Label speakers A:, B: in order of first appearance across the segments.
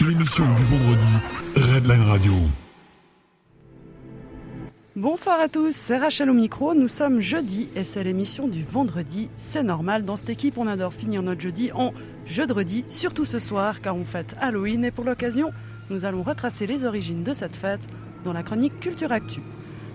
A: l'émission du vendredi Redline Radio.
B: Bonsoir à tous, c'est Rachel au micro. Nous sommes jeudi et c'est l'émission du vendredi. C'est normal, dans cette équipe, on adore finir notre jeudi en jeudredi, surtout ce soir car on fête Halloween et pour l'occasion, nous allons retracer les origines de cette fête dans la chronique Culture Actu.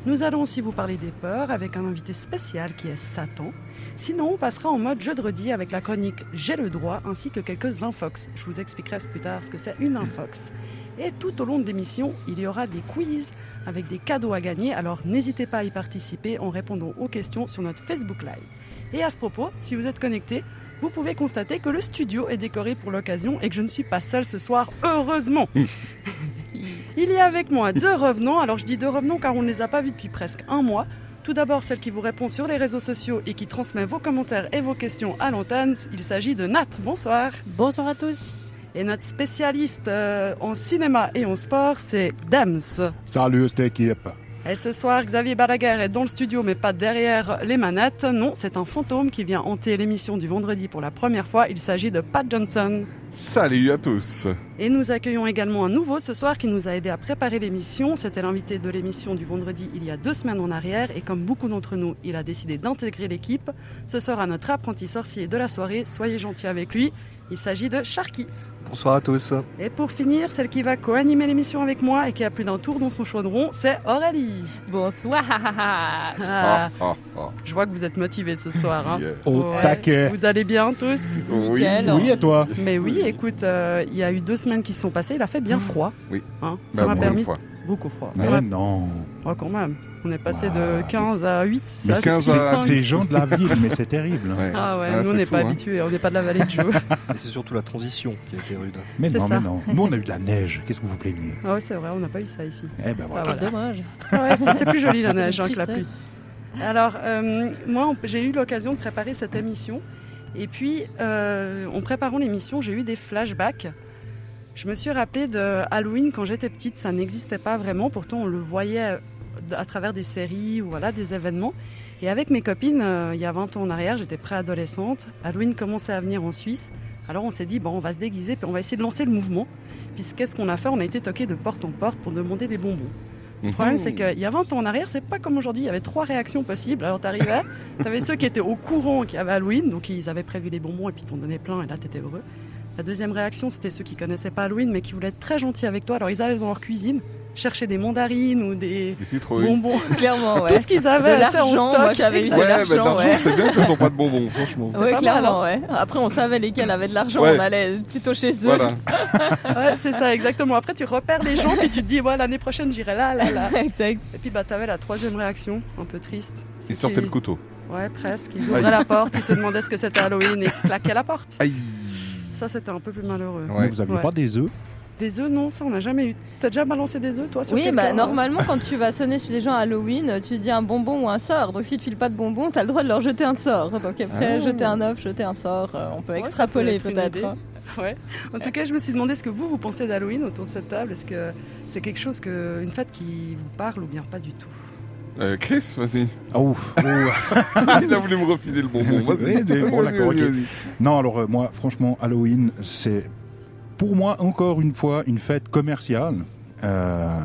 B: Nous allons aussi vous parler des peurs avec un invité spécial qui est Satan. Sinon, on passera en mode jeudredi avec la chronique J'ai le droit ainsi que quelques infox. Je vous expliquerai plus tard ce que c'est une infox. Et tout au long de l'émission, il y aura des quiz avec des cadeaux à gagner, alors n'hésitez pas à y participer en répondant aux questions sur notre Facebook Live. Et à ce propos, si vous êtes connecté, vous pouvez constater que le studio est décoré pour l'occasion et que je ne suis pas seule ce soir, heureusement. Il y a avec moi deux revenants, alors je dis deux revenants car on ne les a pas vus depuis presque un mois. Tout d'abord, celle qui vous répond sur les réseaux sociaux et qui transmet vos commentaires et vos questions à l'antenne, il s'agit de Nat. Bonsoir.
C: Bonsoir à tous.
B: Et notre spécialiste euh, en cinéma et en sport, c'est Dams.
D: Salut cette équipe.
B: Et ce soir, Xavier Balaguer est dans le studio, mais pas derrière les manettes. Non, c'est un fantôme qui vient hanter l'émission du vendredi pour la première fois. Il s'agit de Pat Johnson.
E: Salut à tous.
B: Et nous accueillons également un nouveau ce soir qui nous a aidé à préparer l'émission. C'était l'invité de l'émission du vendredi il y a deux semaines en arrière. Et comme beaucoup d'entre nous, il a décidé d'intégrer l'équipe. Ce sera notre apprenti sorcier de la soirée. Soyez gentils avec lui. Il s'agit de Sharky.
F: Bonsoir à tous.
B: Et pour finir, celle qui va co-animer l'émission avec moi et qui a plus d'un tour dans son chaudron, c'est Aurélie.
G: Bonsoir.
B: Ah, ah, ah. Je vois que vous êtes motivés ce soir. Hein.
D: Yeah. Au ouais. taquet.
B: Vous allez bien tous
D: oui. Nickel. oui, et toi
B: Mais oui, écoute, il euh, y a eu deux semaines qui se sont passées, il a fait bien froid.
E: Oui. Bah,
B: Hein, ça ben m'a permis.
E: Froid.
B: Beaucoup froid.
D: Mais
B: ça
D: non.
B: Oh, quand même. On est passé de 15 à 8.
D: Mais 15 à ces gens de la ville, mais c'est terrible.
B: Ouais. Ah ouais, ah, nous on n'est pas hein. habitués, on n'est pas de la vallée de Joe.
F: c'est surtout la transition qui a été rude.
D: Mais non, ça. mais non. Nous on a eu de la neige, qu'est-ce que vous plaignez
B: Ah ouais, c'est vrai, on n'a pas eu ça ici.
D: Eh ben voilà.
C: Ah, Quel dommage.
B: Ah ouais, c'est plus joli la neige hein, que la pluie. Alors, euh, moi j'ai eu l'occasion de préparer cette émission. Et puis, euh, en préparant l'émission, j'ai eu des flashbacks. Je me suis rappelé de Halloween quand j'étais petite, ça n'existait pas vraiment, pourtant on le voyait euh, à travers des séries ou voilà, des événements. Et avec mes copines, euh, il y a 20 ans en arrière, j'étais préadolescente, Halloween commençait à venir en Suisse. Alors on s'est dit, bon, on va se déguiser, puis on va essayer de lancer le mouvement. Puis qu'est-ce qu'on a fait On a été toqué de porte en porte pour demander des bonbons. Le problème,
E: Hmm.
B: c'est qu'il y a 20 ans en arrière, c'est pas comme aujourd'hui. Il y avait trois réactions possibles. Alors, t'arrivais, t'avais ceux qui étaient au courant qui avaient Halloween, donc ils avaient prévu les bonbons et puis t'en donnais plein, et là, t'étais heureux. La deuxième réaction, c'était ceux qui connaissaient pas Halloween, mais qui voulaient être très gentils avec toi. Alors, ils allaient dans leur cuisine, chercher des mandarines ou des,
E: des
B: bonbons.
C: Clairement, ouais.
B: Tout ce qu'ils avaient,
C: de l'argent. Moi, j'avais eu de
E: ouais, mais
C: l'argent, ouais.
E: bah, c'est bien qu'ils n'ont pas de bonbons, franchement.
C: Ouais, clairement, mal, hein. ouais. Après, on savait lesquels avaient de l'argent,
E: Ouais.
C: on allait plutôt chez eux.
E: Voilà.
B: Ouais, c'est ça, exactement. Après, tu repères les gens, puis tu te dis, ouais, l'année prochaine, j'irai là, là, là.
C: exact.
B: Et puis, bah, t'avais la troisième réaction, un peu triste. C'est
E: Ils sortaient
B: qu'ils-
E: le couteau.
B: Ouais, presque. Ils ouvraient la porte, ils te demandaient ce que c'était Halloween et claquaient la porte.
E: Aïe.
B: Ça, c'était un peu plus malheureux.
E: Ouais.
D: Mais vous aviez
B: Ouais.
D: pas des œufs
B: Des œufs, non, ça, on n'a jamais eu. T'as déjà balancé des œufs, toi, sur
C: Oui,
B: quelqu'un,
C: bah
B: hein
C: normalement, quand tu vas sonner chez les gens à Halloween, tu dis un bonbon ou un sort. Donc si tu files pas de bonbon, t'as le droit de leur jeter un sort. Donc après,
B: Ah.
C: jeter un œuf, jeter un sort, euh, on peut
B: Ouais, ça
C: extrapoler
B: peut être une
C: peut-être. hein.
B: idée. Ouais. En tout cas, je me suis demandé ce que vous, vous pensez d'Halloween autour de cette table. Est-ce que c'est quelque chose que, une fête qui vous parle ou bien pas du tout
E: Euh, Chris, vas-y.
D: Ah, ouf.
E: Il a voulu me refiler le bonbon. Vas-y,
D: Oui,
E: vas-y,
D: bon,
E: vas-y,
D: d'accord, ok.
E: vas-y.
D: Non, alors euh, moi, franchement, Halloween, c'est pour moi encore une fois une fête commerciale. euh,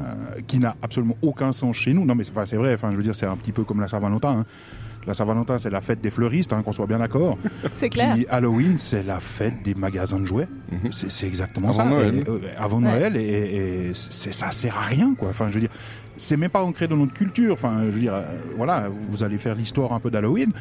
D: qui n'a absolument aucun sens chez nous. Non, mais c'est enfin, c'est vrai. Enfin, je veux dire, c'est un petit peu comme la Saint-Valentin. hein. La Saint-Valentin, c'est la fête des fleuristes, hein, qu'on soit bien d'accord.
C: C'est clair.
D: Puis Halloween, c'est la fête des magasins de jouets.
E: Mhm.
D: C'est c'est exactement
E: Avant
D: ça.
E: Noël.
D: Et, euh, avant
C: Ouais.
D: Noël, et, et c'est- ça sert à rien, quoi. Enfin, je veux dire, c'est même pas ancré dans notre culture. Enfin, je veux dire, euh, voilà, vous allez faire l'histoire un peu d'Halloween,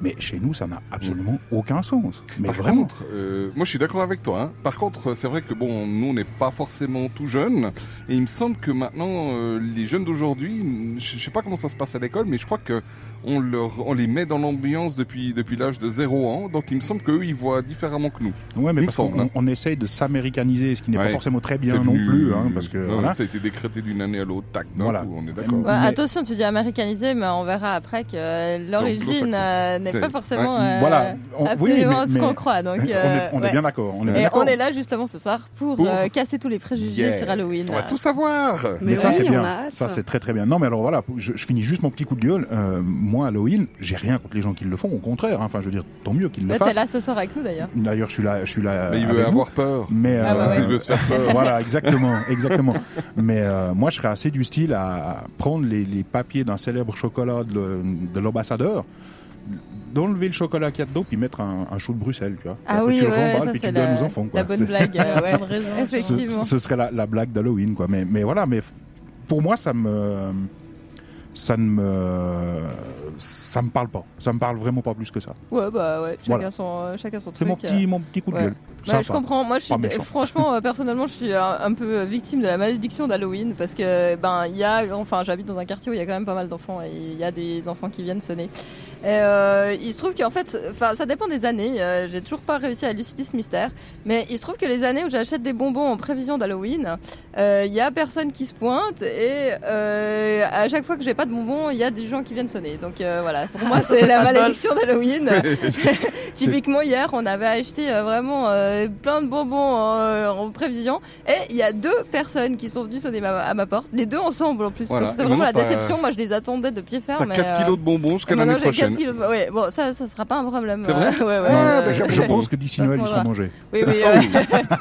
D: mais chez nous, ça n'a absolument aucun sens. Mais
E: Mhm. Ah, Par
D: vraiment.
E: contre, euh, moi je suis d'accord avec toi. hein. Par contre, c'est vrai que bon, nous on n'est pas forcément tout jeunes. Et il me semble que maintenant, euh, les jeunes d'aujourd'hui, je je sais pas comment ça se passe à l'école, mais je crois que on, leur, on les met dans l'ambiance depuis, depuis l'âge de 0 ans. Donc il me semble qu'eux, ils voient différemment que nous.
D: ouais, mais
E: il
D: parce
E: me semble,
D: qu'on
E: hein.
D: on essaye de s'américaniser, ce qui n'est pas
E: Ouais.
D: forcément très
E: C'est
D: bien non
E: venu-
D: plus, hein, parce que
E: Non,
D: voilà.
E: Ça a été décrété d'une année à l'autre. Tac, d'un
D: Voilà,
E: coup, coup, on est d'accord.
C: Ouais,
D: Mais-
C: Attention, tu dis américanisé, mais on verra après que euh,
E: C'est un peu
C: l'origine
E: ça,
C: euh, n'est
E: C'est-
C: pas forcément euh,
D: voilà. On- oui,
C: absolument
D: mais-
C: ce qu'on
D: mais-
C: croit. Donc,
D: on est-
C: euh,
D: on est
C: ouais.
D: bien d'accord. On est bien
C: Et
D: d'accord.
C: on est là justement ce soir pour,
E: Pour-
C: euh, casser tous les préjugés
E: Yeah.
C: sur Halloween.
E: On va tout savoir
D: Mais, ça,
B: oui,
D: c'est
B: on a
D: bien.
B: hâte.
D: Ça, c'est très, très bien. Non, mais alors voilà, je, je finis juste mon petit coup de gueule. Euh, moi, Halloween, j'ai rien contre les gens qui le font. Au contraire, hein. enfin, je veux dire, tant mieux qu'ils le
C: Là, Bah, t'es
D: fassent.
C: là ce soir avec nous d'ailleurs.
D: D'ailleurs, je suis là, je suis là.
E: Mais il
D: avec
E: veut
D: vous.
E: avoir peur.
D: Mais euh,
C: Ah, bah ouais.
E: Il veut se faire peur.
D: voilà, exactement, exactement. Mais euh, moi, je serais assez du style à prendre les, les papiers d'un célèbre chocolat de, de l'ambassadeur, d'enlever le chocolat qu'il y a dedans, puis mettre un, un chou de Bruxelles, tu vois.
C: Ah
D: Après,
C: oui,
D: tu
C: ouais,
D: le remballes,
C: ça
D: bah, puis tu
C: c'est
D: le donnes
C: la,
D: aux enfants, quoi.
C: la bonne blague. euh, ouais.
G: Bonne raison,
D: C'est-
C: Effectivement.
D: Ce serait la, la blague d'Halloween, quoi. Mais, mais voilà, mais f- pour moi, ça me, ça ne me, ça me parle pas. Ça me parle vraiment pas plus que ça.
C: Ouais, bah ouais, chacun,
D: Voilà.
C: son, euh, chachun son
D: C'est
C: truc.
D: mon
C: euh.
D: petit, mon petit coup de
C: ouais.
D: gueule.
C: Ouais,
D: Sympa.
C: Bah, je comprends. Moi, je suis
D: Pas méchant.
C: franchement, euh, personnellement, je suis un, un peu euh, victime de la malédiction d'Halloween parce que ben il y a, enfin, j'habite dans un quartier où il y a quand même pas mal d'enfants et il y a des enfants qui viennent sonner. Et euh, il se trouve qu'en fait, enfin, ça dépend des années. euh, J'ai toujours pas réussi à élucider ce mystère, mais il se trouve que les années où j'achète des bonbons en prévision d'Halloween, euh, il y a personne qui se pointe et euh, à chaque fois que j'ai pas de bonbons, il y a des gens qui viennent sonner. Donc euh, voilà, pour moi, c'est la malédiction d'Halloween. Typiquement hier, on avait acheté euh, vraiment euh, plein de bonbons euh, en prévision et il y a deux personnes qui sont venues sonner ma- à ma porte, les deux ensemble en plus.
E: Voilà.
C: Donc c'était
E: Et
C: vraiment la
E: maintenant, t'as-
C: déception. Moi, je les attendais de pied
E: T'as
C: ferme. mais,
E: 4
C: euh,
E: kilos de bonbons jusqu'à
C: maintenant,
E: l'année
C: j'ai 4
E: prochaine.
C: kilos. de- Ouais, bon, ça, ça sera pas un problème.
E: C'est vrai
C: Euh, ouais, ouais,
E: Non,
C: euh,
E: bah,
D: Je pense que d'ici
C: À ce
D: Noël, ils seront
C: moment-là.
D: mangés.
C: oui, oui, euh,
E: Ah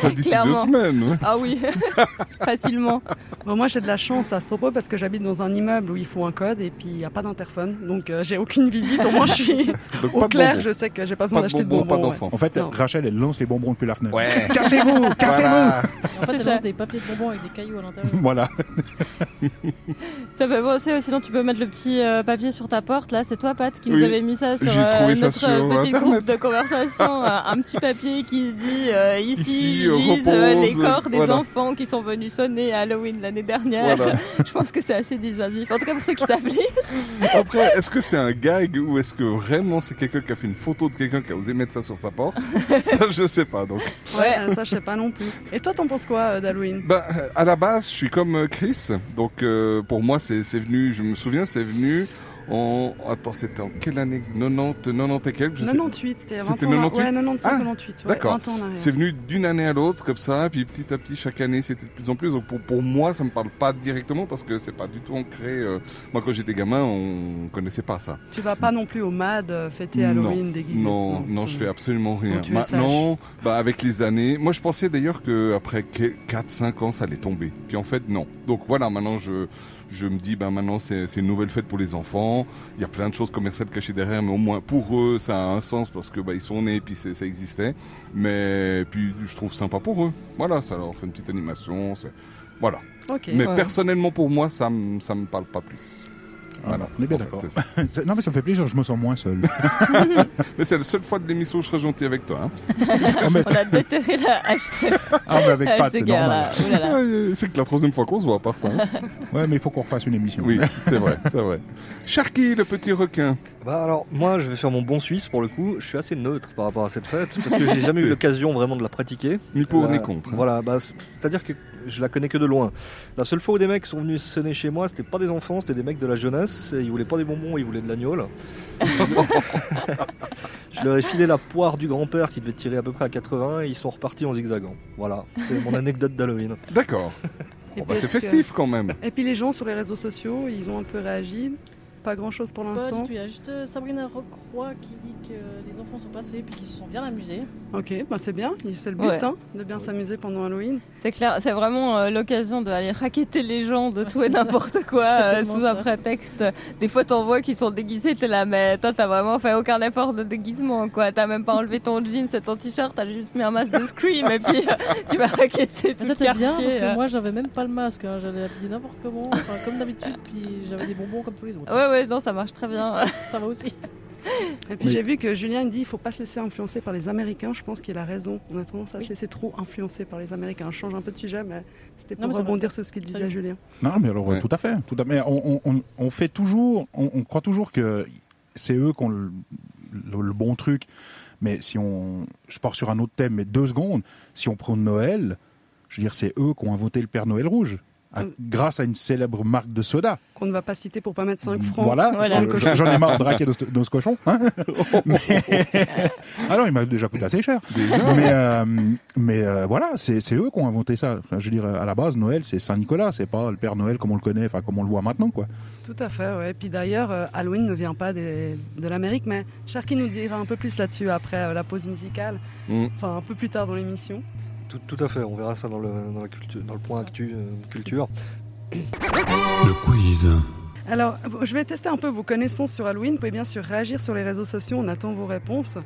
E: Pas D'ici deux
C: Clairement.
E: semaines. hein. ouais.
C: ah oui, facilement.
B: Bon, moi, j'ai de la chance à ce propos parce que j'habite dans un immeuble où il faut un code et puis il n'y a pas d'interphone. Donc, euh, j'ai aucune visite. Au moins, je suis
E: Donc
B: au
E: pas de
B: clair.
E: bonbons.
B: Je sais que j'ai pas besoin
E: Pas de
B: d'acheter de
E: bonbons, pas
B: bonbons. ouais.
E: d'enfants.
D: En fait,
B: Non.
D: Rachel, elle lance les bonbons depuis la fenêtre.
E: Ouais.
D: Cassez-vous, cassez-vous.
E: Voilà.
G: En fait,
C: C'est
G: elle
C: ça.
G: lance des papiers de bonbons avec des cailloux à l'intérieur.
D: Voilà.
C: Ça peut, bon, c'est- sinon, tu peux mettre le petit euh, papier sur ta porte. Là, c'est toi, Pat, qui
E: Oui.
C: nous avait mis ça sur
E: J'ai
C: euh,
E: trouvé ça
C: notre
E: sur
C: euh, petit
E: Internet.
C: groupe de conversation. euh, un petit papier qui dit euh, ici,
E: Ici, euh,
C: gisent euh, les
E: repose,
C: corps des
E: voilà.
C: enfants qui sont venus sonner à Halloween l'année dernière.
E: Voilà.
C: Je pense que c'est assez dissuasif. En tout cas, pour ceux qui savent lire.
E: Après, est-ce que c'est un gag ou est-ce que vraiment c'est quelqu'un qui a fait une photo de quelqu'un qui a osé mettre ça sur sa porte Ça, je sais pas. Donc,
B: Ouais, euh, ça, je sais pas non plus. Et toi, t'en penses quoi euh, d'Halloween
E: bah, à la base, je suis comme euh, Chris. Donc, euh, pour moi, c'est c'est venu. Je me souviens, c'est venu en. Attends, c'était en quelle année 90, 90 et quelques. Je sais
B: 98, c'était à 20
E: C'était
B: ans. en-
E: 98?
B: Ouais, 95,
E: Ah,
B: 98. Ouais,
E: d'accord.
B: 20 ans en arrière.
E: C'est venu d'une année à l'autre comme ça, puis petit à petit chaque année c'était de plus en plus. Donc pour, pour moi ça me parle pas directement parce que c'est pas du tout ancré. euh, moi quand j'étais gamin on connaissait pas ça.
B: Tu vas pas non plus au MAD euh, fêter
E: Non,
B: Halloween déguisé
E: Non, non, je fais absolument rien.
B: Non, tu es
E: Maintenant, bah, avec les années, moi je pensais d'ailleurs que après 4-5 ans ça allait tomber. Puis en fait non. Donc voilà, maintenant je je me dis bah maintenant c'est c'est une nouvelle fête pour les enfants. Il y a plein de choses commerciales cachées derrière, mais au moins pour eux ça a un sens parce que bah ils sont nés puis c'est- ça existait. Mais puis je trouve sympa pour eux. Voilà, ça leur fait une petite animation. c'est- Voilà.
B: Ok.
E: mais
C: ouais.
E: personnellement pour moi ça me ça me parle pas plus. Voilà.
D: Ah, on est bien
E: Ah En fait,
D: d'accord.
E: c'est ça.
D: C'est- Non, mais ça me fait plaisir, je me sens moins seul.
E: Mais c'est la seule fois de l'émission où je serai gentil avec toi. hein.
D: ah, mais,
C: On a déterré la hashtag
D: ah, mais avec Pat, c'est
C: hashtag, là.
D: normal.
B: Oh
C: Ouh là là.
E: Ouais, C'est que la troisième fois qu'on se voit, à part ça. hein.
D: Ouais, mais il faut qu'on refasse une émission.
E: Oui, c'est vrai, c'est vrai. Sharky, le petit requin.
F: Bah alors, moi, je vais faire mon bon suisse pour le coup. Je suis assez neutre par rapport à cette fête parce que j'ai jamais eu l'occasion vraiment de la pratiquer.
E: Ni pour
F: Là,
E: ni contre. hein.
F: Voilà, bah, c'est- c'est-à-dire que je la connais que de loin. La seule fois où des mecs sont venus sonner chez moi, c'était pas des enfants, c'était des mecs de la jeunesse. Et ils voulaient pas des bonbons, ils voulaient de l'agneau. je leur ai filé la poire du grand-père qui devait tirer à peu près à 80 et ils sont repartis en zigzagant. Voilà, c'est mon anecdote d'Halloween.
E: D'accord.
B: Et
E: Bon, bah,
B: puis
E: c'est
B: est-ce que-
E: festif quand même.
B: Et puis les gens sur les réseaux sociaux, ils ont un peu réagi. Pas grand chose pour
G: Pas du
B: l'instant.
G: tout. Il y a juste euh, Sabrina Rocroy qui dit que euh, les enfants sont passés puis qu'ils se sont bien amusés.
B: Ok, bah c'est bien. C'est le but,
C: Ouais.
B: hein, de bien s'amuser pendant Halloween.
C: C'est clair, c'est vraiment euh, l'occasion d'aller raqueter les gens de
G: Ouais,
C: tout et
G: c'est ça.
C: n'importe quoi
G: C'est
C: euh,
G: vraiment
C: sous un
G: ça.
C: prétexte. Des fois, t'en vois qui sont déguisés, t'es là, mais toi, t'as vraiment fait aucun effort de déguisement, quoi. T'as même pas enlevé ton jean, c'est ton t-shirt, t'as juste mis un masque de scream et puis euh, tu vas raqueter tout
G: Mais
C: le
G: C'était Ah, bien parce
C: quartier.
G: que
C: euh.
G: moi j'avais même pas le masque, hein. j'allais habiller n'importe comment, enfin, comme d'habitude, puis j'avais des bonbons comme tous les autres.
C: Ouais, ouais, non, ça marche très bien.
G: Ça va aussi.
B: Et puis
D: Oui.
B: j'ai vu que Julien il dit, il faut pas se laisser influencer par les Américains. Je pense qu'il a raison. On a tendance à se laisser trop influencer par les Américains. Je change un peu de sujet, mais c'était pour
G: Non, mais ça va.
B: rebondir sur ce qu'il disait
G: Salut.
B: Julien.
D: Non, mais alors, euh,
E: Ouais.
D: tout à fait. Tout à... Mais on, on- on- on fait toujours, on, on croit toujours que c'est eux qui ont le, le- le bon truc. Mais si on, je pars sur un autre thème, mais deux secondes, si on prend Noël, je veux dire, c'est eux qui ont inventé le Père Noël rouge. à-
B: Mm.
D: grâce à une célèbre marque de soda.
B: Qu'on ne va pas citer pour pas mettre 5 francs.
D: Voilà,
C: Voilà.
D: parce que j'en- j'en ai marre de raquer dans ce, dans ce cochon. hein. Mais- Alors, il m'a déjà coûté assez cher. Mais, euh, mais euh, voilà, c'est c'est eux qui ont inventé ça. Enfin, je veux dire, à la base, Noël, c'est Saint-Nicolas, c'est pas le Père Noël comme on le connaît, enfin comme on le voit maintenant, quoi.
B: Tout à fait, ouais. Puis d'ailleurs, euh, Halloween ne vient pas des- de l'Amérique, mais Sharky nous dira un peu plus là-dessus après euh, la pause musicale.
E: Mm.
B: Enfin, un peu plus tard dans l'émission.
F: Tout, tout à fait, on verra ça dans le, dans la culture, dans le point actu, euh, culture.
A: Le quiz.
B: Alors, v- je vais tester un peu vos connaissances sur Halloween. Vous pouvez bien sûr réagir sur les réseaux sociaux, on attend vos réponses.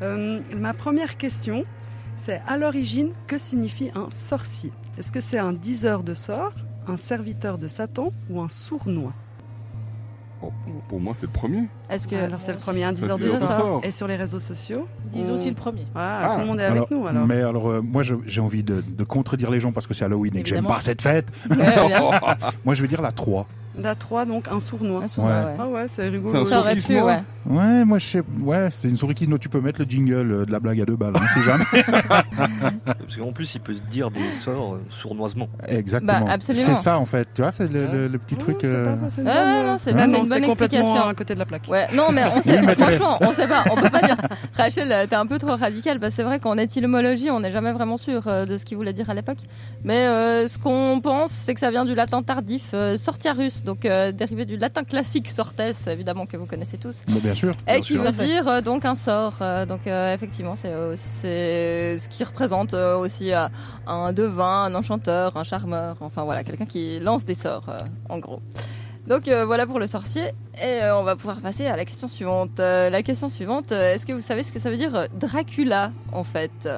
B: Euh, ma première question, c'est à l'origine, que signifie un sorcier Est-ce que c'est un diseur de sort, un serviteur de Satan ou un sournois
E: Oh, pour- pour moi, c'est le premier.
C: Est-ce que.
B: Alors, c'est le premier, un diseur de
E: diseur de
B: sort.
E: sort.
B: Et sur les réseaux sociaux
G: Ils disent aussi le premier.
B: Ah,
E: Ah,
B: tout le monde est
D: Alors,
B: avec nous alors.
D: Mais alors, euh, moi, je- j'ai envie de, de contredire les gens parce que c'est Halloween et que j'aime
C: Évidemment.
D: pas cette fête.
C: Ouais, bien.
D: Moi, je vais dire la 3.
B: La 3, donc un sournois.
C: Un sournois,
D: Ouais.
C: ouais.
B: Ah ouais, c'est rigolo.
E: C'est
C: Ça aurait pu, ouais.
D: Ouais, moi, je sais. Ouais, c'est une souris qui. Non, tu peux mettre le jingle euh, de la blague à deux balles, on sait jamais.
F: Parce qu'en plus, il peut dire des sorts euh, sournoisement.
D: Exactement.
C: Bah, absolument.
D: c'est ça, en fait. Tu vois, c'est le, le- le petit
B: Ah,
D: truc.
B: c'est
D: euh,
B: pas- c'est une
C: Ouais, ouais,
B: bonne-
C: non, c'est
B: Ah
C: bien,
B: non,
C: c'est une bonne
B: complètement
C: explication.
B: à côté de la plaque.
C: Ouais, non, mais on sait,
D: Oui, m'intéresse.
C: franchement, on sait pas, on peut pas dire. Rachel, euh, t'es un peu trop radical parce que c'est vrai qu'en étymologie, on n'est jamais vraiment sûr euh, de ce qu'il voulait dire à l'époque. Mais euh, ce qu'on pense, c'est que ça vient du latin tardif, euh, sortiarus, donc euh, dérivé du latin classique sortes, évidemment que vous connaissez tous,
D: bon, bien sûr.
C: et
F: Bien
C: qui
F: sûr.
C: veut dire euh, donc un sort. Euh, donc euh, effectivement, c'est euh, c'est ce qui représente euh, aussi euh, un devin, un enchanteur, un charmeur, enfin voilà, quelqu'un qui lance des sorts, euh, en gros. Donc euh, voilà pour le sorcier. Et euh, on va pouvoir passer à la question suivante. Euh, la question suivante, euh, est-ce que vous savez ce que ça veut dire euh, Dracula en fait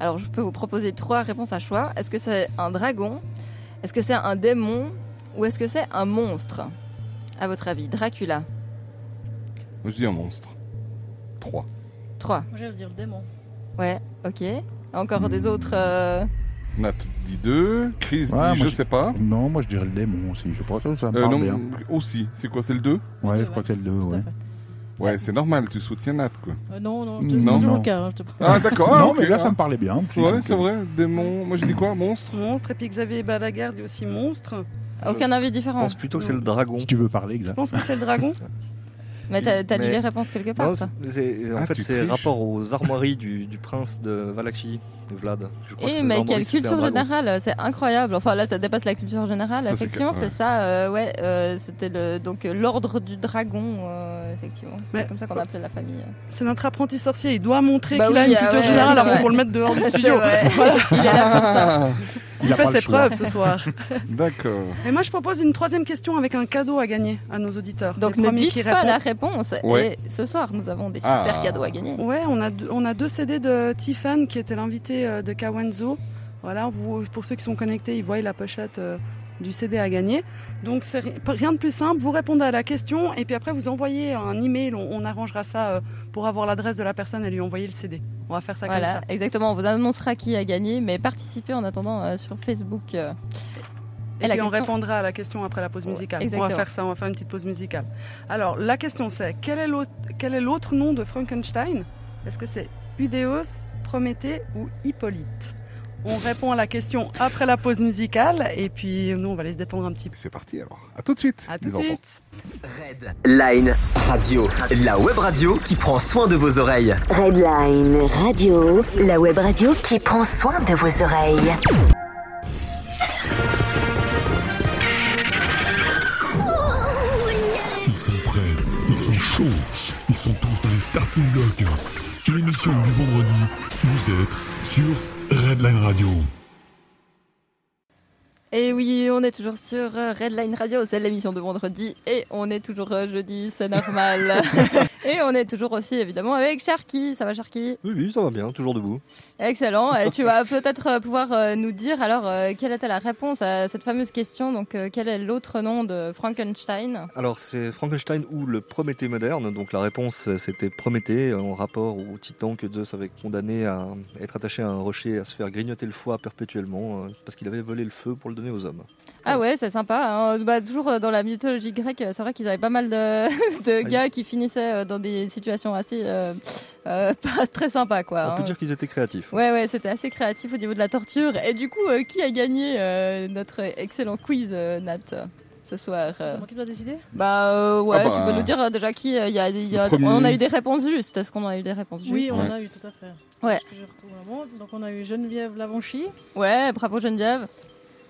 C: Alors je peux vous proposer trois réponses à choix. Est-ce que c'est un dragon Est-ce que c'est un démon Ou est-ce que c'est un monstre À votre avis, Dracula
E: Je dis un monstre. 3.
C: 3.
G: Moi, j'allais dire le démon.
C: Ouais, ok. Encore des autres... euh,
E: Nat dit 2. Chris
D: Ouais, moi,
E: dit je
D: je-
E: sais pas.
D: Non, moi, je dirais le démon aussi. Je sais pas, ça, ça me
E: Euh,
D: parle
E: non,
D: bien.
E: aussi. C'est quoi, c'est le 2
D: Ouais, je crois que c'est le 2,
G: Tout à
D: ouais.
G: fait.
E: Ouais, c'est normal, tu soutiens Nat, quoi.
G: Euh, non, non, je te-
D: Non,
G: c'est toujours
D: non.
G: le cas. hein, je te...
E: Ah, d'accord.
D: non,
E: ok,
D: mais là,
E: ah.
D: ça me parlait bien.
E: Ouais,
D: euh,
E: c'est vrai. Démon. Moi, j'ai dit quoi Monstre
B: Monstre, et puis Xavier Balaguer dit aussi monstre.
C: Aucun avis
F: Je
C: différent.
F: pense plutôt que c'est le dragon.
D: Si tu veux parler, exact.
B: Je pense que c'est le dragon.
C: Mais t'as t'as lu
F: Mais-
C: les réponses quelque part,
F: Non,
C: toi
F: c'est- c'est- en
E: Ah,
F: fait,
E: tu
F: c'est
E: triches.
F: rapport aux armoiries du, du prince de Valachie, Vlad. Je crois que
C: Eh
F: ces
C: mais
F: armoiries,
C: quelle
F: c'était un
C: culture
F: dragon.
C: générale, euh, c'est incroyable. Enfin là, ça dépasse la culture générale.
E: Ça, c'est
C: effectivement,
E: clair,
C: c'est
E: ouais.
C: ça. euh, ouais, euh, c'était le donc euh, l'ordre du dragon. euh, effectivement, c'est
B: Mais-
C: comme ça qu'on appelait la famille.
B: C'est notre apprenti sorcier. Il doit montrer
C: Bah
B: qu'il
C: oui,
B: a une
C: ah
B: culture
C: ouais,
B: générale
C: c'est
B: avant
C: vrai.
B: qu'on le mette dehors du studio.
C: vrai.
B: Voilà,
C: Il est là pour ça.
B: il
D: a
B: fait
D: pas le
B: ses
D: choix.
B: preuves ce soir.
E: Ah, D'accord.
B: Et moi, je propose une troisième question avec un cadeau à gagner à nos auditeurs.
C: Donc
B: Le
C: ne
B: premier
C: dites
B: qui
C: pas
B: répond-
C: la réponse.
E: Ouais.
C: Et ce soir, nous avons des
E: Ah.
C: super cadeaux à gagner.
B: Ouais, on a, deux, on a deux CD de Tiffan qui était l'invité euh, de Kawanzo. Voilà, vous, pour ceux qui sont connectés, ils voient la pochette euh, du CD à gagner. Donc c'est ri- rien de plus simple, vous répondez à la question et puis après vous envoyez un email, on, on arrangera ça euh, pour avoir l'adresse de la personne et lui envoyer le CD. On va faire ça comme
C: Voilà,
B: ça.
C: exactement. On vous annoncera qui a gagné, mais participez en attendant euh, sur Facebook. euh.
B: Et,
C: Et la
B: puis on
C: question
B: répondra à la question après la pause
C: Ouais,
B: musicale. on va
C: exactement.
B: faire ça, on va faire une petite pause musicale. Alors la question c'est quel est l'autre- quel est l'autre nom de Frankenstein Est-ce que c'est Udéos, Prométhée ou Hippolyte On répond à la question après la pause musicale et puis nous on va aller se détendre un petit peu.
E: C'est parti alors. À tout de suite.
B: À tout
E: les
B: de
E: enfants.
B: suite.
H: Line Radio, la web radio qui prend soin de vos oreilles.
I: Redline Radio, la web radio qui prend soin de vos oreilles.
A: Ils sont prêts, ils sont chauds, ils sont tous dans les starting blocks. L'émission du vendredi, vous êtes sur Redline Radio.
C: Et oui, on est toujours sur euh, Redline Radio, c'est l'émission de vendredi, et on est toujours euh, jeudi, c'est normal. et on est toujours aussi évidemment avec Sharky. Ça va Sharky
F: Oui, oui, ça va bien, toujours debout.
C: Excellent. Et tu vas peut-être euh, pouvoir euh, nous dire alors euh, quelle était la réponse à cette fameuse question. Donc euh, quel est l'autre nom de Frankenstein
F: Alors, c'est Frankenstein ou le Prométhée moderne. Donc, la réponse, euh, c'était Prométhée, euh, en rapport au titan que Zeus avait condamné à être attaché à un rocher, à se faire grignoter le foie perpétuellement, euh, parce qu'il avait volé le feu pour le donné aux hommes.
C: Ah ouais, c'est sympa. hein. Bah, toujours euh, dans la mythologie grecque, euh, c'est vrai qu'ils avaient pas mal de, de
F: Ah,
C: gars qui finissaient euh, dans des situations assez euh, euh, pas très sympas, quoi.
F: Bah, On peut
C: hein.
F: dire qu'ils étaient créatifs.
C: Ouais, ouais, c'était assez créatif au niveau de la torture. Et du coup, euh, qui a gagné euh, notre excellent quiz, euh, Nat, ce soir euh
G: C'est moi qui dois décider
C: Bah euh, ouais,
E: Ah bah.
C: tu peux nous dire euh, déjà qui euh, y a, y a-
E: Le premier.
C: on a eu des réponses justes. Est-ce qu'on a eu des réponses justes
G: Oui, on en
E: Ouais.
G: a eu, tout à fait.
C: Ouais.
G: Je retourne la montre. Donc on a eu Geneviève Lavanchy,
C: Ouais, bravo Geneviève.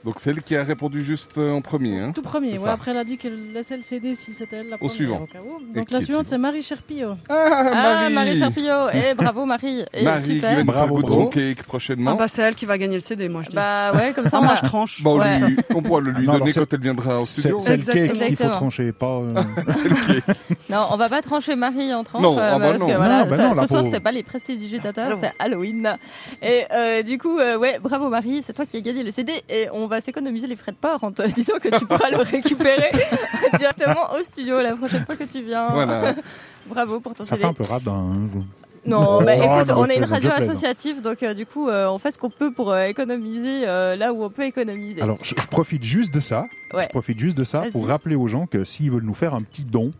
E: Donc c'est elle qui a répondu juste euh, en premier. Hein.
G: tout premier.
E: C'est
G: Ouais,
E: ça.
G: après, elle a dit qu'elle laissait le CD si c'était elle la première.
E: suivant.
G: au cas où. Donc
E: qui
G: la
E: est
G: suivante,
E: suivant
G: c'est Marie Cherpillot.
E: Ah,
C: Ah, Marie Charpillot. Eh, bravo Marie. Et
E: Marie qui
C: super.
E: va nous faire
D: Bravo,
E: goûter
D: bravo.
E: son cake prochainement.
B: Ah bah c'est elle qui va gagner le CD, moi je dis.
C: Bah ouais, comme
B: Ah,
C: ça on
B: moi
C: va...
B: je tranche.
E: Bah, on,
C: Ouais.
E: lui- on pourra le
D: Ah
E: lui
D: non, alors
E: donner
D: c'est-
E: quand elle viendra au
D: C'est
E: studio.
D: c'est le cake qu'il faut
C: Exactement.
D: trancher, pas. euh,
C: Non, on va pas trancher Marie en tranche.
E: Non,
C: euh,
E: ah bah
C: parce
E: non.
C: que voilà,
D: Non, bah
C: ça-
D: non, la
C: ce soir
D: pauvre.
C: c'est pas les prestidigitateurs,
B: Non.
C: c'est Halloween. Et euh, du coup, euh, ouais, bravo Marie, c'est toi qui as gagné le CD et on va s'économiser les frais de port en te disant que tu pourras le récupérer directement au studio la prochaine fois que tu viens.
E: Voilà.
C: Bravo pour ton
D: ça
C: CD.
D: fait un peu rap hein, d'un.
C: Non,
D: Oh,
C: bah,
D: non,
C: écoute,
D: je
C: on est une
D: plaisante,
C: radio
D: je plaisante.
C: associative, donc euh, du coup, euh, on fait ce qu'on peut pour euh, économiser euh, là où on peut économiser.
D: Alors, je, je profite juste de ça.
C: Ouais.
D: Je profite juste de ça
C: Vas-y.
D: pour rappeler aux gens que s'ils veulent nous faire un petit don,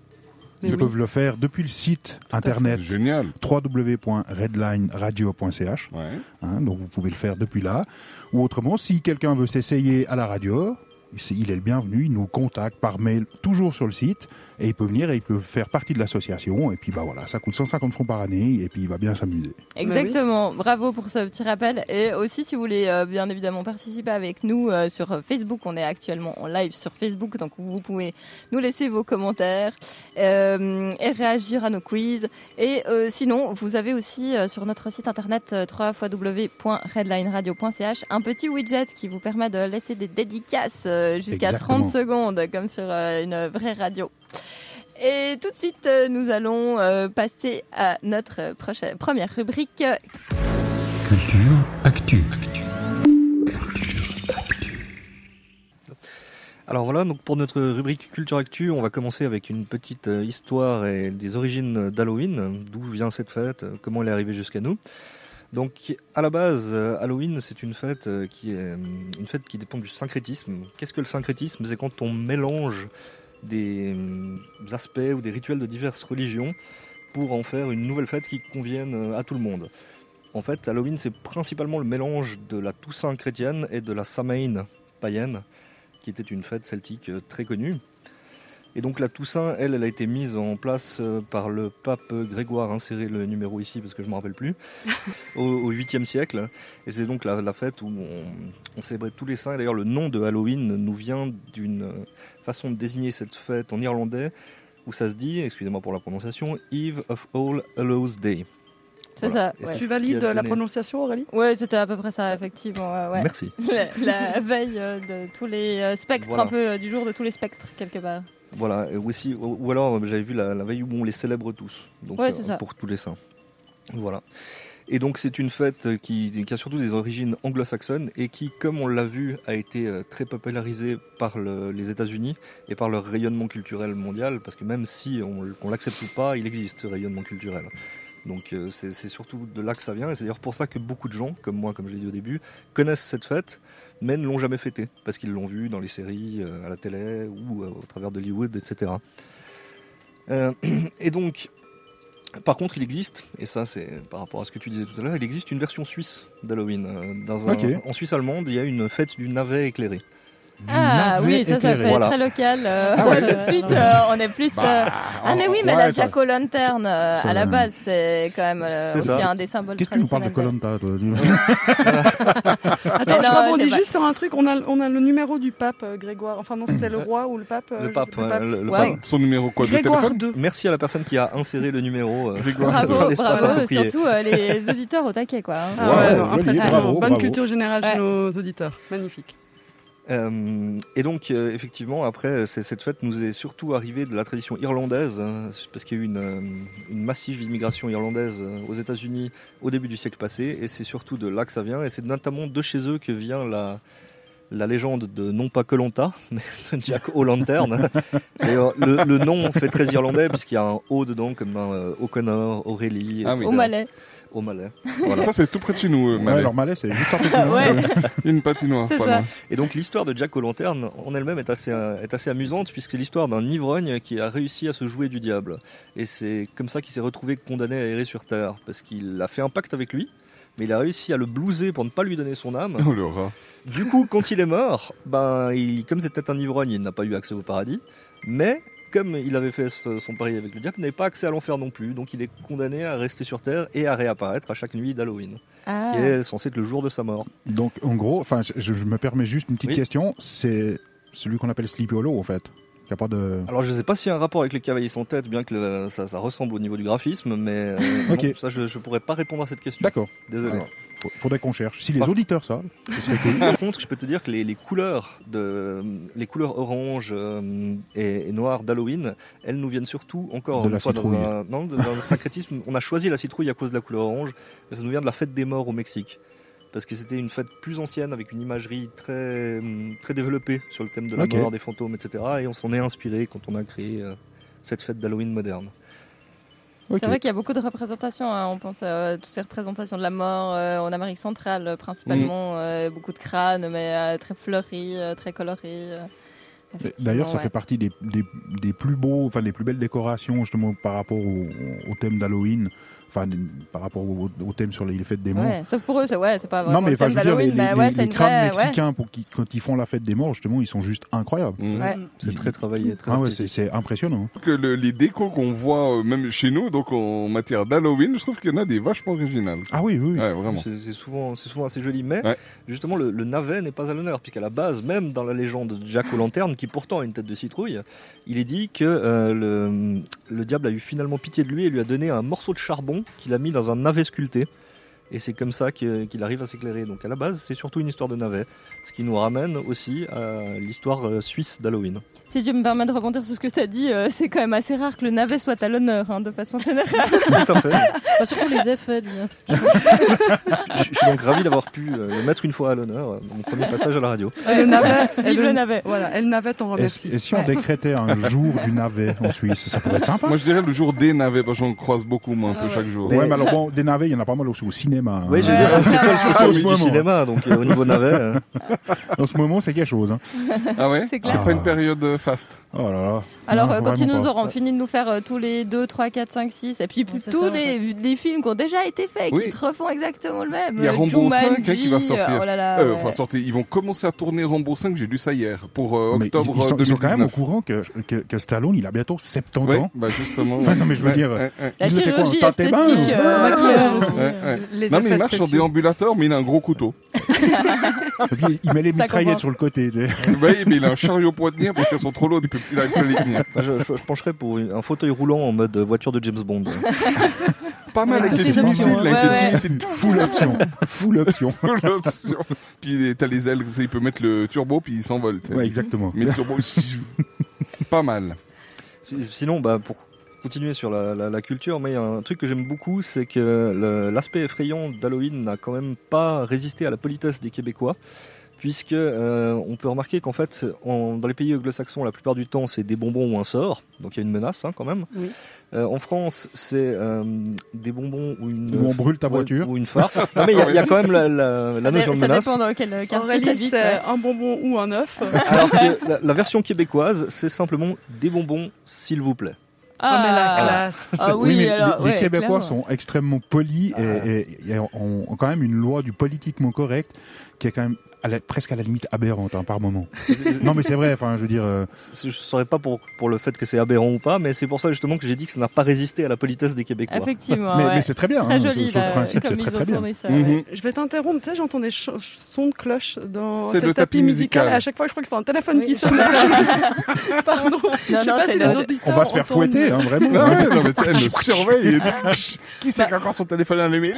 B: Mais
D: ils
B: oui.
D: peuvent le faire depuis le site internet
E: Génial.
D: www.redlineradio.ch.
E: Ouais.
D: hein, donc, vous pouvez le faire depuis là. Ou autrement, si quelqu'un veut s'essayer à la radio, c'est- il est le bienvenu. Il nous contacte par mail, toujours sur le site, et il peut venir et il peut faire partie de l'association. Et puis, bah voilà, ça coûte 150 francs par année, et puis il va bien s'amuser.
C: Exactement, bravo pour ce petit rappel. Et aussi, si vous voulez euh, bien évidemment participer avec nous euh, sur euh, Facebook, on est actuellement en live sur Facebook, donc vous pouvez nous laisser vos commentaires euh, et réagir à nos quiz. Et euh, sinon, vous avez aussi euh, sur notre site internet euh, www.redlineradio.ch un petit widget qui vous permet de laisser des dédicaces euh, jusqu'à
D: Exactement.
C: 30 secondes, comme sur euh, une vraie radio. Et tout de suite, euh, nous allons euh, passer à notre prochaine, première rubrique.
A: Culture, actu.
F: Alors voilà, donc pour notre rubrique Culture Actu, on va commencer avec une petite euh, histoire et des origines d'Halloween, euh, d'où vient cette fête, euh, comment elle est arrivée jusqu'à nous. Donc à la base, euh, Halloween c'est une fête euh, qui est euh, une fête qui dépend du syncrétisme. Qu'est-ce que le syncrétisme C'est quand on mélange des euh, aspects ou des rituels de diverses religions pour en faire une nouvelle fête qui convienne euh, à tout le monde. En fait, Halloween c'est principalement le mélange de la Toussaint chrétienne et de la Samhain païenne qui était une fête celtique euh, très connue. Et donc la Toussaint, elle, elle a été mise en place euh, par le pape Grégoire, insérez le numéro ici parce que je ne me rappelle plus, au, au 8e siècle. Et c'est donc la, la fête où on, on célébrait tous les saints. Et D'ailleurs, le nom de Halloween nous vient d'une euh, façon de désigner cette fête en irlandais où ça se dit, excusez-moi pour la prononciation, Eve of All Hallows Day.
C: C'est
F: Voilà.
C: ça.
F: Et
C: Ouais,
F: c'est
B: Tu
F: ce qui a
B: valides la
F: donné-
B: prononciation Aurélie
C: Ouais, c'était à peu près ça, effectivement. ouais, ouais.
F: Merci.
C: La, la veille euh, de tous les euh, spectres,
F: Voilà.
C: un peu euh, du jour de tous les spectres, quelque part.
F: Voilà, et aussi, ou ou alors euh, j'avais vu la, la veille où on les célèbre tous, donc euh,
C: Ouais, c'est ça.
F: pour tous les saints. Voilà. Et donc c'est une fête euh, qui, qui a surtout des origines anglo-saxonnes et qui, comme on l'a vu, a été euh, très popularisée par le- les États-Unis et par leur rayonnement culturel mondial, parce que même si on, l- qu'on l'accepte ou pas, il existe ce rayonnement culturel. Donc euh, c'est c'est surtout de là que ça vient, et c'est d'ailleurs pour ça que beaucoup de gens, comme moi, comme je l'ai dit au début, connaissent cette fête, mais ne l'ont jamais fêtée, parce qu'ils l'ont vue dans les séries, euh, à la télé, ou euh, au travers d'Hollywood, etc. Euh, et donc, par contre, il existe, et ça c'est par rapport à ce que tu disais tout à l'heure, il existe une version suisse d'Halloween. Euh, dans un-
D: Ok.
F: En Suisse allemande, il y a une fête du navet éclairé.
D: Du
C: Ah
D: navet
C: oui, ça, ça
D: éclairé.
C: fait
F: Voilà.
C: très local. euh,
G: Ah ouais.
C: tout de suite, euh, on est plus.
D: Bah,
C: euh, Ah mais oui, mais la Jack o' Lantern, euh,
D: c'est-
C: à la base, c'est quand même euh,
F: c'est
C: aussi
F: ça.
C: un des symboles
D: Qu'est-ce que tu nous parles de Ah,
C: traditionnels.
D: Colanta toi
B: Attends,
C: Mais
B: je
C: non,
B: rebondis
C: j'ai pas-
B: juste sur un truc. On a, on a le numéro du pape euh, Grégoire. Enfin non, c'était le roi ou le pape. euh,
F: Le
B: je
F: pape,
B: sais plus,
F: ouais, le- le
C: Ouais.
F: pape.
E: Son numéro quoi de
B: Grégoire
E: téléphone
B: II.
F: Merci à la personne qui a inséré le numéro. euh, dans
C: Bravo,
F: l'espace
C: bravo,
F: approprié.
C: surtout euh, les auditeurs au taquet, quoi. hein.
B: Ah
D: Wow,
B: ouais, non,
D: joli,
B: impressionnant.
D: bravo,
B: Bonne
D: bravo.
B: culture générale
C: Ouais.
B: chez nos auditeurs. Magnifique.
F: Euh, et donc, euh, effectivement, après, c'est- cette fête nous est surtout arrivée de la tradition irlandaise, hein, parce qu'il y a eu une, euh, une massive immigration irlandaise euh, aux États-Unis au début du siècle passé, et c'est surtout de là que ça vient, et c'est notamment de chez eux que vient la, la légende de non pas Colanta, mais de Jack O'Lantern. Et, euh, le, le nom fait très irlandais puisqu'il y a un O dedans comme dans euh, O'Connor, O'Reilly,
E: Ah oui.
C: Au Malais.
F: O'Malley.
E: Voilà, ça c'est tout près de chez nous, euh, Malais.
D: alors Malais, c'est juste un truc.
C: Ah, Ouais,
E: Une patinoire,
C: C'est
E: pas
C: ça.
E: loin.
F: Et donc l'histoire de Jack O'Lantern en elle-même est assez, euh, est assez amusante puisque c'est l'histoire d'un ivrogne qui a réussi à se jouer du diable. Et c'est comme ça qu'il s'est retrouvé condamné à errer sur Terre parce qu'il a fait un pacte avec lui. Mais il a réussi à le blouser pour ne pas lui donner son âme.
E: Oh le rat.
F: Du coup, quand il est mort, ben, il, comme c'était un ivrogne, il n'a pas eu accès au paradis. Mais comme il avait fait ce- son pari avec le diable, il n'avait pas accès à l'enfer non plus. Donc il est condamné à rester sur Terre et à réapparaître à chaque nuit d'Halloween.
C: Ah.
F: Qui est censé être le jour de sa mort.
D: Donc, en gros, enfin, je, je me permets juste une petite
F: Oui.
D: question. C'est celui qu'on appelle Sleepy Hollow, en fait. Il n'y a pas de.
F: Alors je sais pas s'il y a un rapport avec les cavaliers sans tête, bien que le- ça, ça ressemble au niveau du graphisme, mais euh,
D: Ok.
F: non, ça je, je pourrais pas répondre à cette question.
D: D'accord.
F: Désolé.
D: Alors, faut- Faudrait qu'on cherche. Si les
F: Par-
D: auditeurs savent, ce serait cool.
F: Par contre, je peux te dire que les, les couleurs de les couleurs orange euh, et, et noire d'Halloween, elles nous viennent surtout encore
D: De
F: une
D: la
F: fois dans
D: citrouille.
F: un, non, de- dans un syncrétisme. On a choisi la citrouille à cause de la couleur orange, mais ça nous vient de la fête des morts au Mexique. Parce que c'était une fête plus ancienne avec une imagerie très, hum, très développée sur le thème de la
D: Ok.
F: mort, des fantômes, etc. Et on s'en est inspiré quand on a créé euh, cette fête d'Halloween moderne.
D: Ok.
C: C'est vrai qu'il y a beaucoup de représentations. hein. On pense à toutes ces représentations de la mort euh, en Amérique centrale, euh,
D: Mm.
C: principalement. euh, beaucoup de crânes, mais euh, très fleuris, euh, très colorés. euh.
D: D'ailleurs, ça
C: Effectivement,
D: fait partie des, des, des plus beaux, enfin des plus belles décorations justement par rapport au, au thème d'Halloween, enfin des- par rapport au, au thème sur les fêtes des morts.
C: ouais. Ouais, Sauf pour eux, c'est ouais, c'est pas vraiment
D: non mais
C: le
D: enfin
C: thème
D: je veux dire les,
C: d'Halloween, mais
D: les-
C: ouais,
D: les
C: c'est une
D: crânes
C: vraie- ouais.
D: mexicains pour qui, quand ils font la fête des morts justement ils sont juste incroyables.
E: Mmh.
C: Ouais.
F: C'est très travaillé, très
D: Ah ouais, c'est
F: artistique.
D: c'est impressionnant.
E: Que le- les décos qu'on voit euh, même chez nous, donc en matière d'Halloween, je trouve qu'il y en a des vachement originales.
D: Ah oui oui. oui.
E: Ouais, vraiment.
F: C'est- C'est souvent, c'est souvent assez joli, mais
E: Ouais.
F: justement le, le navet n'est pas à l'honneur, puisqu'à la base, même dans la légende de Jack O'Lantern, qui pourtant a une tête de citrouille, il est dit que euh, le, le diable a eu finalement pitié de lui et lui a donné un morceau de charbon qu'il a mis dans un navet sculpté. Et c'est comme ça que- qu'il arrive à s'éclairer. Donc à la base, c'est surtout une histoire de navet, ce qui nous ramène aussi à l'histoire euh, suisse d'Halloween.
C: Si tu me permets de rebondir sur ce que tu as dit, euh, c'est quand même assez rare que le navet soit à l'honneur, hein, de façon générale.
F: Tout à fait.
G: Pas surtout les effets, lui. hein.
F: Je, je suis donc ravi d'avoir pu euh, le mettre une fois à l'honneur, euh, dans mon premier passage à la radio.
B: le navet, Eh ben, et
C: Vive le navet.
B: Voilà, elle n'avait ton
C: Oh,
D: Et, si-
B: remercie.
D: et si on décrétait un jour du navet en Suisse, ça pourrait être sympa.
E: Moi je dirais le jour des navets, parce que j'en croise beaucoup moi, un peu
G: Ah ouais.
E: chaque jour.
D: ouais,
F: Mais
D: mais alors
F: ça-
D: bon, des navets, il y en a pas mal aussi au cinéma. hein.
F: Oui, j'ai
C: Ouais,
F: bien ça,
C: ça
F: c'est quoi le
C: va.
F: souci
D: Ah,
F: aussi
D: oui,
F: du
D: moi,
F: cinéma, donc euh, au niveau navet. euh,
D: En ce moment, c'est quelque chose. Hein.
E: Ah ouais
C: C'est
E: C'est
C: clair.
E: pas une période euh, faste.
D: Oh là là.
C: Alors,
D: Non,
C: euh, quand ils
D: vraiment
C: nous
D: pas.
C: auront fini de nous faire euh, tous les 2, 3, 4, 5, 6, et puis
G: Ouais, c'est
C: tous
G: ça, en
C: les, les films qui ont déjà été faits,
E: Oui.
C: qui te refont exactement le même.
E: Il y a
C: Euh,
E: Rambo 5, hein, qui va
C: Jumanji,
E: sortir.
C: euh, Oh là là,
E: Euh,
C: ouais.
E: Enfin, sortez, ils vont commencer à tourner Rambo 5, j'ai lu ça hier, pour euh,
D: Mais
E: octobre
D: ils, ils sont, ils sont quand même au
E: 2019.
D: courant que, que, que Stallone, il a bientôt 70
E: Ouais,
D: ans.
E: bah justement.
D: Ouais, non, mais je veux
E: Ouais,
D: dire- euh,
E: ouais, ouais.
C: La
D: Il le fait quoi,
C: chirurgie
D: dans tes
C: esthétique,
D: bains, ou-
C: euh, maquillage aussi.
E: Ouais, ouais.
B: Les
E: Non, mais il
B: effets
E: marche sur
B: spéciaux.
E: déambulateur, mais il a un gros couteau.
D: Et puis, il met les
C: Ça
D: mitraillettes
C: commence.
D: sur le côté. des-
E: oui, mais il a un chariot pour tenir parce qu'elles sont trop lourdes, il peut- il arrive pas à les tenir.
F: moi, je, je- je pencherais pour une- un fauteuil roulant en mode voiture de James Bond.
E: Pas mal
G: Avec
E: avec
G: tous
E: les
G: ces
E: petits
G: options,
E: missiles,
C: hein. Ouais,
E: avec les
C: ouais.
E: petits missiles,
D: Full option. Full option.
E: double option. Puis les- t'as les ailes, comme ça, il peut mettre le turbo, puis il s'envole. tu sais.
D: Ouais, exactement.
E: Mais le turbo, pas mal.
F: Si- Sinon, bah, pour continuer sur la, la- la culture, mais un truc que j'aime beaucoup, c'est que le- l'aspect effrayant d'Halloween n'a quand même pas résisté à la politesse des Québécois. Puisque euh, on peut remarquer qu'en fait, en- dans les pays anglo-saxons, la plupart du temps, c'est des bonbons ou un sort, donc il y a une menace hein, quand même.
B: Oui.
F: Euh, en France, c'est euh, des bonbons ou une
D: Où on brûle ta
F: Ouais,
D: voiture.
F: Ou une phare. Non, mais il y, a- il y a quand même la, la, la
C: Ça, dé-
F: notion de
C: ça
F: menace.
C: dépend dans quel euh, quartier
B: Aurélie,
C: t'habites.
B: c'est
C: ouais.
B: un bonbon ou un œuf.
F: Alors que la, la version québécoise, c'est simplement des bonbons, s'il vous plaît.
B: Ah, mais la
C: Ah.
B: classe.
C: Ah oui,
D: mais
C: alors,
D: les, les
C: ouais,
D: Québécois sont
C: clairement.
D: extrêmement polis et-
F: Ah.
D: et, et ont, ont quand même une loi du politiquement correct qui est quand même à la- presque à la limite aberrante hein, par moment. Non mais c'est vrai, enfin je veux dire, euh,
F: Je ne saurais pas pour, pour le fait que c'est aberrant ou pas, mais c'est pour ça justement que j'ai dit que ça n'a pas résisté à la politesse des Québécois.
C: Effectivement,
D: mais,
C: ouais.
D: mais c'est très bien.
C: très
D: hein, sur-
C: joli
D: sur le
C: là,
D: principe,
C: comme
D: c'est
C: ils
D: très
C: ont
D: très bien.
C: tourné ça.
E: Mhm.
C: ouais.
B: Je vais t'interrompre, tu sais, j'entends des cho- sons de cloche dans
E: C'est
B: ce
E: le tapis musical.
B: À chaque fois, je crois que c'est un téléphone
G: Oui.
B: qui sonne. Pardon, je sais
C: non,
B: pas
C: c'est
B: si
C: le-
B: les auditeurs
D: On va se faire
B: entendent.
D: fouetter, hein, vraiment.
E: Ah ouais, non, mais tu sais, elle le surveille. et- Qui c'est qui a encore son téléphone allumé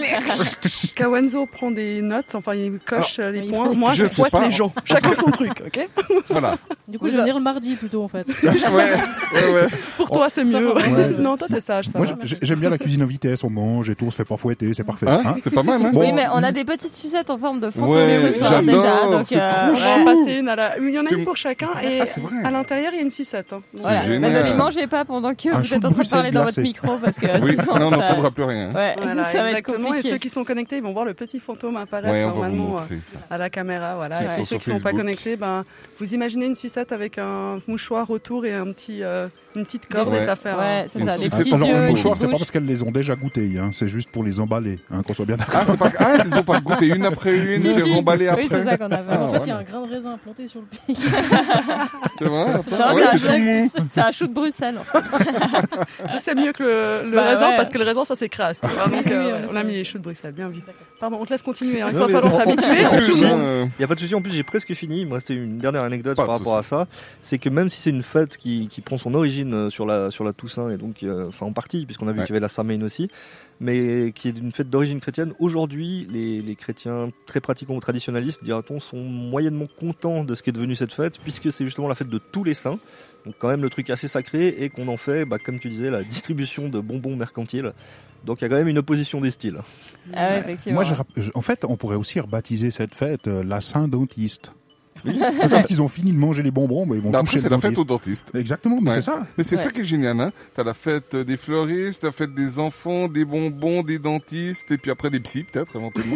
B: Kawenzo prend des notes, enfin il coche euh, les
G: Il
B: points.
G: prend des
B: Moi, moi, je,
E: Je sais
B: souhaite
E: pas.
B: les gens. Chacun son truc, ok
E: Voilà.
G: Du coup, je vais venir le mardi plutôt en fait.
E: Ouais, ouais, ouais.
B: Pour toi, c'est
G: Ça
B: mieux.
G: va,
D: ouais.
B: non, toi, t'es sage, ça
D: Moi,
B: va.
D: j'ai- j'ai- j'aime bien la cuisine en vitesse, on mange et tout, on se fait pas fouetter, c'est parfait.
E: Hein
D: hein.
E: c'est pas mal, hein
D: Bon,
C: Oui, mais on a des petites sucettes en forme de fantôme
E: Ouais,
C: ce soir,
E: j'adore,
C: déjà, donc,
E: c'est
C: euh,
B: On va en
C: ouais.
B: passer une à la... Il y en a une
E: Tu-
B: pour chacun et
E: Ah, c'est vrai.
B: à l'intérieur, il y a une sucette. hein. Donc,
C: Voilà.
E: C'est
C: Mais ne
E: génial.
C: les mangez pas pendant que
D: Un
C: vous
D: chou
C: êtes en
D: de
C: train de parler dans votre
D: Bruxelles
C: micro parce que
E: Oui,
C: sinon,
E: non, on
C: ça-
E: n'entendra plus rien. hein.
C: Ouais,
B: Voilà,
C: ça va être
B: exactement. Et
C: compliqué.
B: ceux qui sont connectés, ils vont voir le petit fantôme apparaître
E: Ouais, on va vous
B: normalement euh,
E: montrer ça.
B: à la caméra. Voilà.
E: Ils
B: Et
E: sont
B: puis ceux
E: sur
B: qui sont pas
E: Facebook.
B: connectés, ben, vous imaginez une sucette avec un mouchoir autour et un petit, euh, une petite corde
E: Ouais.
B: et ça fait un-
C: Ouais, c'est ça,
E: Ils
C: des
E: sont-
C: petits
E: Attends,
D: Alors,
E: Dieu,
D: un
C: yeux, une
D: mouchoir,
C: petite
D: c'est pas
C: bouche.
D: parce qu'elles les ont déjà goûtées, hein, c'est juste pour les emballer, hein, qu'on soit bien d'accord.
E: Ah, c'est pas... ah, ils ont pas goûté une après une,
C: Si,
E: j'ai
C: si.
E: remballé après.
C: Oui, c'est ça qu'on avait.
E: Ah,
G: en fait, il y
E: voilà.
G: a un grain de raisin planté sur le pic.
E: Tu vois,
G: C'est
E: attends,
G: pas
C: Non,
E: Ah ouais,
G: grave.
E: c'est
C: c'est un jeu- C'est un chou de Bruxelles. en fait.
B: Ça, c'est mieux que le, le
C: Bah
B: raisin
C: ouais.
B: parce que le raisin, ça s'écrase. tu vois. Donc,
G: Oui, oui,
B: euh,
G: oui,
B: on a
G: oui.
B: mis les choux de Bruxelles, bien vu. Pardon, on te laisse continuer. hein. Il va
F: Non, mais
B: falloir
F: on-
B: t'habituer.
F: on-
E: Excuse,
F: Tout le
E: hein,
F: monde.
E: euh,
F: Il n'y a pas de souci, en plus j'ai presque fini, il me restait une dernière anecdote
E: Pas
F: par
E: de
F: rapport à ça, c'est que même si c'est une fête qui, qui prend son origine euh, sur la, sur la Toussaint, et donc euh, enfin en partie, puisqu'on a vu
E: Ouais.
F: qu'il y avait la Samhain aussi, mais qui est une fête d'origine chrétienne, aujourd'hui les, les chrétiens très pratiquants ou traditionnalistes, dira-t-on, sont moyennement contents de ce qui est devenu cette fête, puisque c'est justement la fête de tous les saints, donc quand même le truc assez sacré, et qu'on en fait, bah, comme tu disais, la distribution de bonbons mercantiles, donc il y a quand même une opposition des styles.
C: Ah ouais, effectivement.
D: Moi, je rap- je- en fait, on pourrait aussi rebaptiser cette fête euh, la Saint-Dentiste. C'est ça qu'ils ont fini de manger les bonbons, mais ils vont
E: bah,
D: toucher
E: Après, c'est
D: le
E: la fête
D: dentiste.
E: au dentiste.
D: Exactement, mais
E: Ouais.
D: c'est ça.
E: Mais c'est
C: Ouais.
E: ça qui est génial, hein. T'as la fête euh, des fleuristes, la fête des enfants, des bonbons, des dentistes, et puis après des psys, peut-être, éventuellement.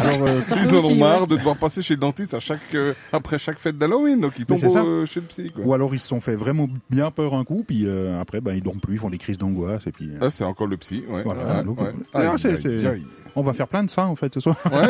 D: Alors, euh,
G: Ça peut
E: Ils en
G: aussi,
E: ont
G: ouais.
E: marre de devoir passer chez le dentiste à chaque, euh, après chaque fête d'Halloween, donc ils
D: Mais
E: tombent
D: c'est ça.
E: au- euh, chez le psy, quoi.
D: ou alors ils se sont fait vraiment bien peur un coup, puis euh, après, ben, ils dorment plus, ils font des crises d'angoisse, et puis euh,
E: Ah, c'est encore le psy, ouais.
D: Voilà,
E: Ouais,
D: donc-
E: ouais.
D: Ah,
E: Aïe,
D: c'est-
E: aïe,
D: c'est-
E: aïe.
D: on va faire plein de ça, en fait, ce soir.
E: Ouais.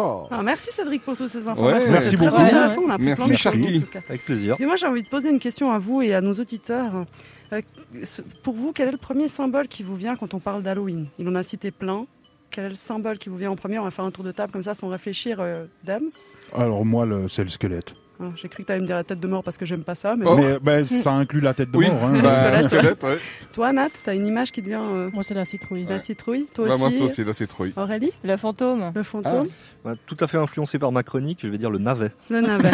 E: Oh.
B: Ah, merci Cédric pour toutes ces informations.
E: Ouais,
B: C'est
D: merci
B: très
D: beaucoup.
B: intéressant, on a appris
E: Merci,
B: plein de choses,
E: Charlie.
B: en tout cas.
F: Avec plaisir.
B: Et moi, j'ai envie de poser une question à vous et à nos auditeurs. Euh, ce- pour vous, quel est le premier symbole qui vous vient quand on parle d'Halloween Il en a cité plein. Quel est le symbole qui vous vient en premier On va faire un tour de table comme ça sans réfléchir, euh, Dams.
D: Alors moi, le- c'est le squelette.
B: Ah, j'ai cru que tu allais me dire la tête de mort parce que j'aime pas ça. Mais
E: Oh.
D: Mais ben, ça inclut la tête de
E: Oui,
D: mort. Hein,
E: bah,
B: squelette.
E: squelette, ouais.
B: toi, Nat, t'as une image qui devient euh,
G: Moi, c'est la citrouille.
B: la citrouille. Toi
E: Bah, moi,
B: aussi. euh,
E: ça aussi, Ah. là, c'est trop.
B: Aurélie,
C: Le fantôme.
B: le fantôme,
F: Bah, tout à fait influencé par ma chronique, je vais dire le navet.
B: le navet.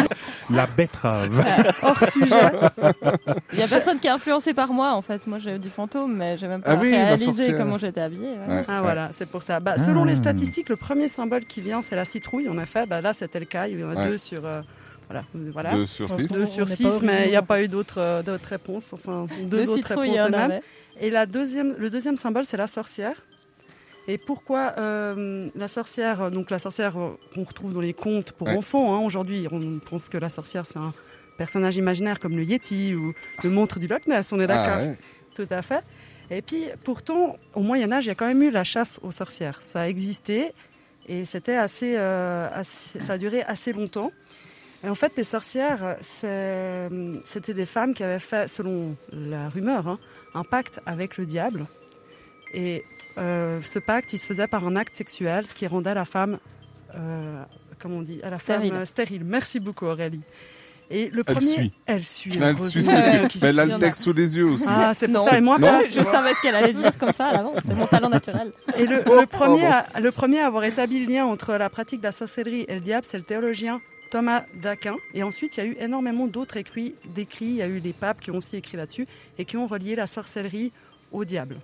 D: La betterave.
B: Hors sujet.
C: Il y a personne qui est influencé par moi en fait. Moi j'ai dit fantôme, mais j'ai même pas
E: Ah oui, la
C: réalisé
E: sorcière.
C: comment j'étais habillée. ouais.
E: Ouais.
B: Ah voilà, c'est pour ça. Bah, selon
D: Ah.
B: les statistiques, le premier symbole qui vient, c'est la citrouille. En effet, bah, là, c'était le cas. Il y en a
E: Ouais.
B: deux sur... euh, voilà. voilà.
E: Deux sur
G: Parce
E: six.
G: que-
B: Deux
G: On
B: sur
G: n'est pas
B: six, mais il n'y a
G: originaux.
B: pas eu d'autres euh, d'autres réponses. Enfin, deux
C: Le
B: autres réponses.
C: citrouille, il y en
B: de même.
C: avait.
B: Et la deuxième, le deuxième symbole, c'est la sorcière. Et pourquoi euh, la sorcière euh, Donc la sorcière euh, qu'on retrouve dans les contes pour
E: Ouais.
B: enfants. hein, Aujourd'hui, on pense que la sorcière, c'est un personnage imaginaire comme le Yeti ou le monstre du Loch Ness. On est d'accord
E: Ah, ouais.
B: tout à fait. Et puis, pourtant, au Moyen Âge, il y a quand même eu la chasse aux sorcières. Ça a existé et c'était assez, euh, assez- ça a duré assez longtemps. Et en fait, les sorcières, c'est- c'était des femmes qui avaient fait, selon la rumeur, hein, un pacte avec le diable. Et euh, ce pacte, il se faisait par un acte sexuel, ce qui rendait la femme, euh, comment on dit, à la
C: Stérile.
B: femme euh, stérile. Merci beaucoup, Aurélie. Et le
E: Elle
B: premier,
E: suit.
B: elle suit.
E: Elle
B: heureusement. euh,
E: suit ce
C: Ouais,
E: que
C: qui
E: tu- Mais elle a
C: souvient
E: le
C: d'un-
E: texte sous les yeux aussi.
B: Ah, c'est pour
C: Non.
B: ça. Et moi,
E: Non,
B: pas, tu
C: Je
B: vois.
C: savais ce qu'elle allait dire comme ça à l'avance. C'est mon talent naturel.
B: Et le, le premier à, le premier à avoir établi le lien entre la pratique de la sorcellerie et le diable, c'est le théologien Thomas d'Aquin. Et ensuite, il y a eu énormément d'autres écrits, d'écrits. Il y a eu des papes qui ont aussi écrit là-dessus et qui ont relié la sorcellerie au diable.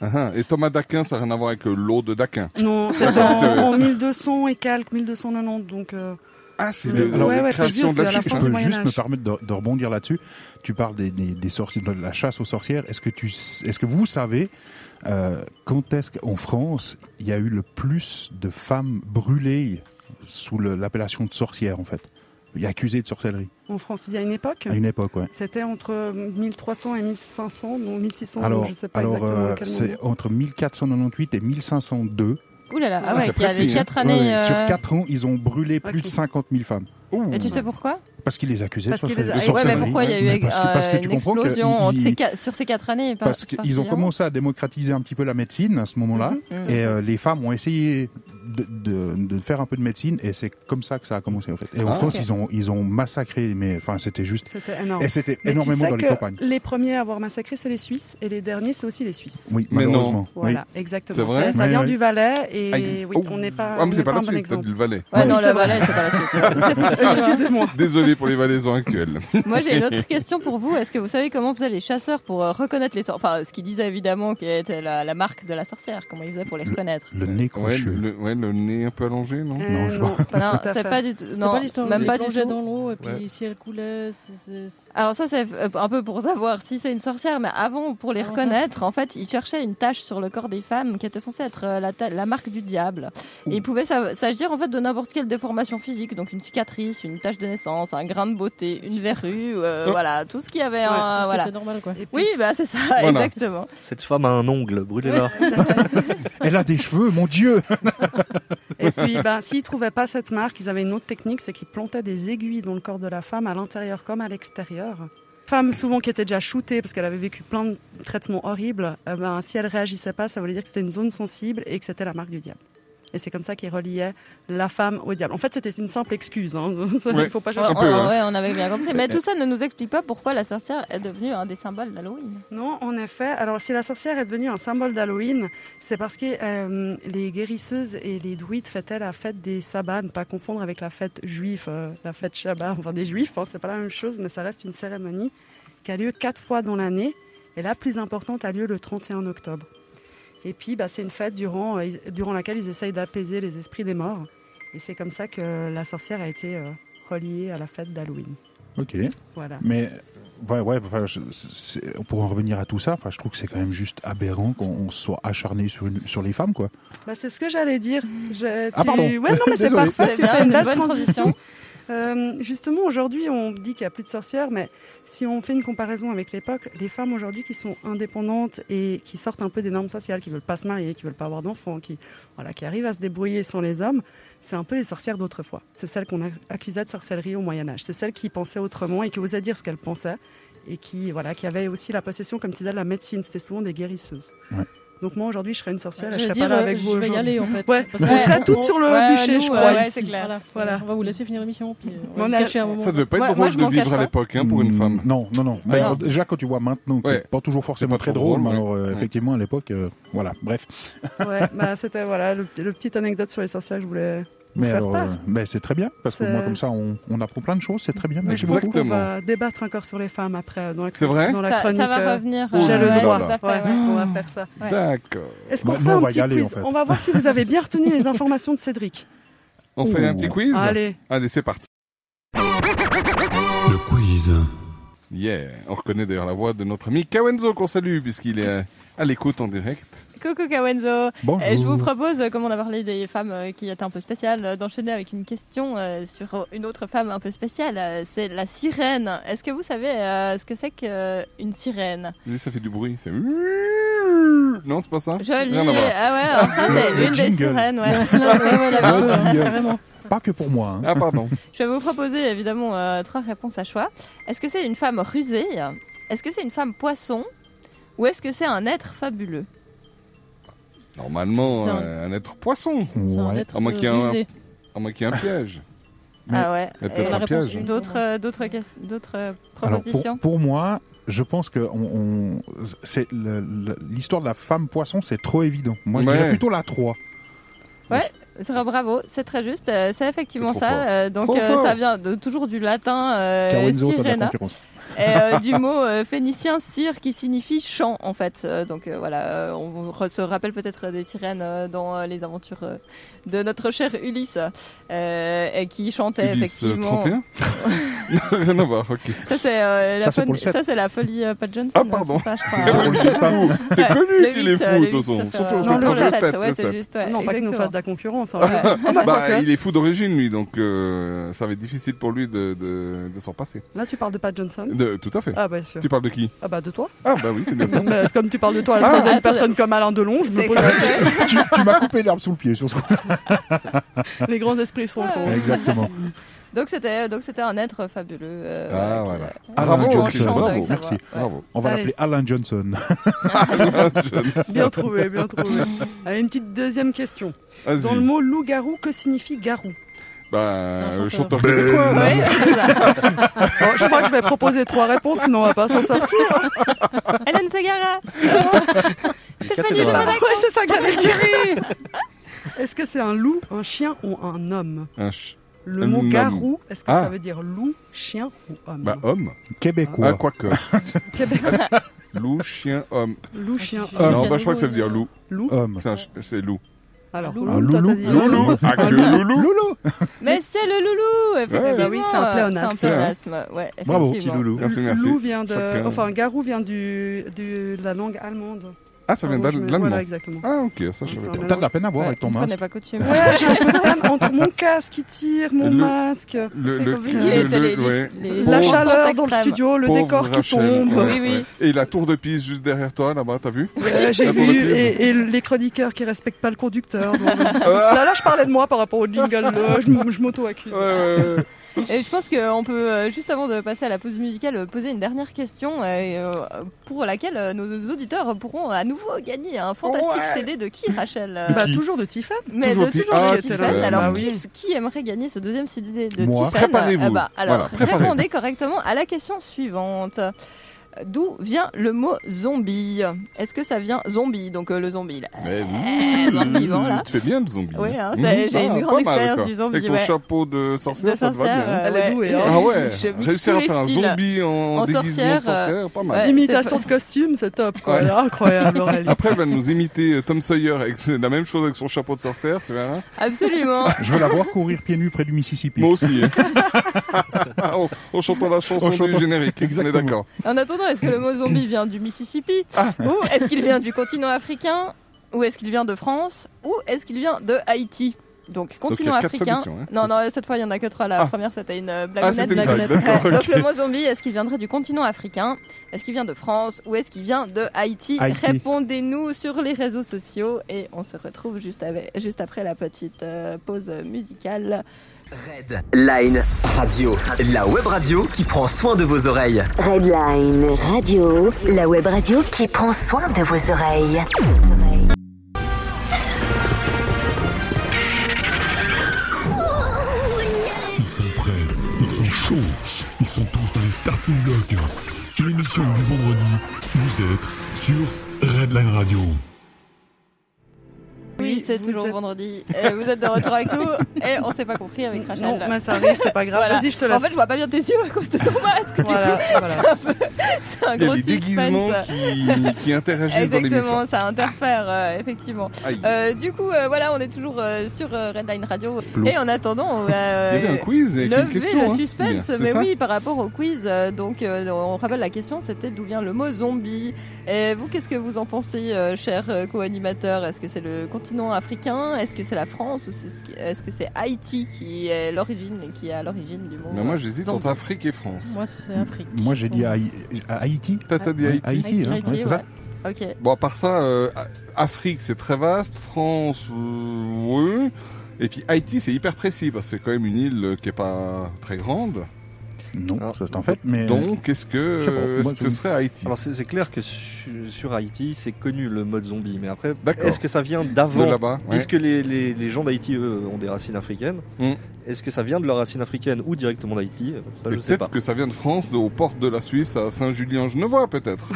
E: Ah, ah. Et Thomas d'Aquin, ça n'a rien à voir avec euh, l'eau de d'Aquin.
B: Non, c'était
E: c'est
B: en,
E: vrai.
B: en 1200 et quelques, 1290. Donc, euh,
E: Ah, c'est
B: Ouais,
E: le- la
B: ouais, ouais, c'est
E: création
B: vieux,
E: de la
B: c'est à la fin.
D: Je
E: chute. hein.
B: du
D: peux
B: Moyen
D: juste
B: Âge.
D: me permettre de, de rebondir là-dessus. Tu parles des, des, des sorciers, de la chasse aux sorcières. Est-ce que tu, s- est-ce que vous savez euh, quand est-ce qu'en France il y a eu le plus de femmes brûlées sous le- l'appellation de sorcières en fait, et accusées de sorcellerie
B: en France, il y a une époque.
D: à Ah, une époque, ouais.
B: C'était entre 1300 et 1500, non 1600,
D: Alors,
B: je sais pas
D: alors
B: exactement
D: euh,
B: quel moment.
D: c'est entre 1498 et 1502.
C: Ouh là là, ah
E: Ah,
C: ouais,
E: c'est
C: il y avait
E: précis, hein.
C: 4
D: Ouais,
C: années.
D: ouais. Sur
C: euh,
D: 4 ans, ils ont brûlé plus
B: Ok.
D: de 50 000 femmes. Ouh.
C: Et tu sais pourquoi Ah,
D: Parce qu'il les accusait
B: Parce
D: de
B: qu'il les a-
D: sorcellerie.
B: Sur
C: Ouais,
B: ce
C: mais
B: mari.
C: pourquoi il y a eu
D: Mais parce que- parce que
C: euh,
D: tu
C: une
D: comprends que
C: explosion
D: il-
C: en
D: il-
C: ces qua- sur ces quatre années par-
D: Parce qu'ils ont
C: particulièrement
D: commencé à démocratiser un petit peu la médecine à ce moment-là.
C: Mhm.
D: Et euh, les femmes ont essayé de, de- de faire un peu de médecine. Et c'est comme ça que ça a commencé, en fait. Et en
E: Ah,
D: France,
C: ok.
D: ils, ont, ils ont massacré. Mais enfin, c'était juste.
B: C'était énorme.
D: Et c'était
B: Mais tu
D: énormément
B: sais
D: dans les
B: que
D: campagnes.
B: Les premiers à avoir massacré, c'est les Suisses, et les derniers, c'est aussi les Suisses.
D: Oui,
E: Mais non.
D: malheureusement. Oui.
B: Voilà, exactement.
E: C'est vrai
B: ça ça
D: Oui,
B: vient
D: oui.
B: du Valais, et
E: Aïe.
B: oui,
E: Oh.
B: on n'est pas,
E: Ah, mais
B: on
E: c'est
B: n'est
E: pas
B: pas
E: la
B: un bon
E: Suisse, c'est
B: exemple.
E: du Valais.
C: Ouais,
D: Ouais,
C: non,
B: c'est
C: la
B: vrai.
C: Valais, c'est pas la Suisse. C'est effectivement-
B: Excusez-moi.
E: Désolé pour les Valaisans actuels.
C: Moi, j'ai une autre question pour vous. Est-ce que vous savez comment faisaient les chasseurs pour euh, reconnaître les sor- Enfin, ce qu'ils disaient évidemment qui était la, la marque de la sorcière. Comment ils faisaient pour les reconnaître
D: Le nez
E: Ouais,
D: crochu.
E: le, ouais, le nez un peu allongé, non
B: Euh,
D: Non, je
B: non, pas
C: Non,
B: tout à
C: c'est
B: fait.
C: pas du tout.
G: C'était
C: Non,
G: pas l'histoire où
C: même
G: ils
C: pas du
G: plongeaient
C: tout.
G: dans l'eau et puis
F: Ouais.
G: si elle coulait, c'est- c'est- c'est-
C: Alors ça, c'est euh, un peu pour savoir si c'est une sorcière, mais avant, pour les
G: Avant ça.
C: reconnaître, en fait, ils cherchaient une tache sur le corps des femmes qui était censée être euh, la, ta- la marque du diable. Et il pouvait sa- s'agir en fait de n'importe quelle déformation physique, donc une cicatrice, une tache de naissance, un grain de beauté, une verrue, euh,
E: Oh.
C: voilà, tout ce qu'il y avait.
G: Ouais,
C: hein,
G: parce que
C: voilà.
G: c'est normal quoi.
B: Et puis,
C: Oui, bah c'est ça,
E: Voilà.
C: exactement.
F: Cette femme a un ongle, brûlez-la.
D: Elle a des cheveux, mon Dieu
B: Et puis, ben, s'ils trouvaient pas cette marque, ils avaient une autre technique, c'est qu'ils plantaient des aiguilles dans le corps de la femme, à l'intérieur comme à l'extérieur. Femme souvent qui était déjà shootée parce qu'elle avait vécu plein de traitements horribles, eh ben, si elle réagissait pas, ça voulait dire que c'était une zone sensible et que c'était la marque du diable. Et c'est comme ça qu'ils reliaient la femme au diable. En fait, c'était une simple excuse. Hein.
E: Ouais.
B: Il faut pas
C: Ouais,
B: chercher.
E: peu,
C: on-
E: hein.
C: Oh, ouais, on avait bien compris. Mais tout ça ne nous explique pas pourquoi la sorcière est devenue un des symboles d'Halloween.
B: Non, en effet. Alors, si la sorcière est devenue un symbole d'Halloween, c'est parce que euh, les guérisseuses et les druides fêtaient la fête des sabbats, ne pas confondre avec la fête juive, euh, la fête shabbat, enfin des juifs, hein, c'est pas la même chose, mais ça reste une cérémonie qui a lieu quatre fois dans l'année, et la plus importante a lieu le 31 octobre. Et puis, bah, c'est une fête durant, euh, ils- durant laquelle ils essayent d'apaiser les esprits des morts, et c'est comme ça que la sorcière a été euh, reliée à la fête d'Halloween.
D: Ok.
B: Voilà.
D: Mais ouais, ouais, enfin, je- c'est- pour en revenir à tout ça, enfin, je trouve que c'est quand même juste aberrant qu'on on soit acharné sur, une- sur les femmes, quoi.
B: Bah, c'est ce que j'allais dire. Je-
D: Ah, pardon.
B: Ouais, non, mais c'est
D: Désolé.
B: parfait.
C: C'est
B: Tu
C: bien,
B: fais une
C: une
B: belle
C: bonne
B: transition. Euh, justement, aujourd'hui, on dit qu'il n'y a plus de sorcières, mais si on fait une comparaison avec l'époque, les femmes aujourd'hui qui sont indépendantes et qui sortent un peu des normes sociales, qui veulent pas se marier, qui veulent pas avoir d'enfants, qui voilà, qui arrivent à se débrouiller sans les hommes, c'est un peu les sorcières d'autrefois. C'est celles qu'on a- accusait de sorcellerie au Moyen Âge. C'est celles qui pensaient autrement et qui osaient dire ce qu'elles pensaient et qui voilà, qui avaient aussi la possession, comme tu disais, de la médecine. C'était souvent des guérisseuses.
D: Ouais.
B: Donc moi aujourd'hui, je serais une sorcière et je
G: J'allais
B: serais
G: dire,
B: pas là
G: euh,
B: avec vous
G: je vais y
B: aujourd'hui.
G: aller en fait.
B: Ouais,
G: Parce
B: on
G: que-
B: serait toutes sur le
C: Ouais,
B: bûcher,
C: nous,
B: je
C: ouais,
B: crois.
C: ouais,
B: ici.
C: c'est clair.
G: Voilà,
B: Voilà.
G: on va vous laisser finir l'émission, puis euh, on
B: On
G: va se
B: a-
G: cacher un moment.
E: Ça devait pas être
C: Moi- moi,
E: drôle
C: je m'en
E: de vivre
C: cache
E: à
C: pas.
E: l'époque, hein, pour une femme.
D: Mm,
E: Ah,
D: Non, non, non. Mais
E: Non.
D: alors, déjà, quand tu vois maintenant,
E: Ouais.
D: c'est pas toujours forcément
E: pas
D: très
E: trop
D: drôle,
E: drôle,
D: mais
E: ouais.
D: alors, euh,
E: Ouais.
D: effectivement, à l'époque, euh, voilà, bref.
B: Ouais, bah, c'était voilà, le, petit- le petite anecdote sur les sorcières que je voulais vous
D: Mais
B: faire
D: alors,
B: part.
D: euh, mais c'est très bien, parce que
B: C'est-
D: moi, comme ça, on, on apprend plein de choses, c'est très bien.
B: Mais
D: Merci
B: je pense
D: beaucoup.
B: qu'on
E: Exactement.
B: va débattre encore sur les femmes après euh, dans la,
E: C'est vrai
B: dans la
C: Ça,
B: chronique.
C: ça va
B: euh,
C: revenir.
E: Oh
B: J'ai
E: là
B: le
E: là
B: droit.
C: tout à fait,
B: Ouais,
C: ouais.
B: On va faire ça.
C: Ouais.
E: D'accord.
B: Est-ce qu'on
D: Bah,
B: fait
D: nous, on
B: un
D: va y
B: petit
D: aller,
B: quiz
D: en fait.
B: On va voir si vous avez bien retenu les informations de Cédric.
E: On fait un
D: Ouh.
E: petit quiz
B: Allez,
E: Allez, c'est parti.
A: Le quiz.
E: Yeah. On reconnaît d'ailleurs la voix de notre ami Kawenzo qu'on salue puisqu'il est euh, à l'écoute en direct.
C: Coucou Kawenzo.
D: Bonjour.
C: Euh, je vous propose, euh, comme on a parlé des femmes euh, qui étaient un peu spéciales, euh, d'enchaîner avec une question euh, sur une autre femme un peu spéciale. euh, C'est la sirène. Est-ce que vous savez euh, ce que c'est qu'une sirène
E: Vous savez, Ça fait du bruit. C'est... Non, c'est pas ça
C: Jolie.
E: Rien à voir.
C: Ah ouais, alors ça
D: Le
C: c'est une des
D: jingle.
C: sirènes. Ouais.
D: Le
B: hein,
D: jingle.
G: Carrément.
D: Pas que pour moi. hein.
E: Ah, pardon.
C: Je vais vous proposer évidemment euh, trois réponses à choix. Est-ce que c'est une femme rusée Est-ce que c'est une femme poisson Ou est-ce que c'est un être fabuleux
E: Normalement,
C: C'est un-
E: euh, un être poisson.
G: C'est un
D: Ouais.
G: être
E: À moins qu'il y ait un-
G: rusé.
E: À moins qu'il y ait un piège.
D: Mais-
C: Ah ouais.
E: Il y a
C: Et
E: peut-être
G: la
E: un
G: réponse
E: piège.
G: est-
C: D'autres euh, d'autres ques- d'autres euh,
D: Alors, pour,
C: propositions
D: pour moi, je pense que on, on- c'est le- le- l'histoire de la femme poisson, c'est trop évident. Moi, je
E: Ouais.
D: dirais plutôt la 3.
C: C'est- Bravo, c'est très juste. euh, c'est effectivement
E: C'est
C: ça.
E: trop fort.
C: euh, donc
E: Trop
C: euh,
E: fort.
C: ça vient de, toujours du latin euh,
D: Kawenzo, t'as de la
C: sirena
D: concurrence.
C: et euh, du mot euh, phénicien sir qui signifie chant en fait. Euh, donc euh, voilà, euh, on re- se rappelle peut-être des sirènes euh, dans euh, les aventures euh, de notre cher Ulysse euh, et qui chantait
E: Ulysse, euh,
C: effectivement.
E: 31 Rien à voir, ok.
C: Ça, c'est euh, la,
D: Ça, c'est pour
C: folie-
D: le sept.
C: ça, c'est la folie euh, Pat Johnson.
E: Ah,
C: hein,
E: pardon.
C: c'est ça, je crois.
E: C'est
D: on le sait pas.
E: fou. C'est
C: Le
E: connu qu'il est
C: huit, euh,
E: fou, de
C: le
E: toute
C: huit,
E: façon.
C: ça
E: Surtout
C: fait-
E: on se
C: Non, le
E: comprend le
C: sept,
E: sept,
C: ouais,
E: le
C: c'est
E: sept.
C: juste. ouais,
B: non, pas qu'il nous
C: exactement.
B: fasse de la concurrence. hein.
C: Ouais.
E: Bah, il est fou d'origine, lui, donc euh, ça va être difficile pour lui de, de, de s'en passer.
B: Là, tu parles de Pat Johnson
E: De, tout à fait.
B: Ah, bah, sûr.
E: Tu parles de qui
B: Ah, bah, de toi.
E: Ah, bah oui, c'est bien ça.
B: Non, mais euh, c'est comme tu parles de toi à la
E: Ah,
B: troisième
C: attendez.
B: personne comme Alain Delon, je me
C: C'est
B: pose
C: correct.
D: tu tu m'as coupé l'herbe sous le pied sur ce coup.
B: les grands esprits sont cons.
D: Exactement.
C: Donc c'était donc c'était un être fabuleux. euh,
E: Ah,
C: qui,
E: voilà.
C: euh,
E: Ah,
D: bravo,
C: qui
D: Johnson,
C: enchante
E: bravo,
C: avec sa voix.
D: merci.
C: Ouais.
E: Bravo.
D: On va
B: Allez.
D: l'appeler Alan Johnson.
B: Bien trouvé, bien trouvé. Allez, une petite deuxième question. Dans le
E: Vas-y.
B: mot loup-garou, que signifie garou
E: Bah,
G: C'est un
E: le chanteur
G: chanteur.
E: québécois. là.
C: Ouais, c'est ça.
B: Bon, Oh, Je crois que je vais proposer trois réponses, sinon on va pas s'en sortir.
C: Hélène Segara.
F: Cathédrale.
B: Ouais, c'est ça que j'avais dit. Est-ce que c'est un loup, un chien ou un homme
E: Un ch-
B: Le
E: Un
B: mot
E: homme.
B: garou, est-ce que
E: Ah.
B: ça veut dire loup, chien ou homme
E: Bah, homme. Ah,
D: Québécois.
E: quoique.
B: Québec,
E: Loup, chien, homme.
B: loup, chien,
G: Ah,
B: homme.
E: Non, bah, je crois que ça veut dire loup.
B: Loup
D: Homme.
E: C'est un ch- C'est loup.
B: Alors,
G: Un
B: loup,
D: Un
B: toi, t'as
D: loulou.
B: dit-
E: Loulou. Ah, que loulou.
D: Loulou
C: Mais c'est le loulou, effectivement.
B: Bah oui, c'est un pléonasme.
C: C'est un pléonasme, ouais,
D: Bravo,
C: effectivement.
F: loulou.
E: Merci, merci.
B: Loup vient de,
E: Chacun.
B: enfin, garou vient du, du- de la langue allemande.
E: Ah, ça vient
B: Pardon, je
E: d'Al-
B: me-
E: de l'allemand.
B: Voilà, exactement.
E: Ah, ok, ça je
B: C'est
E: savais
B: un
E: pas.
D: T'as de la peine à voir
C: Ouais,
D: avec ton
C: une fois
D: masque.
C: n'est pas coutume.
B: Ouais, j'ai un peu de problème entre mon casque qui tire, mon
E: Le-
B: masque,
E: Le,
C: C'est
E: le,
C: compliqué,
E: le-
C: c'est
E: le-
C: les-
E: ouais.
C: les-
B: la
E: Pauvre-
B: chaleur
C: circonstances
B: dans le
C: extrêmes.
B: studio, le
E: pauvre
B: décor qui
E: Rachel.
B: tombe.
E: Ouais,
C: Oui, oui.
E: ouais. Et la tour de piste juste derrière toi, là-bas, t'as vu
B: Euh, j'ai
E: La
B: vu
E: pauvre
B: et, et les chroniqueurs qui respectent pas le conducteur. donc- euh,
E: Ah.
B: là, là, je parlais de moi par rapport au jingle. euh, je m- je m'auto-accuse.
E: Ouais, ouais, ouais.
C: Et je pense qu'on peut, euh, juste avant de passer à la pause musicale, euh, poser une dernière question euh, euh, pour laquelle euh, nos auditeurs pourront à nouveau gagner un fantastique
E: Ouais.
C: CD de qui, Rachel euh,
B: Bah, toujours de Tiffany.
C: Mais
E: toujours
C: de
E: Ti-
C: toujours
E: ah,
C: de Tiffen.
E: Tiffen,
C: Alors,
E: bah
C: qui,
B: oui.
C: qui aimerait gagner ce deuxième CD de
D: Moi.
C: Tiffen
E: Préparez-vous.
C: Ah bah, Alors,
E: Voilà, préparez-vous.
C: répondez correctement à la question suivante. D'où vient le mot zombie Est-ce que ça vient zombie Donc euh, le zombie, là.
E: Mais
C: Eh, bon,
E: oui.
C: vivant, là.
E: Tu fais bien le zombie. Mmh. Ah,
C: Ouais, hein, ça- j'ai une grande
E: pas mal,
C: expérience
E: quoi.
C: du zombie,
E: Avec ton
C: ouais.
E: chapeau de sorcière,
C: De
E: ça te va
C: sorcière,
E: bien.
C: euh,
B: Elle est douée, hein.
E: Ah ouais,
C: Je mixe
E: réussir à
C: tous les
E: faire un
C: styles.
E: zombie en,
C: En
E: déguisement de
C: sorcière, euh,
E: sorcière, pas
C: ouais.
E: mal.
B: Imitation
C: c'est
B: de costume, c'est top. Quoi.
E: Ouais.
B: Elle est Incroyable, Aurélie.
E: Après, elle va nous imiter euh, Tom Sawyer avec ce- la même chose avec son chapeau de sorcière, tu verras.
C: Absolument.
D: Je veux la voir courir pieds nus près du Mississippi.
E: Moi aussi. hein. en, en chantant la chanson
D: En chantant-
E: du générique, on est
D: Exactement.
E: d'accord.
C: En attendant, est-ce que le mot zombie vient du Mississippi
E: Ah.
C: Ou est-ce qu'il vient du continent africain Ou est-ce qu'il vient de France Ou est-ce qu'il vient de Haïti donc, continent
E: il y a quatre
C: africain.
E: solutions, hein.
C: Non, non, cette fois, il y en a que trois. La
E: Ah.
C: première, c'était une euh,
E: Ah,
C: blagounette.
E: c'était une blague,
C: blagounette.
E: d'accord.
C: Ouais.
E: ok.
C: Donc, le mot zombie, est-ce qu'il viendrait du continent africain Est-ce qu'il vient de France Ou est-ce qu'il vient de Haïti,
D: Haïti.
C: Répondez-nous sur les réseaux sociaux et on se retrouve juste, avec- juste après la petite euh, pause musicale.
H: Red Line Radio, la web radio qui prend soin de vos oreilles.
I: Redline Radio, la web radio qui prend soin de vos oreilles.
A: Ils sont prêts, ils sont chauds, ils sont tous dans les starting blocks. L'émission du vendredi, vous êtes sur Redline Radio.
C: Oui, c'est
B: vous
C: toujours
B: êtes-
C: vendredi. Et vous êtes de retour avec nous et on s'est pas compris avec Rachel.
B: Non, mais Ah, ça arrive, c'est pas grave.
C: Voilà.
B: Vas-y, je te
C: En
B: laisse.
C: fait, je vois pas bien tes yeux à cause de ton masque. du
B: voilà, voilà.
C: coup. C'est un
E: Il y a
C: gros
E: des déguisements
C: suspense.
E: qui, qui interagissent dans l'émission.
C: Exactement, ça interfère, euh, effectivement.
E: Aïe.
C: Euh, du coup, euh, voilà, on est toujours euh, sur euh, Redline Radio.
E: Plou.
C: Et en attendant, on va, euh,
E: Il y avait un quiz avec une
C: lever
E: question.
C: le
E: hein.
C: suspense.
E: C'est
C: mais
E: ça
C: oui, par rapport au quiz, euh, donc euh, on rappelle la question, c'était d'où vient le mot zombie. Et vous, qu'est-ce que vous en pensez, euh, cher euh, co-animateur Est-ce que c'est le continent africain Est-ce que c'est la France ou c'est ce qui- est-ce que c'est Haïti qui est l'origine, qui est à l'origine du mot
E: Mais Ben, moi, j'hésite
C: Zombie.
E: entre Afrique et France.
G: Moi, c'est Afrique.
D: Moi, j'ai dit à Haï- à Haïti.
E: T'as t'as dit
D: Ouais,
E: Haïti.
D: Haïti, hein, ouais,
C: Haïti,
D: c'est ça.
C: ouais. Ok.
E: Bon, à part ça, euh, Afrique, c'est très vaste. France, euh, oui. Et puis Haïti, c'est hyper précis parce que c'est quand même une île euh, qui est pas très grande.
D: Non,
F: Alors,
D: ça, c'est en fait, mais.
E: Donc, est-ce que
D: Je sais pas,
E: euh,
D: moi,
E: ce
D: je-
E: serait Haïti
F: Alors c'est c'est clair que su- sur Haïti, c'est connu le mode zombie, mais après,
E: D'accord.
F: est-ce que ça vient
E: De
F: d'avant
E: là-bas ouais.
F: Est-ce que les, les, les gens d'Haïti, eux, ont des racines africaines
E: Mm.
F: Est-ce que ça vient de leurs racines africaines ou directement d'Haïti Euh, Ça,
E: Et
F: je sais
E: Peut-être
F: pas.
E: que ça vient de France, de- aux portes de la Suisse, à Saint-Julien-Genevois, peut-être.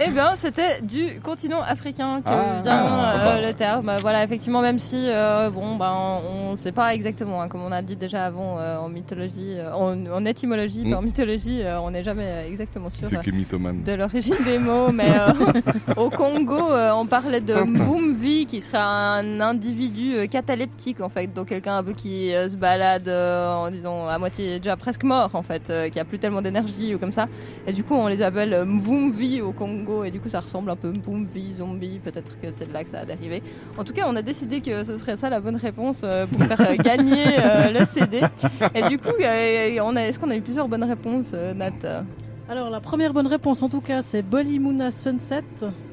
C: Eh bien, c'était du continent africain que
E: Ah.
C: vient
E: Ah,
C: euh,
E: bah.
C: le terme. Voilà, effectivement, même si, euh, bon, ben, on ne sait pas exactement, hein, comme on a dit déjà avant euh, en mythologie, euh, en, en étymologie,
E: Mm.
C: pas en mythologie, euh, on n'est jamais euh, exactement sûr
E: C'est que mythomane.
C: de l'origine des mots, mais euh, au Congo, euh, on parlait de Mvumvi, qui serait un individu euh, cataleptique, en fait, donc quelqu'un un peu qui euh, se balade euh, en disant à moitié déjà presque mort, en fait, euh, qui a plus tellement d'énergie ou comme ça. Et du coup, on les appelle euh, Mvumvi au Congo, et du coup, ça ressemble un peu Mvumvi, zombie, peut-être que c'est de là que ça a dérivé. En tout cas, on a décidé que ce serait ça la bonne réponse euh, pour faire euh, gagner euh, le CD. Et du coup, euh, on a, est-ce qu'on a eu plusieurs bonnes réponses, euh, Nat
G: Alors, la première bonne réponse, en tout cas, c'est Bolimuna Sunset,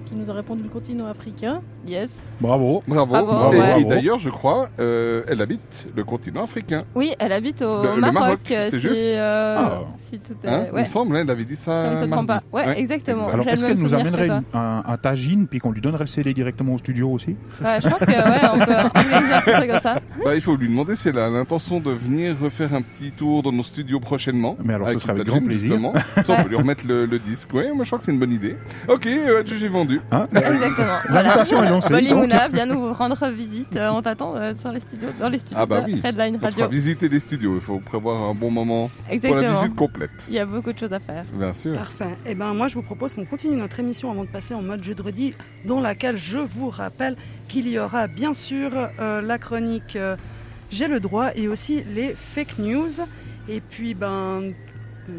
G: qui nous a répondu le continent africain.
C: Yes
D: Bravo.
E: Bravo.
C: Ah bon,
E: et
D: ouais.
E: et d'ailleurs, je crois, euh, elle habite le continent africain.
C: Oui, elle habite au
E: Le- le
C: Maroc.
E: Maroc,
C: euh,
E: c'est
C: si,
E: juste
C: euh,
D: Ah.
C: si tout est.
E: Hein il
C: ouais.
E: me semble, elle avait dit ça.
C: Si on ne se trompe
E: mardi.
C: pas. Ouais,
E: Ouais,
C: exactement.
E: exact.
D: Alors,
C: J'ai
D: est-ce
C: le
D: qu'elle
C: même
D: nous
C: souvenir que
D: amènerait
C: toi.
D: un, un tagine puis qu'on lui donnerait le CD directement au studio aussi
C: Ouais, je pense que ouais, on peut organiser un petit truc comme ça.
E: Bah, il faut lui demander si elle a l'intention de venir refaire un petit tour dans nos studios prochainement.
D: Mais alors, ce sera avec
E: Italien,
D: grand plaisir.
E: justement. Ça, on peut lui remettre le, le disque. Ouais, moi je crois que c'est une bonne idée. Ok, euh, j'ai vendu.
D: hein
C: Exactement.
D: L'invitation est lancée,
C: Bolimuna, viens nous rendre visite. Euh, on t'attend euh, sur les studios, dans les studios
E: Ah bah
C: de
E: oui.
C: Redline
E: On te fera
C: Radio.
E: visiter les studios. Il faut prévoir un bon moment pour la
C: Exactement.
E: visite complète.
C: Il y a beaucoup de choses à faire.
E: Bien sûr.
B: Parfait. Eh ben moi, je vous propose qu'on continue notre émission avant de passer en mode jeudi, dans laquelle je vous rappelle qu'il y aura bien sûr euh, la chronique euh, J'ai le droit et aussi les fake news. Et puis, ben,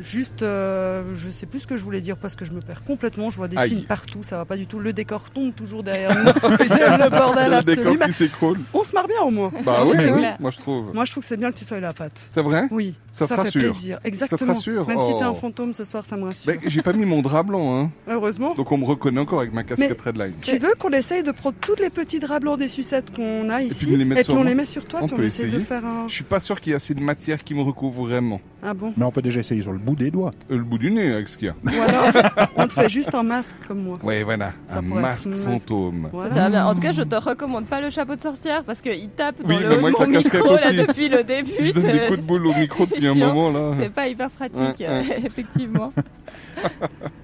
B: juste, euh, je sais plus ce que je voulais dire parce que je me perds complètement. Je vois des
E: Aïe.
B: signes partout, ça va pas du tout. Le décor tombe toujours derrière nous. C'est le bordel
E: le décor
B: absolu. Mais
E: qui s'écroule.
B: on se marre bien au moins.
E: Bah oui,
C: C'est
E: oui,
C: clair.
E: moi je trouve.
B: Moi, je trouve que c'est bien que tu sois la patte.
E: C'est vrai
B: Oui,
E: Ça
B: ça,
E: te
B: fait
E: rassure.
B: plaisir. Exactement.
E: rassure.
B: Même si t'es
E: Oh.
B: un fantôme ce soir, ça me rassure.
E: Mais j'ai pas mis mon drap blanc, hein.
B: Heureusement.
E: Donc on me reconnaît encore avec ma casquette Redline.
B: Tu veux qu'on essaye de prendre toutes les petites draps blancs des sucettes qu'on a
E: puis
B: ici
E: de les mettre sur
B: on
E: moi.
B: les met sur toi
E: On
B: puis on
E: peut
B: essaye de
E: essayer.
B: faire un.
E: Je suis pas sûr qu'il y ait assez de matière qui me recouvre vraiment.
B: Ah bon
D: Mais on peut déjà essayer sur le bout des doigts.
E: Euh, le bout du nez avec ce qu'il y a.
B: Ou alors on te fait juste un masque comme moi.
E: Ouais, voilà.
B: Ça
E: un
B: pourrait être
E: masque
B: une masque.
E: fantôme.
C: Ça,
B: Voilà.
C: Ça va bien. En tout cas, je te recommande pas le chapeau de sorcière parce qu'il tape dans
E: Oui,
C: le
E: mais
C: haut
E: moi,
C: de
E: avec
C: mon
E: la casquette
C: micro là
E: aussi.
C: depuis le
E: Je
C: début.
E: donne des
C: C'est-
E: coups de boule au micro depuis un
C: Chiant.
E: moment là.
C: C'est pas hyper pratique,
E: Ouais, ouais.
C: euh, effectivement.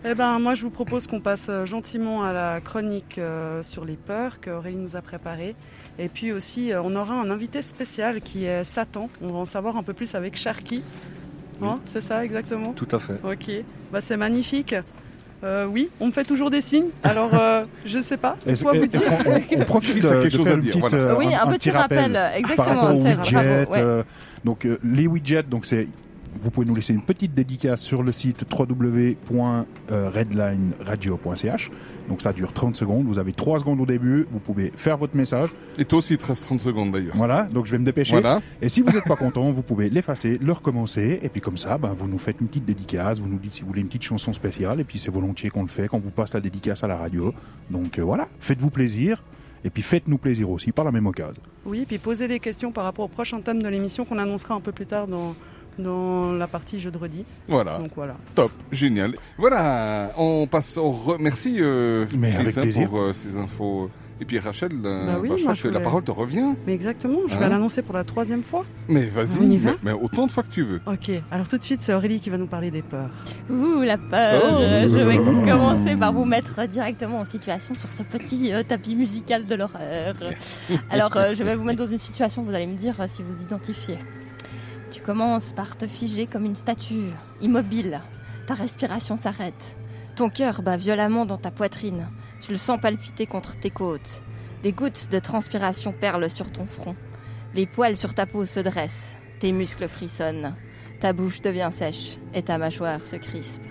B: Eh ben moi je vous propose qu'on passe euh, gentiment à la chronique euh, sur les peurs que Aurélie nous a préparée. Et puis aussi euh, on aura un invité spécial qui est Satan. On va en savoir un peu plus avec Sharky. Hein, c'est ça exactement
F: Tout à fait.
B: Ok. Bah c'est magnifique. Euh, oui, on me fait toujours des signes. Alors euh, je sais pas.
D: Est-ce
B: Quoi vous
D: est-ce
B: dire
D: qu'on on- on profite
E: Chris a
D: euh,
E: quelque
D: de
E: chose
D: faire
E: à
D: une
E: dire,
D: petite,
E: voilà.
D: euh,
C: oui, un, petit rappel,
D: par
C: exactement.
D: rapport aux
C: c'est
D: widgets.
C: bravo, ouais.
D: euh, donc euh, les widgets, donc c'est vous pouvez nous laisser une petite dédicace sur le site www.redlineradio.ch. Donc ça dure 30 secondes. Vous avez 3 secondes au début. Vous pouvez faire votre message.
E: Et toi aussi, il te reste 30 secondes d'ailleurs.
D: Voilà. Donc je vais me dépêcher.
E: Voilà.
D: Et si vous n'êtes pas content, vous pouvez l'effacer, le recommencer, et puis comme ça, ben, vous nous faites une petite dédicace, vous nous dites si vous voulez une petite chanson spéciale, et puis c'est volontiers qu'on le fait quand vous passe la dédicace à la radio. Donc euh, voilà, faites-vous plaisir, et puis faites-nous plaisir aussi par la même occasion.
B: Oui, et puis poser les questions par rapport au prochain thème de l'émission qu'on annoncera un peu plus tard dans, dans la partie jeu de redis.
E: Voilà.
B: Donc voilà.
E: Top. Génial. Voilà. On passe. On remercie euh,
D: Mais
E: Chris,
D: avec
E: hein,
D: plaisir.
E: pour euh, ces infos. Et puis Rachel, euh,
B: Bah oui,
E: je
B: moi,
E: crois
B: je
E: que la
B: voulais-
E: parole te revient.
B: Mais exactement, je vais
E: Hein
B: l'annoncer pour la troisième fois.
E: Mais vas-y.
B: On y va
E: mais, mais autant de fois que tu veux.
B: Ok, alors tout de suite, c'est Aurélie qui va nous parler des peurs.
C: Ouh, la peur
E: Oh.
C: Euh, Je vais commencer par vous mettre directement en situation sur ce petit euh, tapis musical de l'horreur. Alors, euh, je vais vous mettre dans une situation, vous allez me dire euh, si vous identifiez. Tu commences par te figer comme une statue, immobile. Ta respiration s'arrête. Ton cœur bat violemment dans ta poitrine. Tu le sens palpiter contre tes côtes. Des gouttes de transpiration perlent sur ton front. Les poils sur ta peau se dressent. Tes muscles frissonnent. Ta bouche devient sèche et ta mâchoire se crispe.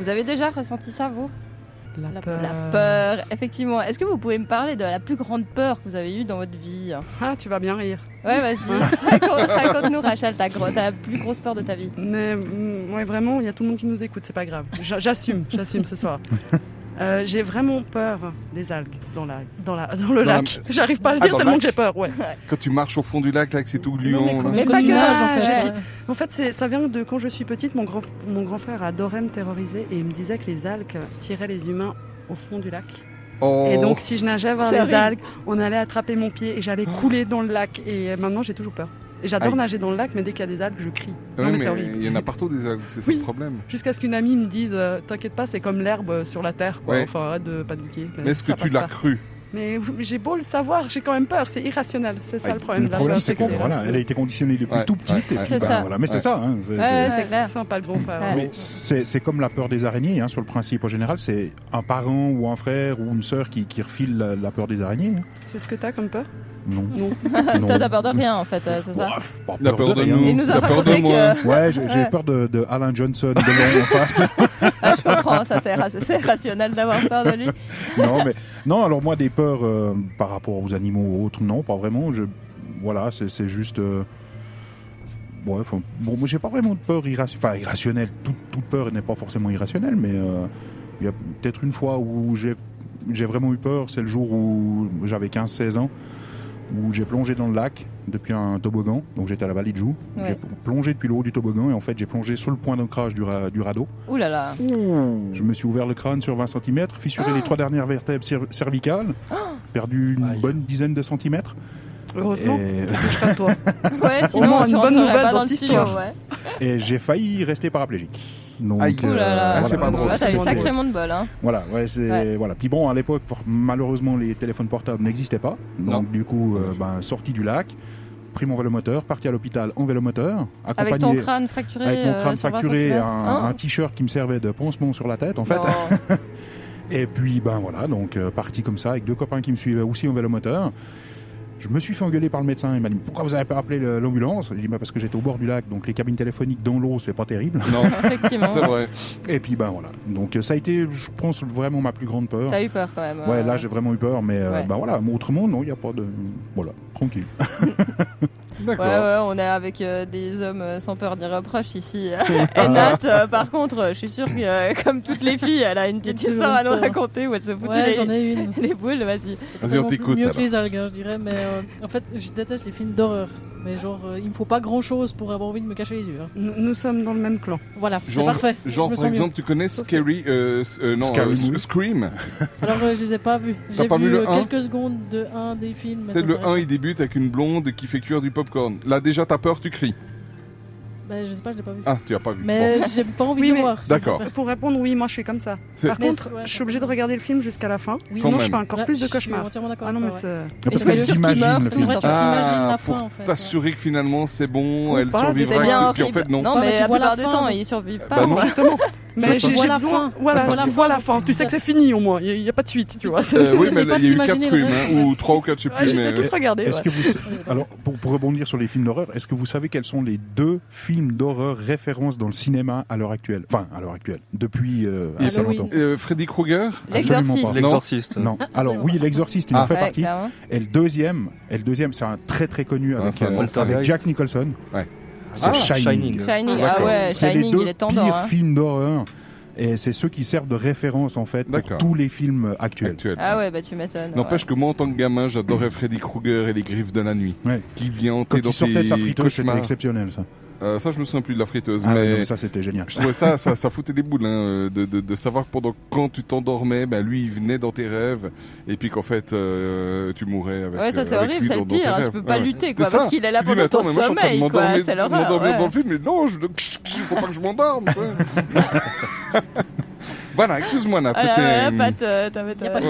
C: Vous avez déjà ressenti ça, vous
B: La,
G: La
B: peur.
C: La peur, effectivement. Est-ce que vous pouvez me parler de la plus grande peur que vous avez eue dans votre vie
B: Ah, tu vas bien rire.
C: Ouais, vas-y. Raconte- Raconte-nous, Rachel, ta, gro- ta plus grosse peur de ta vie.
B: Mais mm, ouais, vraiment, il y a tout le monde qui nous écoute, c'est pas grave. J'a- J'assume, j'assume ce soir. Euh, j'ai vraiment peur des algues dans, la, dans, la, dans le
E: Dans la-
B: lac. J'arrive pas à le
E: Ah,
B: dire
E: dans le
B: tellement
E: lac.
B: que j'ai peur, ouais.
E: Quand tu marches au fond du lac, là, que c'est tout gluant.
G: quand
E: là.
C: Mais
G: quand
C: pas
G: tu
C: que-
G: nages, en fait.
C: Ouais.
B: En fait, c'est- ça vient de quand je suis petite, mon grand, mon grand frère adorait me terroriser et il me disait que les algues tiraient les humains au fond du lac.
E: Oh.
B: Et donc, si je nageais vers
C: C'est
B: les
C: horrible.
B: algues, on allait attraper mon pied et j'allais couler dans le lac. Et maintenant, j'ai toujours peur. Et j'adore
E: Oh. Aïe.
B: nager dans le lac, mais dès qu'il y a des algues, je crie. non,
E: Ouais,
B: mais,
E: Oh, mais
B: c'est horrible.
E: il y en a partout des algues, c'est ça
B: Oui.
E: le problème.
B: Jusqu'à ce qu'une amie me dise euh, T'inquiète pas, c'est comme l'herbe euh, sur la terre, quoi.
E: Ouais.
B: Enfin, arrête de paniquer.
E: Mais est-ce
B: ça
E: que tu
B: passe
E: l'as
B: pas.
E: cru
B: Mais oui, mais j'ai beau le savoir, j'ai quand même peur, c'est irrationnel. C'est ça
E: Aïe.
B: le problème.
D: Le
B: de la
D: problème,
B: peur,
D: c'est que
B: c'est
D: voilà, elle a
B: irrationnel.
D: été conditionnée depuis
E: Ouais,
D: tout petite.
E: ouais,
D: et
E: ouais.
D: puis,
C: C'est
D: bah,
C: ça.
D: voilà. Mais c'est
E: Ouais.
D: ça. hein, c'est-
C: Ouais,
D: c'est-
C: ouais, c'est clair.
B: Sympa le grand frère.
C: Ouais.
D: Mais c'est c'est comme la peur des araignées, hein, sur le principe en général, c'est un parent ou un frère ou une sœur qui, qui refile la, la peur des araignées. hein.
B: C'est ce que t'as comme peur
D: Non.
B: Non.
D: non.
C: Toi, t'as peur de rien en fait, euh, c'est ça.
D: Ouah, pas
E: La peur de
D: rien.
E: nous.
C: Il nous a
E: La peur de
C: raconté
E: moi.
C: que.
D: Ouais, j'ai j'ai peur de, de Alan Johnson de l'homme en face.
C: Ah, je comprends, ça c'est ra- c'est rationnel d'avoir peur de lui.
D: non, mais non. Alors moi, des peurs euh, par rapport aux animaux ou autres, non, pas vraiment. Je, voilà, c'est c'est juste. euh, ouais, enfin, bon, moi, j'ai pas vraiment de peur irrationnelle. Enfin, irrationnelle. Toute, toute peur n'est pas forcément irrationnelle, mais euh, il y a peut-être une fois où j'ai j'ai vraiment eu peur. C'est le jour où j'avais 15-16 ans, où j'ai plongé dans le lac depuis un toboggan. Donc j'étais à la vallée de Joux.
C: Ouais.
D: J'ai plongé depuis le haut du toboggan et en fait j'ai plongé sur le point d'ancrage du, ra- du radeau.
C: Ouh là là.
D: Je me suis ouvert le crâne sur 20 cm, fissuré
C: Ah.
D: les trois dernières vertèbres cer- cervicales, perdu une
F: Aïe.
D: bonne dizaine de centimètres.
B: Heureusement,
D: Et,
B: touche pas à toi.
C: Ouais,
B: moins
C: sinon
B: une
C: tu
B: bonne
C: rentrerais
B: nouvelle
C: pas
B: dans
C: dans le
B: cette
C: studio.
B: histoire.
C: Ouais.
D: et j'ai failli rester paraplégique. Donc, euh,
E: Aïe.
C: Ouh là là.
E: Ah, c'est pas
C: Donc
E: drôle.
C: là, t'as
B: C'est
C: eu sacrément de bol. Hein.
D: Voilà, ouais, c'est
C: Ouais.
D: voilà. Puis bon, à l'époque, for- malheureusement, les téléphones portables n'existaient pas. Donc
E: Non.
D: du coup, euh, ben, sorti du lac, pris mon vélomoteur, parti à l'hôpital en vélomoteur, accompagné
C: Avec ton crâne fracturé.
D: avec mon
C: euh,
D: crâne
C: sur 20
D: fracturé,
C: centimètres.
D: un,
C: Hein
D: un t-shirt qui me servait de pansement sur la tête, en fait.
C: Non.
D: Et puis, ben voilà, donc euh, parti comme ça, avec deux copains qui me suivaient aussi en vélomoteur. Je me suis fait engueuler par le médecin. Il m'a dit Pourquoi vous n'avez pas appelé le- l'ambulance J'ai dit bah, Parce que j'étais au bord du lac, donc les cabines téléphoniques dans l'eau, c'est pas terrible.
E: Non,
C: Effectivement.
E: c'est vrai.
D: Et puis, ben voilà. Donc euh, ça a été, je pense, vraiment ma plus grande peur.
C: T'as eu peur quand même.
D: Ouais,
C: euh.
D: là j'ai vraiment eu peur, mais euh,
C: Ouais.
D: ben voilà, mais autrement, non, il n'y a pas de. Voilà, tranquille.
E: D'accord.
C: Ouais, ouais, on est avec euh, des hommes euh, sans peur ni reproche ici. Et Nat, euh, par contre, euh, je suis sûre que, euh, comme toutes les filles, elle a une petite
G: Toujours
C: histoire à nous
G: peur.
C: raconter où elle s'est foutue
G: Ouais,
C: les-
G: j'en ai une.
C: les boules, vas-y.
E: Vas-y, on
G: Vraiment
E: t'écoute,
G: Mieux
E: alors.
G: que les algues, hein, je dirais. Mais euh, en fait, je déteste les films d'horreur. Mais genre, euh, il me faut pas grand chose pour avoir envie de me cacher les yeux. hein.
B: Nous, nous sommes dans le même clan.
G: Voilà, c'est
E: Genre-
G: parfait.
E: Genre,
G: je
E: par
G: me sens mieux.
E: exemple, tu connais Scary, euh, s- euh, non,
D: Scary
E: euh, s-
D: Movie.
E: Scream.
G: Alors, euh, je les ai pas vus. J'ai
E: pas vu le
G: euh,
E: un
G: quelques secondes de un des films. mais
E: C'est
G: ça
E: le
G: s'arrête.
E: 1, il débute avec une blonde qui fait cuire du popcorn. Là, déjà, t'as peur, tu cries.
G: Ben, je sais pas, je l'ai pas vu.
E: Ah, tu as pas vu.
G: Mais j'ai pas envie
B: Oui,
G: de
B: mais-
G: voir.
E: D'accord.
B: Pour répondre, oui, moi je suis comme ça.
E: C'est-
B: Par
G: Mais
B: contre,
G: c'est- ouais,
B: je suis obligée de regarder le film jusqu'à la fin.
E: Oui.
B: sinon,
E: Quand
B: je fais
E: même.
B: encore plus de
G: Je suis
B: cauchemars.
G: entièrement d'accord.
B: Ah non, mais
G: avec toi,
B: c'est
D: Parce
C: je
D: qu'elles
C: suis sûre qu'il meurt,
D: imaginent le
C: tout
D: film.
G: ouais.
C: c'est-
G: Ouais, tu t'imagines la
E: Ah,
G: fin, en
E: pour
G: fait. hein. ouais.
E: t'assurer que finalement c'est bon,
B: Ou
E: elle
B: pas, mais
E: survivra.
B: c'est bien
E: et puis en fait, non.
G: Ouais, mais
C: mais
G: tu
C: la
G: vois
C: plupart
G: la
C: du
G: fin,
C: temps,
G: donc.
C: ils survivent
E: Bah
C: pas.
E: non.
B: Justement. Mais
E: Tu
B: j'ai
G: vois
B: j'ai
G: la
B: besoin.
G: fin.
B: Voilà,
G: Tu vois
B: tu
G: la
B: vois
G: fin.
B: la fin. Tu sais que c'est fini au moins. Il n'y a pas de suite, tu vois. C'est-
E: Euh, oui,
G: T'essayes
E: mais
G: pas
E: il y a eu
G: de
E: 4
G: t'imaginer le
E: Scream, hein,
G: reste.
E: ou 3 ou 4, je sais
B: Ouais,
E: plus.
B: je les ai
E: mais- euh,
B: tous regardés.
D: Est-ce
B: ouais.
D: que vous... Alors, pour, pour rebondir sur les films d'horreur, est-ce que vous savez quels sont les deux films d'horreur références dans le cinéma à l'heure actuelle Enfin, à l'heure actuelle, depuis euh,
C: Ah
D: assez
C: bah
G: Halloween.
D: longtemps.
E: Euh, Freddy Krueger
C: L'exorciste.
D: Absolument
F: L'exorciste.
D: Non. Alors oui, l'exorciste, il en
E: Ah.
D: fait
C: Ouais,
D: partie.
C: clairement.
D: Et le deuxième, et le deuxième, c'est un très très connu
E: Ah,
D: avec,
E: c'est un
D: euh,
E: monstre.
D: avec Jack Nicholson.
E: Ouais.
D: C'est
E: Ah,
D: Shining.
F: Shining.
C: Shining, ah
E: D'accord.
C: ouais,
D: C'est les
C: Shining,
D: deux
C: il est tendant.
D: pires
C: hein.
D: films d'horreur. Et c'est ceux qui servent de référence en fait pour
E: D'accord.
D: tous les films actuels.
E: actuel.
C: Ah ouais, bah tu m'étonnes.
E: N'empêche que moi, en tant que gamin, j'adorais Freddy Krueger et les griffes de la nuit.
D: Ouais.
E: Qui vient
D: Quand
E: hanter dans
D: il sortait de sa
E: tes
D: friteuse, c'était
E: cauchemars.
D: exceptionnel ça.
E: Euh, ça, je me souviens plus de la friteuse,
D: Ah, non,
E: mais
D: mais ça c'était génial.
E: je trouvais ça, ça, ça foutait des boules, hein, euh, de, de, de savoir que pendant quand tu t'endormais, ben lui, il venait dans tes rêves, et puis qu'en fait, euh, tu mourais avec.
C: ouais. Ouais, ça
E: euh,
C: c'est
E: avec
C: horrible,
E: lui
C: c'est
E: dans-
C: le
E: dans tes
C: pire. hein,
E: rêves.
C: Tu peux
E: Ouais,
C: pas
E: ouais.
C: lutter,
E: C'est
C: quoi,
E: ça.
C: parce qu'il est là
E: Tu dis, mais
C: pendant
E: attends,
C: ton
E: mais moi, je suis en train de
C: sommeil, quoi.
E: m'endormir-
C: C'est l'horreur.
E: m'endormir
C: ouais.
E: dans le film, mais non, je, il faut pas que je m'endorme, tu sais. Voilà, excuse-moi, Nat.
C: Ah là
E: t'étais,
C: là,
E: hum,
C: Pat, euh, t'avais
G: Y a pas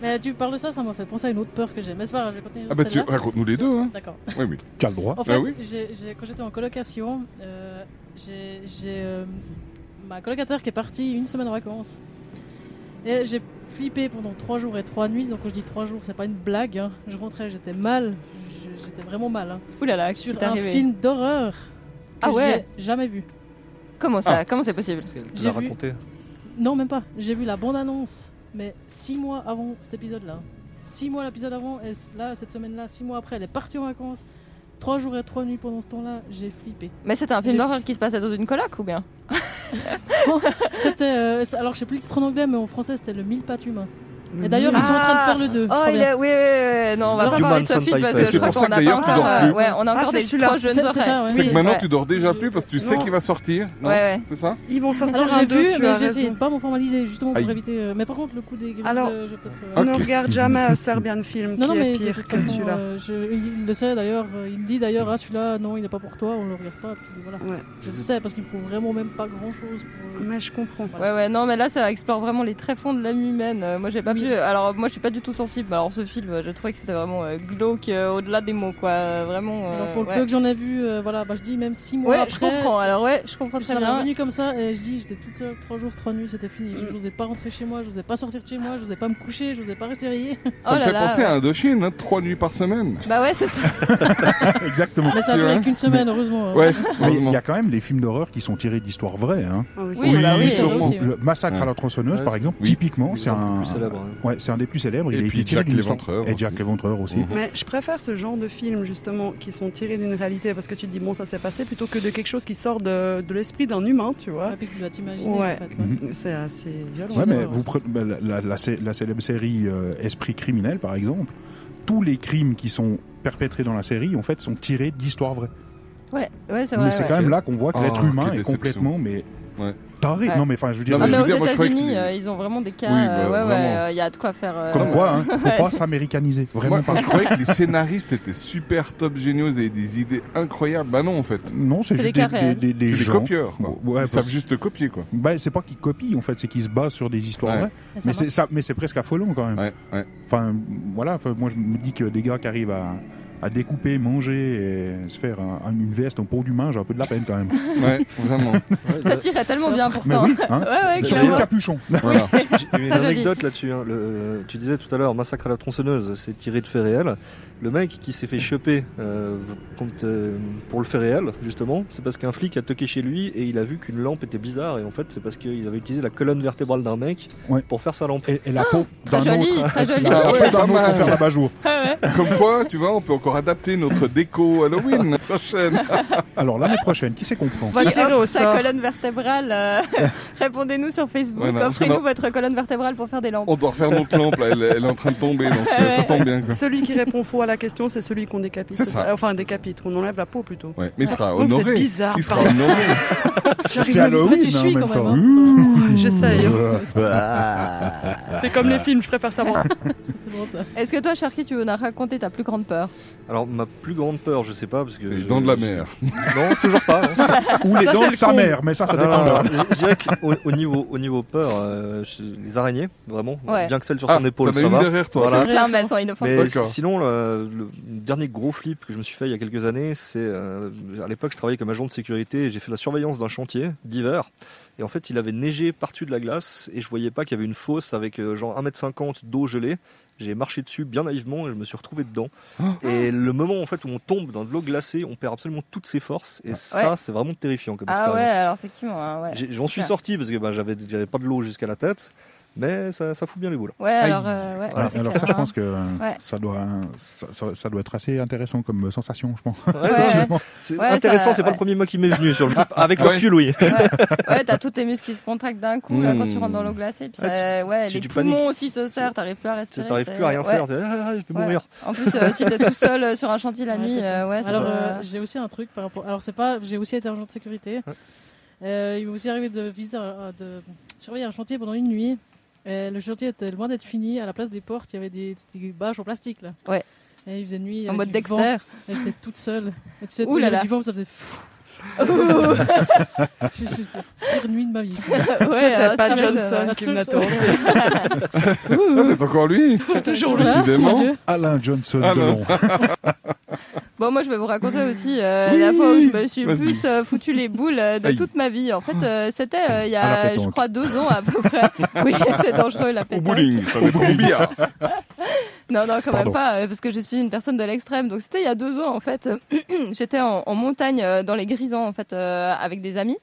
G: Mais tu parles de ça, ça m'a fait penser à une autre peur que j'ai. Mais c'est pas grave, je vais continuer.
E: Ah
G: sur
E: bah, tu
G: celle-là.
E: raconte-nous les deux, hein.
G: D'accord.
E: Oui, oui.
D: Tu as le droit.
G: En fait,
E: Ah oui.
G: j'ai- j'ai- quand j'étais en colocation, euh, j'ai j'ai, euh, ma colocataire qui est partie une semaine en vacances. Et j'ai flippé pendant trois jours et trois nuits. Donc quand je dis trois jours, c'est pas une blague. hein. Je rentrais, j'étais mal. Je- J'étais vraiment mal. hein.
C: Ouh là là,
G: Sur
C: c'est
G: un
C: arrivé.
G: film d'horreur. que
C: Ah ouais.
G: j'ai Jamais vu.
C: Comment ça Comment c'est possible
F: Tu
G: J'ai
F: l'as
G: vu.
F: raconté.
G: Non, même pas. J'ai vu la bande-annonce, mais six mois avant cet épisode-là. Six mois l'épisode avant, et là, cette semaine-là, six mois après, elle est partie en vacances. Trois jours et trois nuits pendant ce temps-là, j'ai flippé.
C: Mais c'était un film
G: J'ai-
C: d'horreur qui se passait dans une coloc ou bien
G: C'était. euh, c'est- alors, je sais plus le titre en anglais, mais en français, c'était Le mille pattes humain. Et d'ailleurs, ils sont en train de faire le 2.
B: Ah.
C: Oh, il est, oui, oui, oui, non, on va
G: Non.
C: pas
F: Human
C: parler de ce film parce
F: Sandpiper.
C: que
F: C'est
C: je crois
E: pour
C: qu'on a
E: ça que
C: pas
E: d'ailleurs, tu
C: encore,
E: dors
C: euh,
E: plus.
C: ouais, on a
B: Ah,
C: encore
B: c'est
C: des
B: celui-là.
C: trois jeunes
G: C'est- c'est
C: oreilles.
G: ça, ouais.
E: C'est que maintenant
C: Ouais.
E: tu dors déjà plus parce que tu sais
B: Non.
E: qu'il va sortir. non
C: Ouais, ouais. Oh
E: C'est ça
B: Ils vont sortir
G: Alors
B: un
G: j'ai
B: 2,
G: vu,
B: tu
G: mais
B: as
G: j'ai essayé
B: raison.
G: de pas m'en formaliser justement
E: Aïe.
G: pour éviter. euh, Mais par contre, le coup des griffes,
B: Alors-
G: euh, j'ai peut-être. euh,
B: On ne
E: Ok.
B: regarde jamais un Serbian film
G: Non, non,
B: qui
G: mais
B: est
G: de
B: pire
G: toute
B: que
G: façon,
B: celui-là.
G: euh, je- il le sait d'ailleurs, euh, il me dit d'ailleurs, ah celui-là, non, il n'est pas pour toi, on le regarde pas. Puis voilà.
B: Ouais.
G: Je le sais parce qu'il faut vraiment même pas grand-chose pour. euh,
B: Mais je comprends.
G: Voilà.
C: Ouais, ouais, non, mais là, ça explore vraiment les tréfonds de l'âme humaine. Euh, moi, j'ai pas
G: Oui.
C: pu. Alors, moi, je suis pas du tout sensible. mais Alors, ce film, euh, j'ai trouvé que c'était vraiment euh, glauque euh, au-delà des mots, quoi. Euh, Vraiment. euh,
G: Alors pour le
C: ouais.
G: peu que j'en ai vu, euh, voilà, bah, je dis même 6 mois
C: Ouais, je
G: après.
C: comprends. Alors, ouais, je comprends
G: Je
C: très
G: suis
C: bien.
G: revenue comme ça et je dis, j'étais toute seule, 3 jours, 3 nuits, c'était fini. Je
B: Mm.
G: je n'osais pas rentrer chez moi, je n'osais pas sortir de chez moi, je n'osais pas me coucher, je n'osais pas rester réveillée.
E: Ça
C: Oh
E: me
C: là
E: fait
C: là,
E: penser
C: ouais.
E: à Indochine, hein, trois nuits par semaine.
C: Bah, ouais, c'est ça.
D: Exactement.
G: Mais ça a
E: C'est
G: duré
E: vrai
G: qu'une semaine, heureusement. hein.
E: Ouais,
C: Ah,
D: Mais il
E: heureusement.
D: y a quand même des films d'horreur qui sont tirés d'histoires vraies. Hein.
B: Ah oui,
C: Oui,
B: c'est-
C: bah oui,
E: c'est
C: sûrement.
G: aussi, ouais.
D: Le massacre
E: Ouais.
D: à la tronçonneuse,
F: Ouais,
D: par exemple,
E: oui.
D: typiquement, c'est
F: L'exemple le
D: un,
F: plus célèbre, hein.
D: ouais, c'est un des plus célèbres.
E: Et
D: il a
E: puis
D: été tiré
E: Jack
D: d'une histoire-
E: l'Éventreur
D: Et Jack
E: aussi.
D: l'Éventreur aussi.
E: Mhm.
B: Mais je préfère ce genre de films justement qui sont tirés d'une réalité parce que tu te dis bon ça s'est passé plutôt que de quelque chose qui sort de, de l'esprit d'un humain, tu vois.
G: Et Ah, puis que tu dois t'imaginer
B: Ouais.
G: en fait. ouais.
D: Mhm.
B: C'est assez violent.
D: Ouais, mais
G: Ouais,
D: vous
G: ouais.
D: prenez bah, la, la- la cé- la célèbre série euh, Esprit criminel, par exemple. Tous les crimes qui sont perpétrés dans la série, en fait, sont tirés d'histoires vraies.
C: euh, Ouais, ouais, c'est
D: mais
C: vrai.
D: c'est
C: ouais.
D: quand même là qu'on voit que
E: Ah,
D: l'être humain
E: quelle
D: est
E: déception.
D: complètement, mais
E: Ouais.
D: taré.
C: Ouais.
D: Non, mais enfin, je veux dire,
E: Non,
C: Ah, mais
E: mais je veux
C: aux
E: dire, moi, je croyais que
C: États-Unis,
E: les-
C: euh, ils ont vraiment des cas.
E: Oui,
C: euh,
E: bah,
C: ouais, ouais,
E: vraiment.
C: euh, il y a de quoi faire. euh,
D: comme
C: ouais.
D: quoi, hein, faut
C: Ouais.
D: pas s'américaniser, vraiment
E: Moi,
D: pas.
E: je croyais que les scénaristes étaient super top géniaux et des idées incroyables. Bah non, en fait.
D: Non, c'est
C: C'est
D: juste
C: des
D: des,
C: cas réels.
D: des- des
E: C'est des
D: gens.
E: copieurs. quoi.
D: Ouais,
E: Ils
D: parce-
E: savent juste copier, quoi.
D: Bah, c'est pas qu'ils copient, en fait, c'est qu'ils se basent sur des histoires
E: Ouais.
D: vraies.
G: Et ça
D: Mais
G: marche.
D: c'est ça, mais c'est presque affolant quand même.
E: Ouais, ouais.
D: Enfin, voilà, enfin, moi je me dis que des gars qui arrivent à, à découper, manger et se faire un- un- une veste en peau d'humain, j'ai un peu de la peine quand même.
E: Ouais, vraiment.
F: Ouais,
C: Ça
F: ça-
C: tirait tellement bien
D: Euh, Mais
C: pourtant.
D: oui, hein.
C: Ouais, ouais,
F: Mais
D: Sur
C: clairement.
D: le capuchon.
E: Voilà.
F: J'ai une
C: Ça, je
F: anecdote là-dessus. hein. Le- tu disais tout à l'heure, massacre à la tronçonneuse, c'est tiré de fait réel. Le mec qui s'est fait choper euh, contre, euh, pour le fait réel, justement, c'est parce qu'un flic a toqué chez lui et il a vu qu'une lampe était bizarre. Et en fait, c'est parce qu'ils avaient utilisé la colonne vertébrale d'un mec
D: Ouais.
F: pour faire sa lampe.
D: Et, et la peau
C: Très
D: d'un
C: joli,
D: autre. hein.
C: très joli.
D: La
E: Ah
D: peau
E: ouais, pas
D: d'un autre
E: mal.
D: pour faire l'abat-jour.
E: Comme quoi, tu vois, on peut encore adapter notre déco Halloween prochaine.
D: Alors l'année prochaine, qui sait qu'on prend
C: Qui
B: va tirer
C: offre
B: au
C: sa
B: sort.
C: colonne vertébrale. euh, Répondez-nous sur Facebook.
D: bah,
E: Voilà.
C: Offrez-nous
E: Non.
C: votre colonne vertébrale pour faire des lampes.
E: On doit refaire notre lampe, là. Elle, elle est en train de tomber, donc euh, ça tombe bien, quoi.
B: Celui qui répond faux à la question, c'est celui qu'on décapite.
E: C'est ça.
B: Enfin, décapite, on enlève la peau plutôt.
E: Ouais, mais il
D: Ah,
C: Oh,
E: sera
B: Donc, c'est
E: honoré.
B: bizarre.
E: Il sera
B: pardon.
E: honoré.
B: J'arrive
D: C'est
B: même pas.
D: Halloween
G: tu
D: hein, en
G: suis
D: même
G: quand
D: temps.
G: même,
B: Ouh, J'essaye. hein. C'est
D: Ah.
B: comme les films, je préfère savoir.
G: C'est bon,
D: Oh.
G: ça.
C: Est-ce que toi, Sharky, tu veux nous raconter ta plus grande peur
F: Alors, ma plus grande peur, je sais pas, parce que.
E: C'est les
F: je-
E: dents de la
F: je-
E: mer.
F: Non, toujours pas. hein.
D: Ou les
B: Ça,
D: dents
B: c'est
D: de
B: le
D: sa
B: con.
D: mère, mais ça, ça
F: Non,
D: dépend.
F: non,
D: de-
F: non, je- je dirais qu'au au niveau, au niveau peur, euh, je- les araignées, vraiment,
C: Ouais.
F: bien que celle sur
E: Ah,
F: son épaule,
E: t'en as
F: ça
E: une
F: va.
E: derrière toi.
F: Voilà.
G: Ça,
C: Non, mais elles sont inoffensives.
F: Mais
E: D'accord.
F: sinon, le, le dernier gros flip que je me suis fait il y a quelques années, c'est euh, à l'époque, je travaillais comme agent de sécurité et j'ai fait la surveillance d'un chantier d'hiver. Et en fait, il avait neigé par-dessus de la glace et je voyais pas qu'il y avait une fosse avec euh, genre 1m50 d'eau gelée. J'ai marché dessus bien naïvement et je me suis retrouvé dedans.
C: Oh.
F: Et le moment en fait où on tombe dans de l'eau glacée, on perd absolument toutes ses forces et ça, c'est vraiment terrifiant comme
C: Ah ouais,
F: expérience.
C: alors effectivement. hein, ouais.
F: J'ai- J'en suis
C: Super.
F: sorti parce que ben, j'avais j'avais pas de l'eau jusqu'à la tête, mais ça, ça fout bien les boules.
C: Ouais, alors, euh, ouais,
D: Voilà.
C: c'est
D: Alors
C: clair,
D: ça, je
C: hein.
D: pense que euh,
C: Ouais.
D: ça doit, ça, ça- ça doit être assez intéressant comme sensation, je pense.
C: Ouais, ouais.
F: C'est
C: Ouais,
F: intéressant,
C: ça-
F: c'est pas
C: ouais.
F: le premier mot qui m'est venu sur le Avec
E: Ouais.
F: le cul, oui.
C: Ouais, t'as tous tes muscles qui se contractent d'un coup là, quand tu
E: Mmh.
C: rentres dans l'eau glacée. Puis
F: Ouais,
C: ça- ouais,
F: tu-
C: les
F: tu
C: poumons
F: paniques.
C: aussi se serrent, t'arrives plus à respirer.
F: T'arrives
C: c'est-
F: plus à rien
C: ouais,
F: faire. t'es, Ah, ah, je vais
C: ouais.
F: mourir.
C: En plus, euh, si t'es tout seul euh, sur un chantier la
G: Ouais,
C: nuit,
G: c'est ça.
C: euh, ouais, ça
G: Alors,
C: peut-
G: euh, j'ai aussi un truc par rapport. Alors, c'est pas. J'ai aussi été agent de sécurité. Euh, il m'est aussi arrivé de, visiter, un- de surveiller un chantier pendant une nuit. Euh, le chantier était loin d'être fini. À la place des portes, il y avait des, des bâches en plastique. Là.
C: Ouais.
G: Et il faisait nuit. il y
C: en
G: avait
C: mode
G: du
C: Dexter.
G: vent, et J'étais toute seule. Et tu sais,
C: Ouh
G: tout
C: là
G: le
C: là.
G: du vent, ça faisait. fou. J'ai juste la pire nuit de ma vie.
C: ouais, ah, alors,
B: C'était pas
C: tu m'étonnes.
B: Johnson
G: la
B: qui
G: seule
B: me l'a
G: chose.
B: tourné.
E: Ah, c'est encore lui.
B: Toujours
E: là. Décidément.
G: Mon Dieu.
D: Alain Johnson
E: Ah, non.
D: Delon.
C: Bon, moi, je vais vous raconter aussi euh,
E: Oui,
C: la fois où je me suis
E: vas-y.
C: plus euh, foutu les boules euh, de
E: Aïe.
C: toute ma vie. En fait, euh, c'était euh, il y
D: À la
C: a,
D: pétanque.
C: je crois, deux ans à peu près. Oui, c'est dangereux la
E: Au
C: pétanque.
E: bowling. Ça dépend du billard.
C: Non, non, quand
D: Pardon.
C: même pas, euh, parce que je suis une personne de l'extrême. Donc c'était il y a deux ans en fait. J'étais en, en montagne euh, dans les Grisons en fait euh, avec des amis.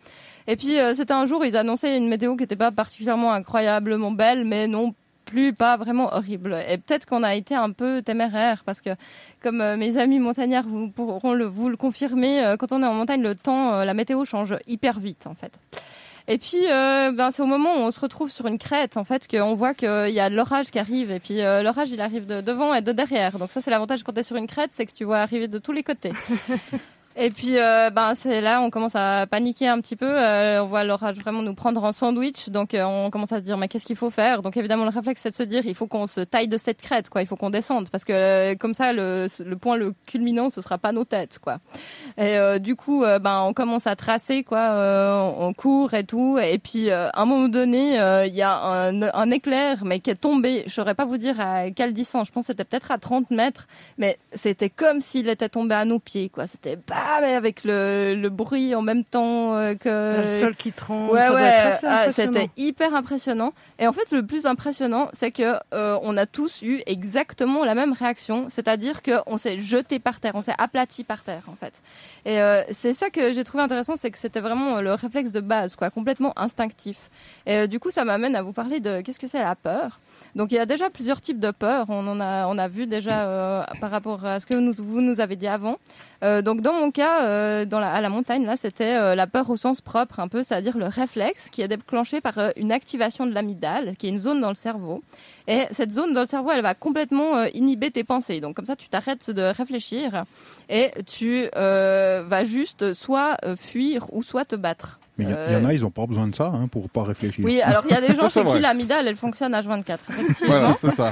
C: Et puis euh, c'était un jour, ils annonçaient une météo qui n'était pas particulièrement incroyablement belle, mais non plus pas vraiment horrible. Et peut-être qu'on a été un peu téméraire parce que, comme euh, mes amis montagnards vous pourront le, vous le confirmer, euh, quand on est en montagne, le temps, euh, la météo change hyper vite en fait. Et puis, euh, ben, c'est au moment où on se retrouve sur une crête, en fait, qu'on voit qu'il y a l'orage qui arrive. Et puis, euh, l'orage, il arrive de devant et de derrière. Donc ça, c'est l'avantage quand t'es sur une crête, c'est que tu vois arriver de tous les côtés. Et puis, euh, ben, c'est là, on commence à paniquer un petit peu. Euh, on voit l'orage vraiment nous prendre en sandwich. Donc, euh, on commence à se dire, mais qu'est-ce qu'il faut faire Donc, évidemment, le réflexe, c'est de se dire, il faut qu'on se taille de cette crête, quoi. Il faut qu'on descende, parce que euh, comme ça, le, le point le culminant, ce sera pas nos têtes, quoi. Et euh, du coup, euh, ben, on commence à tracer, quoi. euh, on court et tout. Et puis, euh, à un moment donné, euh, il y a un, un éclair, mais qui est tombé. Je saurais pas vous dire à quelle distance. Je pense que c'était peut-être à 30 mètres. Mais c'était comme s'il était tombé à nos pieds, quoi. C'était bam et avec le, le bruit en même temps euh, que.
B: Le sol qui tremble,
C: Ouais,
B: ça doit
C: ouais,
B: être assez
C: ah,
B: impressionnant.
C: c'était hyper impressionnant. Et en fait, le plus impressionnant, c'est que euh, on a tous eu exactement la même réaction, c'est-à-dire que on s'est jeté par terre, on s'est aplati par terre, en fait. Et euh, c'est ça que j'ai trouvé intéressant, c'est que c'était vraiment euh, le réflexe de base, quoi, complètement instinctif. Et euh, du coup, ça m'amène à vous parler de qu'est-ce que c'est la peur. Donc, il y a déjà plusieurs types de peurs. On en a, on a vu déjà euh, par rapport à ce que nous- vous nous avez dit avant. Euh, donc dans mon cas, euh, dans la, à la montagne, là, c'était euh, la peur au sens propre, un peu, c'est-à-dire le réflexe qui est déclenché par euh, une activation de l'amygdale, qui est une zone dans le cerveau. Et cette zone dans le cerveau, elle va complètement euh, inhiber tes pensées. Donc comme ça, tu t'arrêtes de réfléchir et tu euh, vas juste soit euh, fuir ou soit te battre.
D: Mais il y, a-
C: Euh,
D: y en a, ils n'ont pas besoin de ça hein, pour pas réfléchir.
C: Oui, alors il y a des gens
E: C'est
C: chez
E: vrai.
C: qui l'amygdale, elle fonctionne à 24 effectivement.
E: Voilà, c'est ça.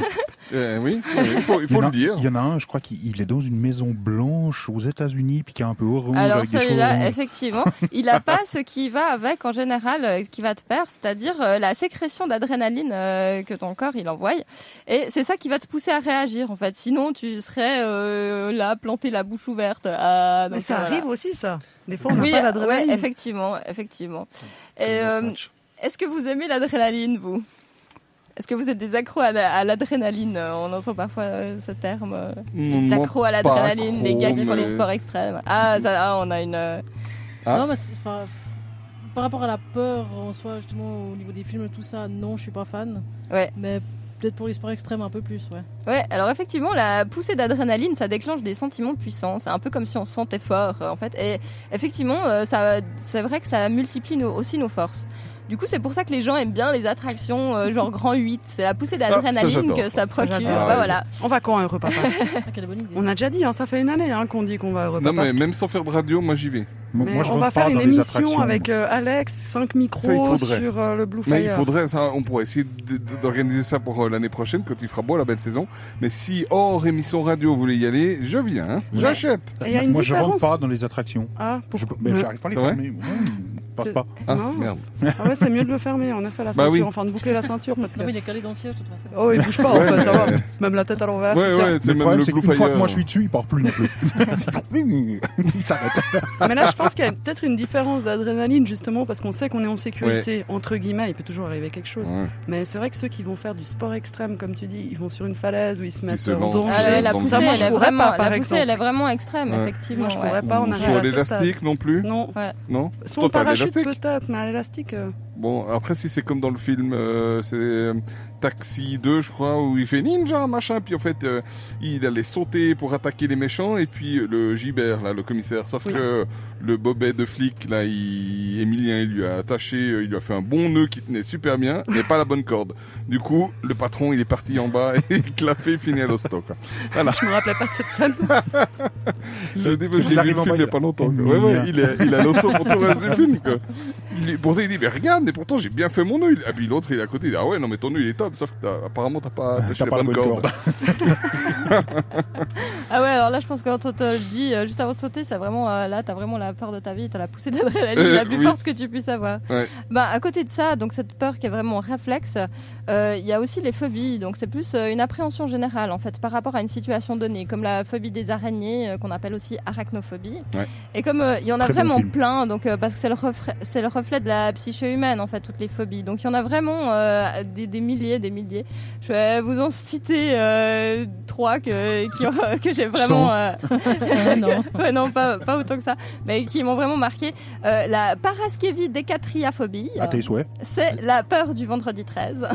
E: Euh, oui, oui, il faut, il
D: Il y
E: faut
D: en a-
E: le dire.
D: Il y en a un, je crois qu'il il est dans une maison blanche aux États-Unis, puis qui est un peu orange
C: Alors
D: avec des choses Euh,
C: celui-là,
D: oranges.
C: effectivement, il a pas ce qui va avec en général, euh, ce qui va te perdre, c'est-à-dire euh, la sécrétion d'adrénaline euh, que ton corps il envoie. Et c'est ça qui va te pousser à réagir en fait. Sinon, tu serais euh, là, planté la bouche ouverte. Ah,
B: Mais
C: donc,
B: ça
C: voilà.
B: arrive aussi, ça. Des fois, on n'a
C: Oui, euh,
B: pas l'adrénaline.
C: ouais, effectivement, effectivement.
F: Comme
C: Et,
F: dans
C: euh,
F: Snatch.
C: Est-ce que vous aimez l'adrénaline, vous Est-ce que vous êtes des accros à, la- à l'adrénaline On entend parfois euh, ce terme. euh. Des
E: Moi,
C: accros à l'adrénaline,
E: accro,
C: les gars qui font les
E: mais-
C: sports extrêmes. Ah, ça, ah, on a une. euh,
E: Ah.
G: Non, mais c'est- enfin, par rapport à la peur en soi, justement, au niveau des films, tout ça, non, je suis pas fan.
C: Ouais.
G: Mais peut-être pour les sports extrêmes, un peu plus, ouais.
C: Ouais, alors effectivement, la poussée d'adrénaline, ça déclenche des sentiments de puissance. C'est un peu comme si on se sentait fort, euh, en fait. Et effectivement, euh, ça, c'est vrai que ça multiplie nos- aussi nos forces. Du coup, c'est pour ça que les gens aiment bien les attractions euh, genre grand 8. C'est la poussée d'adrénaline
E: j'adore,
C: que ça
B: Ça,
C: procure.
B: Ah, j'adore.
C: Bah,
E: Ah,
C: voilà.
B: On va quand à Europapa
G: Ah, quelle bonne idée.
B: On a déjà dit, hein, ça fait une année hein, qu'on dit qu'on va à Europapa.
E: Non, mais même sans faire de radio, moi j'y vais.
D: Moi,
B: Mais
D: moi, je
B: on va
D: rentre pas
B: faire une
D: dans les attractions.
B: émission avec euh, Alex, 5
E: Ça, il
B: micros
E: faudrait.
B: sur euh, le Blue
E: Mais il
B: Fire.
E: faudrait, ça, on pourrait essayer d- d- d'organiser ça pour euh, l'année prochaine quand il fera beau la belle saison. Mais si hors émission radio vous voulez y aller, je viens, hein.
D: Ouais.
E: j'achète.
B: Et il y a une
D: Moi, je rentre
B: différence.
D: pas dans les attractions.
B: Ah,
D: Je
B: pourquoi
D: mais j'arrive pas à les
E: C'est vrai
D: fermer. moi. Je passe pas.
E: Ah,
B: Mince.
E: merde.
B: Ah ouais, c'est mieux de le fermer, on a fait la
E: Bah
B: ceinture,
E: oui.
B: enfin de boucler la ceinture parce que...
G: Non, mais il est calé dans le siège, de toute façon.
B: Oh, il bouge pas en
E: Ouais,
B: fait, ça
E: mais-
B: va. Même la tête à l'envers.
E: Ouais,
B: tiens.
E: ouais, tu sais,
D: Le
E: même
D: problème,
E: le
D: c'est
E: Blue
D: qu'une fois que
E: Fire.
D: moi je suis dessus, il part plus non plus. il s'arrête.
B: Ah, Mais là, je pense qu'il y a peut-être une différence d'adrénaline justement parce qu'on sait qu'on est en sécurité, entre guillemets, il peut toujours arriver quelque chose.
E: Ouais.
B: Mais c'est vrai que ceux qui vont faire du sport extrême, comme tu dis, ils vont sur une falaise ou ils se mettent
E: se
B: euh, en
E: lancent,
B: danger.
E: Ah ouais,
C: la
E: donc-
C: poussée,
B: Ça, moi, je
C: elle, est
B: pourrais
C: vraiment,
B: pas, par
C: la poussée,
B: exemple.
C: elle est vraiment extrême,
E: Ouais.
C: effectivement.
B: Moi, je
C: ouais.
B: pourrais pas en
E: Ou
B: arriver
E: sur
B: à ce stade.
E: l'élastique non plus
B: Non,
E: Non
B: soit
E: Toi,
B: en
E: t'as
B: parachute
E: l'élastique.
B: peut-être, mais à l'élastique. euh,
E: Bon, après, si c'est comme dans le film, euh, c'est euh, Taxi 2, je crois, où il fait ninja, machin, puis en fait, euh, il allait sauter pour attaquer les méchants, et puis euh, le Gibert, là, le commissaire, sauf
B: Oui.
E: que le bobet de flic, là, il, Emilien, il lui a attaché, euh, il lui a fait un bon nœud qui tenait super bien, mais pas la bonne corde. Du coup, le patron, il est parti en bas, et clapé, fini à l'hosto, quoi.
B: Je me rappelais pas de cette scène.
E: Je veux dire, j'ai vu
D: Il
E: le
D: arrive
E: film
D: en bas,
E: il y a
D: il-
E: pas longtemps. quoi.
D: il-
E: Ouais, ouais, il a, il a l'osso pour tout le reste du film. Quoi. Il, est- pourtant, il dit, mais regarde, mais pourtant, j'ai bien fait mon nœud. Ah, puis l'autre, il est à côté, il dit, ah ouais, non, mais ton nœud, il est top, sauf que t'as- apparemment, t'as pas attaché
D: Ah, T'as
E: les
D: pas la
E: bonnes
D: bonne
E: cordes.
D: corde.
C: Ah ouais, alors là, je pense que quand on te le dit euh, juste avant de sauter, c'est vraiment euh, là, t'as vraiment la peur de ta vie, t'as la poussée d'adrénaline
E: Euh,
C: la plus
E: oui.
C: forte que tu puisses avoir.
E: Ouais.
C: Bah, à côté de ça, donc cette peur qui est vraiment réflexe, euh, il y a aussi les phobies. Donc c'est plus euh, une appréhension générale en fait par rapport à une situation donnée, comme la phobie des araignées euh, qu'on appelle aussi arachnophobie.
E: Ouais.
C: Et comme euh, il y en a
D: Très bon
C: vraiment
D: film.
C: plein, donc euh, parce que c'est le reflet, c'est le reflet de la psyché humaine en fait toutes les phobies. Donc il y en a vraiment euh, des, des milliers, des milliers. Je vais vous en citer euh, trois que, qui ont- que j'ai vraiment.
D: Cent.
C: euh,
G: Ah, non.
C: Ouais, non, pas, pas autant que ça, mais qui m'ont vraiment marqué. Euh, la
D: Ah,
C: paraskevi décatriaphobie,
D: À tes souhaits.
C: c'est la peur du vendredi 13.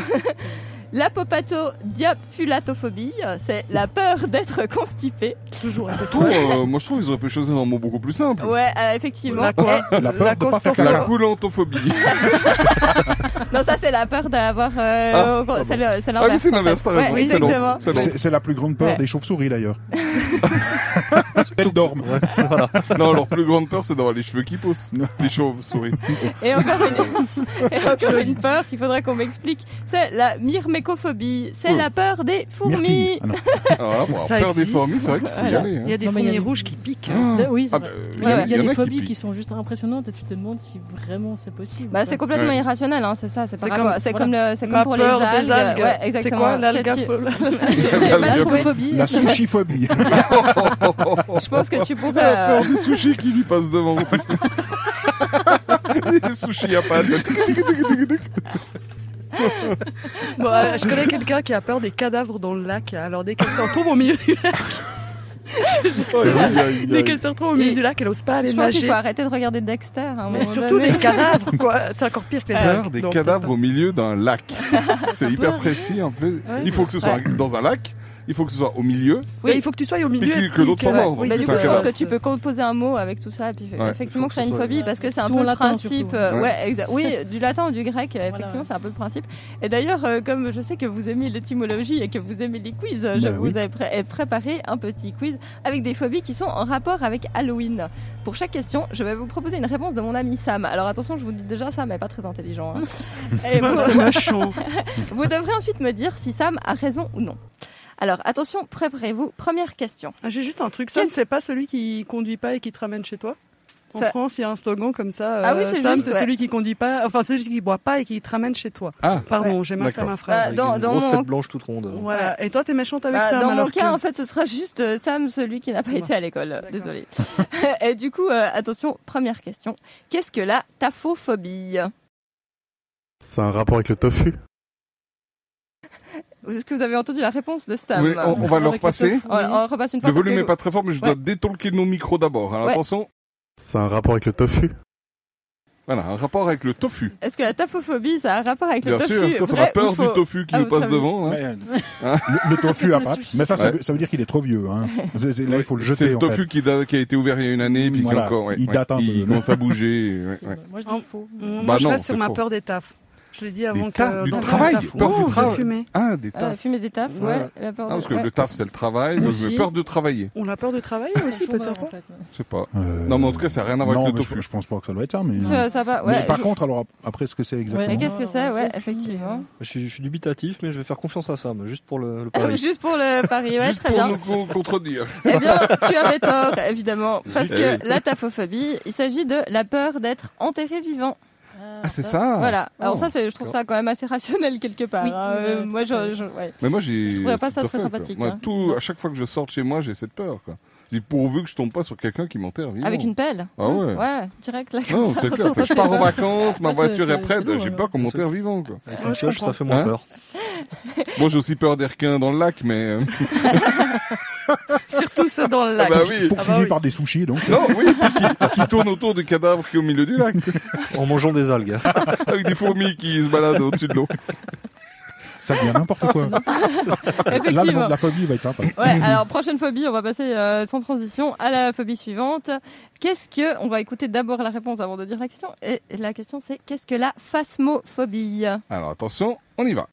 C: L'apopatodiapulatophobie, c'est la peur d'être constipé.
B: Toujours à
E: Tout, euh, moi je trouve qu'ils auraient pu choisir un mot beaucoup plus simple.
C: Ouais, euh, effectivement.
B: La quoi
C: Et-
D: La peur de pas faire
E: La
D: caca.
E: coulantophobie.
C: non, ça c'est la peur d'avoir. euh,
E: Ah,
C: au-
E: ah bon.
C: c'est le- c'est
E: Ah oui,
C: l'inverse.
E: c'est
C: en fait.
E: l'inverse, t'as raison.
C: Ouais,
E: c'est l'autre,
C: exactement.
E: c'est l'autre.
D: C'est c'est la plus grande peur
C: Ouais.
D: des chauves-souris d'ailleurs. Elles dorment.
E: Non, leur plus grande peur, c'est d'avoir les cheveux qui poussent. Les chauves-souris.
C: Et encore une, et encore une peur qu'il faudrait qu'on m'explique. C'est la myrmécophobie. C'est
E: Ouh.
C: la peur des fourmis.
D: Oh. Myrtille. Ah non.
E: Ah, voilà, pour avoir
B: Ça
E: peur des
B: existe.
E: fourmis, c'est vrai qu'il faut y
C: Voilà.
E: aller.
B: Il y
E: hein.
B: a des
G: Non, mais il y
B: fourmis
G: a des-
B: rouges qui piquent.
G: De- oui, c'est
E: Ah,
G: vrai.
E: bah,
G: Il y a, il y a
E: en
G: des
E: qui
G: phobies qui,
E: piquent.
G: sont juste impressionnantes et tu te demandes si vraiment c'est possible.
C: Bah,
G: quoi.
C: c'est complètement
E: Ouais.
C: irrationnel, hein, c'est ça. C'est
B: C'est
C: comme,
B: comme-
C: c'est
B: voilà.
C: comme, le- c'est comme
B: Ma
C: pour les
B: peur
C: algues.
B: des algues.
C: Ouais,
B: c'est
C: exactement.
B: quoi
C: C'est-
B: l'algapho-
C: J'ai pas
E: L'algapho-
C: trouvé.
G: L'algophobie.
D: La sushi-phobie.
C: Je pense que tu pourrais.
E: La
C: euh,
E: peur des sushis qui lui passent devant. en plus. Les sushis à pâte.
B: Bon, euh, je connais quelqu'un qui a peur des cadavres dans le lac. Alors dès qu'elle se retrouve au milieu du lac,
E: Aïe, aïe,
B: dès
E: aïe.
B: qu'elle se retrouve au milieu
C: Et-
B: du lac, elle n'ose pas aller
C: Je pense qu'il
B: nager.
C: faut arrêter de regarder Dexter. à un
B: Mais
C: moment
B: surtout
C: donné.
B: des cadavres, quoi. C'est encore pire que les
E: Peur
B: lacs.
E: des
B: Non,
E: cadavres au milieu d'un lac. C'est hyper
G: peut
E: précis en plus.
B: Ouais.
E: Il faut que ce soit dans un lac, il faut que ce soit au milieu.
B: Oui,
C: Oui.
B: euh, il faut que tu sois au milieu.
E: qu'il-
B: et
E: que l'autre soit mort,
B: oui,
E: donc
C: Bah,
E: c'est
B: c'est
C: du coup,
E: ça
C: je
E: qui est
C: pense
E: là.
C: que tu peux composer un mot avec tout ça, et puis
E: Ouais.
F: Il faut
C: effectivement
F: que
C: créer
F: ce
C: une
F: soit-
C: phobie, parce que c'est un
G: D'où
C: peu
G: on
C: le
G: l'attend,
C: principe,
G: surtout.
C: euh,
E: Ouais.
C: ouais, exa- oui, du latin ou du grec, euh, effectivement,
G: ouais.
C: c'est un peu le principe. Et d'ailleurs, euh, comme je sais que vous aimez l'étymologie et que vous aimez les quiz, je
D: Bah
C: vous
D: oui.
C: ai pré- ai préparé un petit quiz avec des phobies qui sont en rapport avec Halloween. Pour chaque question, je vais vous proposer une réponse de mon ami Sam. Alors attention, je vous dis déjà, Sam n'est pas très intelligent. hein. Et vous-
B: Bah, C'est méchant.
C: vous devrez ensuite me dire si Sam a raison ou non. Alors attention, préparez-vous. Première question.
B: Ah, J'ai juste un truc. Sam,
C: Qu'est-ce-
B: c'est pas celui qui conduit pas et qui te ramène chez toi En
C: Ça-
B: France, il y a un slogan comme ça.
C: Ah
B: euh,
C: oui, c'est
B: Sam,
C: juste,
B: c'est
C: ouais.
B: celui qui conduit pas. Enfin, c'est celui qui boit pas et qui te ramène chez toi.
E: Ah.
B: Pardon, j'ai mal fait
E: D'accord.
B: ma phrase.
C: Bah,
F: Avec
C: dans-
F: une
C: dans
F: grosse
C: mon-
F: tête blanche toute ronde.
B: Voilà. Et toi, t'es méchante avec
C: Bah,
B: Sam.
C: dans mon
B: alors
C: cas,
B: que-
C: en fait, ce sera juste euh, Sam, celui qui n'a pas
B: Ouais.
C: été à l'école. Désolé. Et du coup, euh, attention, première question. Qu'est-ce que la taphophobie
J: C'est un rapport avec le tofu.
C: Est-ce que vous avez entendu la réponse de Sam
E: Oui, on, on va leur
G: Avec le
E: passer.
G: tofu.
C: On- on repasse une fois.
E: Le
C: parce
E: volume
C: que-
E: est pas très fort, mais je
C: Ouais.
E: dois détolquer nos micros d'abord. Alors
C: Ouais.
E: attention,
J: C'est un rapport avec le tofu.
E: voilà, un rapport avec le tofu.
C: Est-ce que la taphophobie, ça a un rapport avec
E: Bien
C: le
E: sûr,
C: tofu
E: quand on
C: Vrai
E: a peur
C: ou faux
E: du tofu qui
C: Ah,
E: nous
C: vous
E: passe
C: savez.
E: devant, hein.
D: Mais, euh, le, le tofu à
G: le
D: pâte.
G: sushi.
D: Mais ça, ça,
E: Ouais.
D: veut, ça veut dire qu'il est trop vieux. Hein. C'est- c'est- là, il faut le jeter.
E: c'est le
D: en
E: tofu
D: fait.
E: qui, date- qui a été ouvert il y a une année, puis
D: Voilà,
E: qui encore, ouais,
D: il
E: ouais,
D: date un
E: il
D: peu.
E: commence à bouger. ouais,
C: oh.
E: ouais.
G: Moi je
B: En-
G: dis faux.
B: Moi,
E: Bah
B: je
E: non,
B: reste sur
E: c'est
B: ma
E: faux.
B: peur des tafs. Je l'ai dit avant
E: Des
B: que.
E: tafs, du
B: dans le
E: travail,
B: taf,
E: peur
B: ouais.
E: du
B: Ouh,
E: travail.
B: de fumer.
E: Ah, des
C: Ah,
E: tafs.
C: fumer des tafs, ouais.
E: Ouais.
C: La peur de-
E: Ah, parce que
C: ouais.
E: le taf, c'est le travail. Moi,
C: Aussi.
E: j'ai peur de travailler.
B: On a peur de travail aussi, peut-être. hein.
G: en
B: pas.
G: fait.
E: Je sais pas.
D: Euh,
E: Non, mais en tout cas, ça n'a rien à voir
D: non,
E: avec
D: mais
E: le
D: je,
E: tofu.
D: je pense pas que ça doit être ça. Mais,
C: Ça, ça va,
D: Mais
C: ouais.
D: par
C: je-
D: contre, alors ap- après, ce que c'est exactement
C: Mais
G: Ouais.
C: qu'est-ce que c'est Ouais,
G: Aucune
C: effectivement.
F: Je suis, je suis dubitatif, mais je vais faire confiance à Sam, juste pour le, le
C: Euh,
F: pari.
C: Juste pour le pari, ouais,
E: Juste
C: très
E: pour
C: bien.
E: nous co- contredire.
C: Eh bien, tu avais tort, évidemment, parce
E: Eh
C: que la taphophobie, il s'agit de la peur d'être enterré vivant.
E: Ah, c'est ça
C: Voilà. Alors
E: Oh,
C: ça, c'est, je trouve ça quand même assez rationnel quelque part.
G: Oui,
C: hein. Euh,
G: oui,
C: moi,
G: tout à
C: je,
G: fait.
C: je- ouais.
E: Mais moi, j'ai.
C: Je trouverais pas ça
E: tout à
C: très
E: fait,
C: sympathique,
E: quoi. Moi,
C: hein.
E: tout, à chaque fois que je sorte chez moi, j'ai cette peur, quoi. Je dis, pourvu que je tombe pas sur quelqu'un qui m'enterre vivant.
C: avec une pelle.
E: Ah ouais. Oh.
C: Ouais, direct là. Comme
E: Non,
C: ça,
E: c'est
C: ça
E: clair.
C: sent
E: c'est que Je
C: très
E: pars en
C: bien.
E: vacances, ma
G: Ah, c'est-
E: voiture
G: c'est-
E: est prête, ben,
G: c'est lourd,
E: j'ai
G: alors.
C: hein.
E: peur qu'on m'enterre vivant, quoi.
F: Avec
B: Ouais,
F: une
B: je
F: pioche,
B: comprends.
F: ça fait moins
E: Hein
F: peur.
E: Moi, j'ai aussi peur des requins dans le lac, mais. euh,
B: Surtout ceux dans le
E: Ah
B: lac.
E: bah oui.
D: poursuivi
B: Ah bah oui.
D: par des sushis. Donc,
E: Non, oui, qui, qui tourne autour du cadavre qui est au milieu du lac,
F: En mangeant des algues.
E: avec des fourmis qui se baladent au-dessus de l'eau.
D: ça devient n'importe quoi. Là, le
C: Effectivement.
D: monde de la phobie va être sympa. Mm.
C: Ouais, alors prochaine phobie, on va passer euh, sans transition à la phobie suivante. Qu'est-ce que, on va écouter d'abord la réponse avant de dire la question. Et la question c'est qu'est-ce que la phasmophobie
E: Alors attention, on y va.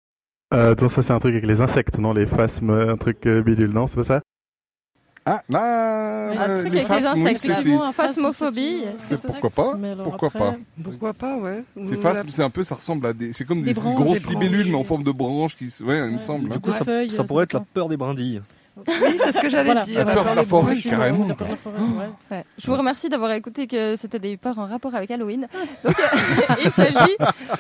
J: Euh, attends, ça c'est un truc avec les insectes, non Les phasmes, un truc euh, bidule, non C'est pas ça
E: Ah, là,
G: Un
E: euh,
C: truc
E: les
C: avec
E: faces,
C: les
E: oui,
C: insectes,
E: c'est- c'est-
G: Effectivement, un phasme,
C: Phasmophobie,
G: une-
E: c'est pourquoi pas,
G: Mais alors
E: pourquoi
G: après,
E: pas.
B: Pourquoi pas, ouais.
E: Ces
B: Ou
E: faces,
B: la-
E: c'est un peu, ça ressemble à des, c'est comme des,
G: Des branches,
E: grosses
B: des branches.
E: libellules, mais en forme de branches qui, se- ouais, il me
G: Ouais.
E: semble.
F: Du coup,
G: Des
F: ça,
G: feuilles,
F: ça
G: euh,
F: pourrait être la
G: certains.
F: peur des brindilles.
B: Oui, c'est ce que j'allais
G: Voilà.
B: dire.
E: La peur de la
B: des
E: forêt,
B: bruits.
E: carrément. Mmh.
G: la peur de la forêt, ouais.
C: Ouais. Je vous remercie d'avoir écouté que c'était des peurs en rapport avec Halloween.
G: Ah.
C: Donc euh, il s'agit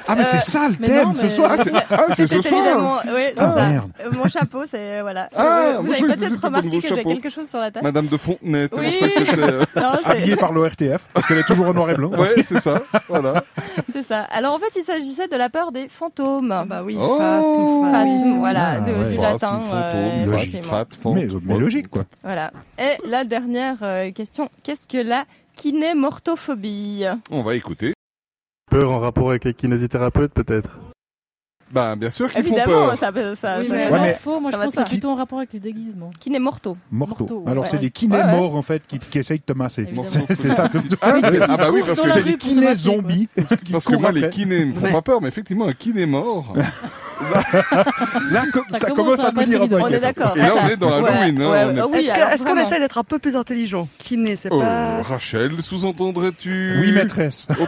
D: Ah, mais c'est ça le
G: mais
D: thème
G: non,
D: ce
G: mais-
D: soir.
E: Ah, c'est, ah, c'est
C: C'était
E: ce soir.
C: évidemment, ouais, c'est
D: Ah,
C: ça.
D: merde.
C: Euh, Mon chapeau, c'est euh, voilà.
E: Ah,
C: vous
E: moi, je
C: avez
E: croyais que
C: peut-être
E: c'était ton
C: remarqué
E: nouveau
C: que j'avais
E: chapeau.
C: quelque chose sur la tête.
E: Madame de Fontenay, c'est
C: Oui.
E: je crois que c'était, euh,
C: Non,
D: Habillé
C: c'est-
D: par l'ORTF, parce qu'elle est toujours en noir et blanc.
E: ouais, c'est ça, voilà.
C: c'est ça. Alors en fait, il s'agissait de la peur des fantômes.
B: Ah bah oui,
E: Oh.
B: face, face.
C: Phasme, voilà,
D: Ah,
C: de-
D: ouais.
C: du
E: Face,
C: latin.
E: fantôme,
C: euh,
E: fat,
D: logique.
C: effectivement.
E: fat, fant-
D: Mais, mais logique, quoi.
C: Voilà. Et la dernière euh, question, qu'est-ce que la kinémortophobie
E: On va écouter.
J: Peur en rapport avec les kinésithérapeutes, peut-être
E: Bah, bien sûr qu'ils font
C: Évidemment,
E: peur.
C: ça, ça, ça,
G: Oui,
C: Ah, ça-
G: mais
D: Ouais, mais-
G: alors, faux, moi je
C: ça va
G: pense que c'est
C: te-
G: plutôt en rapport avec les déguisements.
C: Qui n'est morto.
D: Mortaux.
G: Mortaux,
D: Alors,
G: ouais.
D: c'est des kinés
C: Ouais, ouais.
D: morts, en fait, qui, qui essayent de te masser.
G: Évidemment.
D: C'est c'est ça. comme-
E: Ah, c'est- ah bah oui,
G: courent
E: parce
G: sur
E: que,
G: la
E: c'est-
G: rue.
D: les
G: pour te
D: kinés
G: masser, quoi.
D: zombies. qui
E: parce que
D: courent
E: moi, les
D: après.
E: kinés me font
B: Ouais.
E: pas peur, mais effectivement, un kiné mort.
D: Là, comme-
G: Ça
D: ça, commence
G: commence
D: à
G: à
D: me dire
G: pas
D: un
G: être
D: peu
C: On est
D: inquiétant.
C: d'accord.
E: Et là,
C: Ah,
E: on est dans
C: ça-
E: Halloween,
C: ouais,
E: hein, on est-
C: ouais, oui,
B: Est-ce que-
C: alors
B: est-ce qu'on
C: vraiment.
B: essaie d'être un peu plus intelligent Kiné, c'est
E: Oh,
B: pas.
E: Rachel, sous-entendrais-tu
D: Oui, maîtresse.
E: Oh,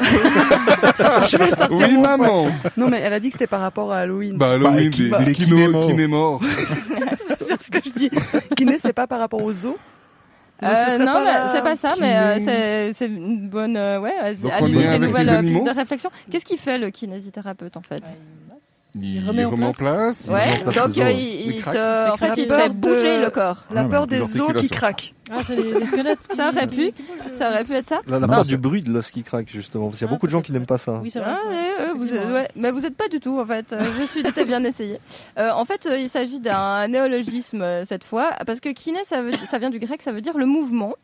B: Ah, Je vais sortir
E: Oui,
B: mon-
E: maman.
B: Non, mais elle a dit que c'était par rapport à Halloween.
E: Bah, Halloween,
D: qui-
E: des,
D: bah,
E: des
D: les
E: kinos-
D: kinés morts.
E: kinés morts.
B: c'est ce que je dis. Kiné, c'est pas par rapport aux os. Donc, ce
C: Euh,
B: serait
C: non,
B: pas-
C: mais c'est pas ça,
B: Kiné.
C: mais euh, c'est- c'est une bonne, euh, ouais, vas-y,
E: Donc,
C: allez,
E: on
B: est
C: des
B: avec les
C: nouvelles euh,
E: animaux
C: pistes de réflexion. Qu'est-ce qu'il fait le kinésithérapeute en fait
E: Il remet en place.
C: Ouais,
D: remplace
C: donc
D: les os,
C: euh,
D: ouais.
C: il,
E: Il
C: il
E: craque.
C: te, en fait, il te
B: craque.
C: fait bouger
B: De-
C: le corps.
B: La
D: Ah,
B: peur
E: mais
B: des
E: des
B: os qui
E: articulations.
B: craquent.
G: Ah, c'est les, les squelettes. qui-
C: Ça aurait pu,
G: qui bougent.
C: ça aurait pu être ça.
F: La, la
D: Non,
F: part
D: c'est-
F: du bruit de l'os qui craque, justement. Parce qu'il y a
G: Ah,
F: beaucoup de gens
G: peut-être.
F: qui n'aiment pas ça.
G: Oui, c'est vrai.
C: Ah, ouais,
G: ouais.
C: ouais, vous êtes-
G: Effectivement,
C: ouais, mais vous n'êtes pas du tout en fait. Euh, Je suis c'était bien essayé. Euh, en fait, euh, il s'agit d'un néologisme euh, cette fois parce que kiné ça, veut- ça vient du grec, ça veut dire le mouvement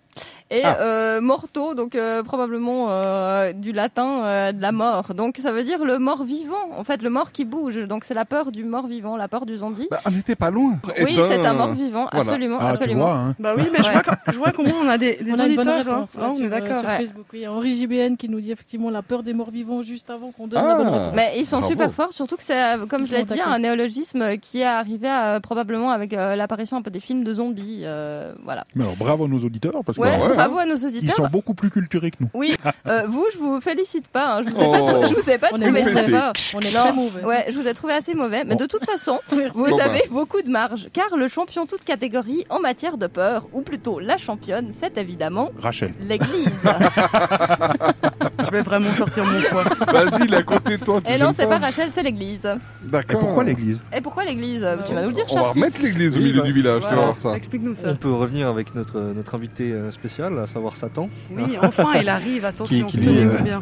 C: et
E: Ah.
C: euh, morto donc euh, probablement euh, du latin euh, de la mort. Donc ça veut dire le mort vivant en fait, le mort qui bouge. Donc c'est la peur du mort vivant, la peur du zombie.
E: Bah, on n'était pas loin.
C: oui,
E: Eh ben,
C: c'est un mort vivant,
E: voilà.
C: absolument,
D: Ah, tu
C: absolument.
D: vois, hein.
B: Bah oui, mais je
C: Ouais.
B: vois quand- je vois comment on a des, des
G: On a une bonne
B: auditeurs.
G: réponse
B: hein.
G: ouais,
B: Ah, on
G: sur,
B: est
G: euh,
B: d'accord.
G: sur
C: Ouais.
G: Facebook. Oui, Henri JBN qui nous dit effectivement la peur des morts vivants juste avant qu'on donne
E: Ah.
G: la bonne réponse.
C: Mais ils sont
E: Bravo.
C: super forts, surtout que c'est, euh, comme
G: Ils
C: je l'ai
G: sont
C: dit,
G: attaqués.
C: un néologisme euh, qui est arrivé euh, probablement avec euh, l'apparition un peu des films de zombies. euh, voilà.
D: Mais alors, bravo à nos auditeurs, parce que
C: Ouais,
E: ouais,
C: bravo à nos
D: Bah ils
C: auditeurs.
D: sont beaucoup plus culturés que nous.
C: Oui, euh, vous, je vous félicite pas. hein, je, vous ai pas
E: Oh.
C: trou- je vous ai pas
G: On est
C: trouvé
G: mauvais.
C: très fort.
G: On est
C: Non,
G: très mauvais.
C: Ouais, je vous ai trouvé assez mauvais, mais
D: Bon.
C: de toute façon,
G: Merci.
C: vous
E: Bon,
C: avez beaucoup de marge, car le champion toute catégorie en matière de peur, ou plutôt la championne, c'est évidemment
D: Rachel.
C: l'église.
B: Je vais vraiment sortir mon poids.
E: Vas-y, la côté toi. tu
C: Et Eh non,
E: aimes
C: c'est pas Rachel, c'est l'église.
D: Et
E: D'accord.
D: pourquoi l'église
C: Et pourquoi l'église Tu vas nous le dire,
E: On va
C: Charles.
E: remettre l'église au
F: Oui,
E: milieu
F: bah.
E: du village, tu vas
B: Voilà.
E: voir ça.
B: Explique-nous ça.
F: On peut revenir avec notre, notre invité euh, spécial, à savoir Satan.
B: Oui, enfin, il arrive. Attention,
F: Qui- qui
D: lui,
B: tenez-vous
D: euh,
B: bien.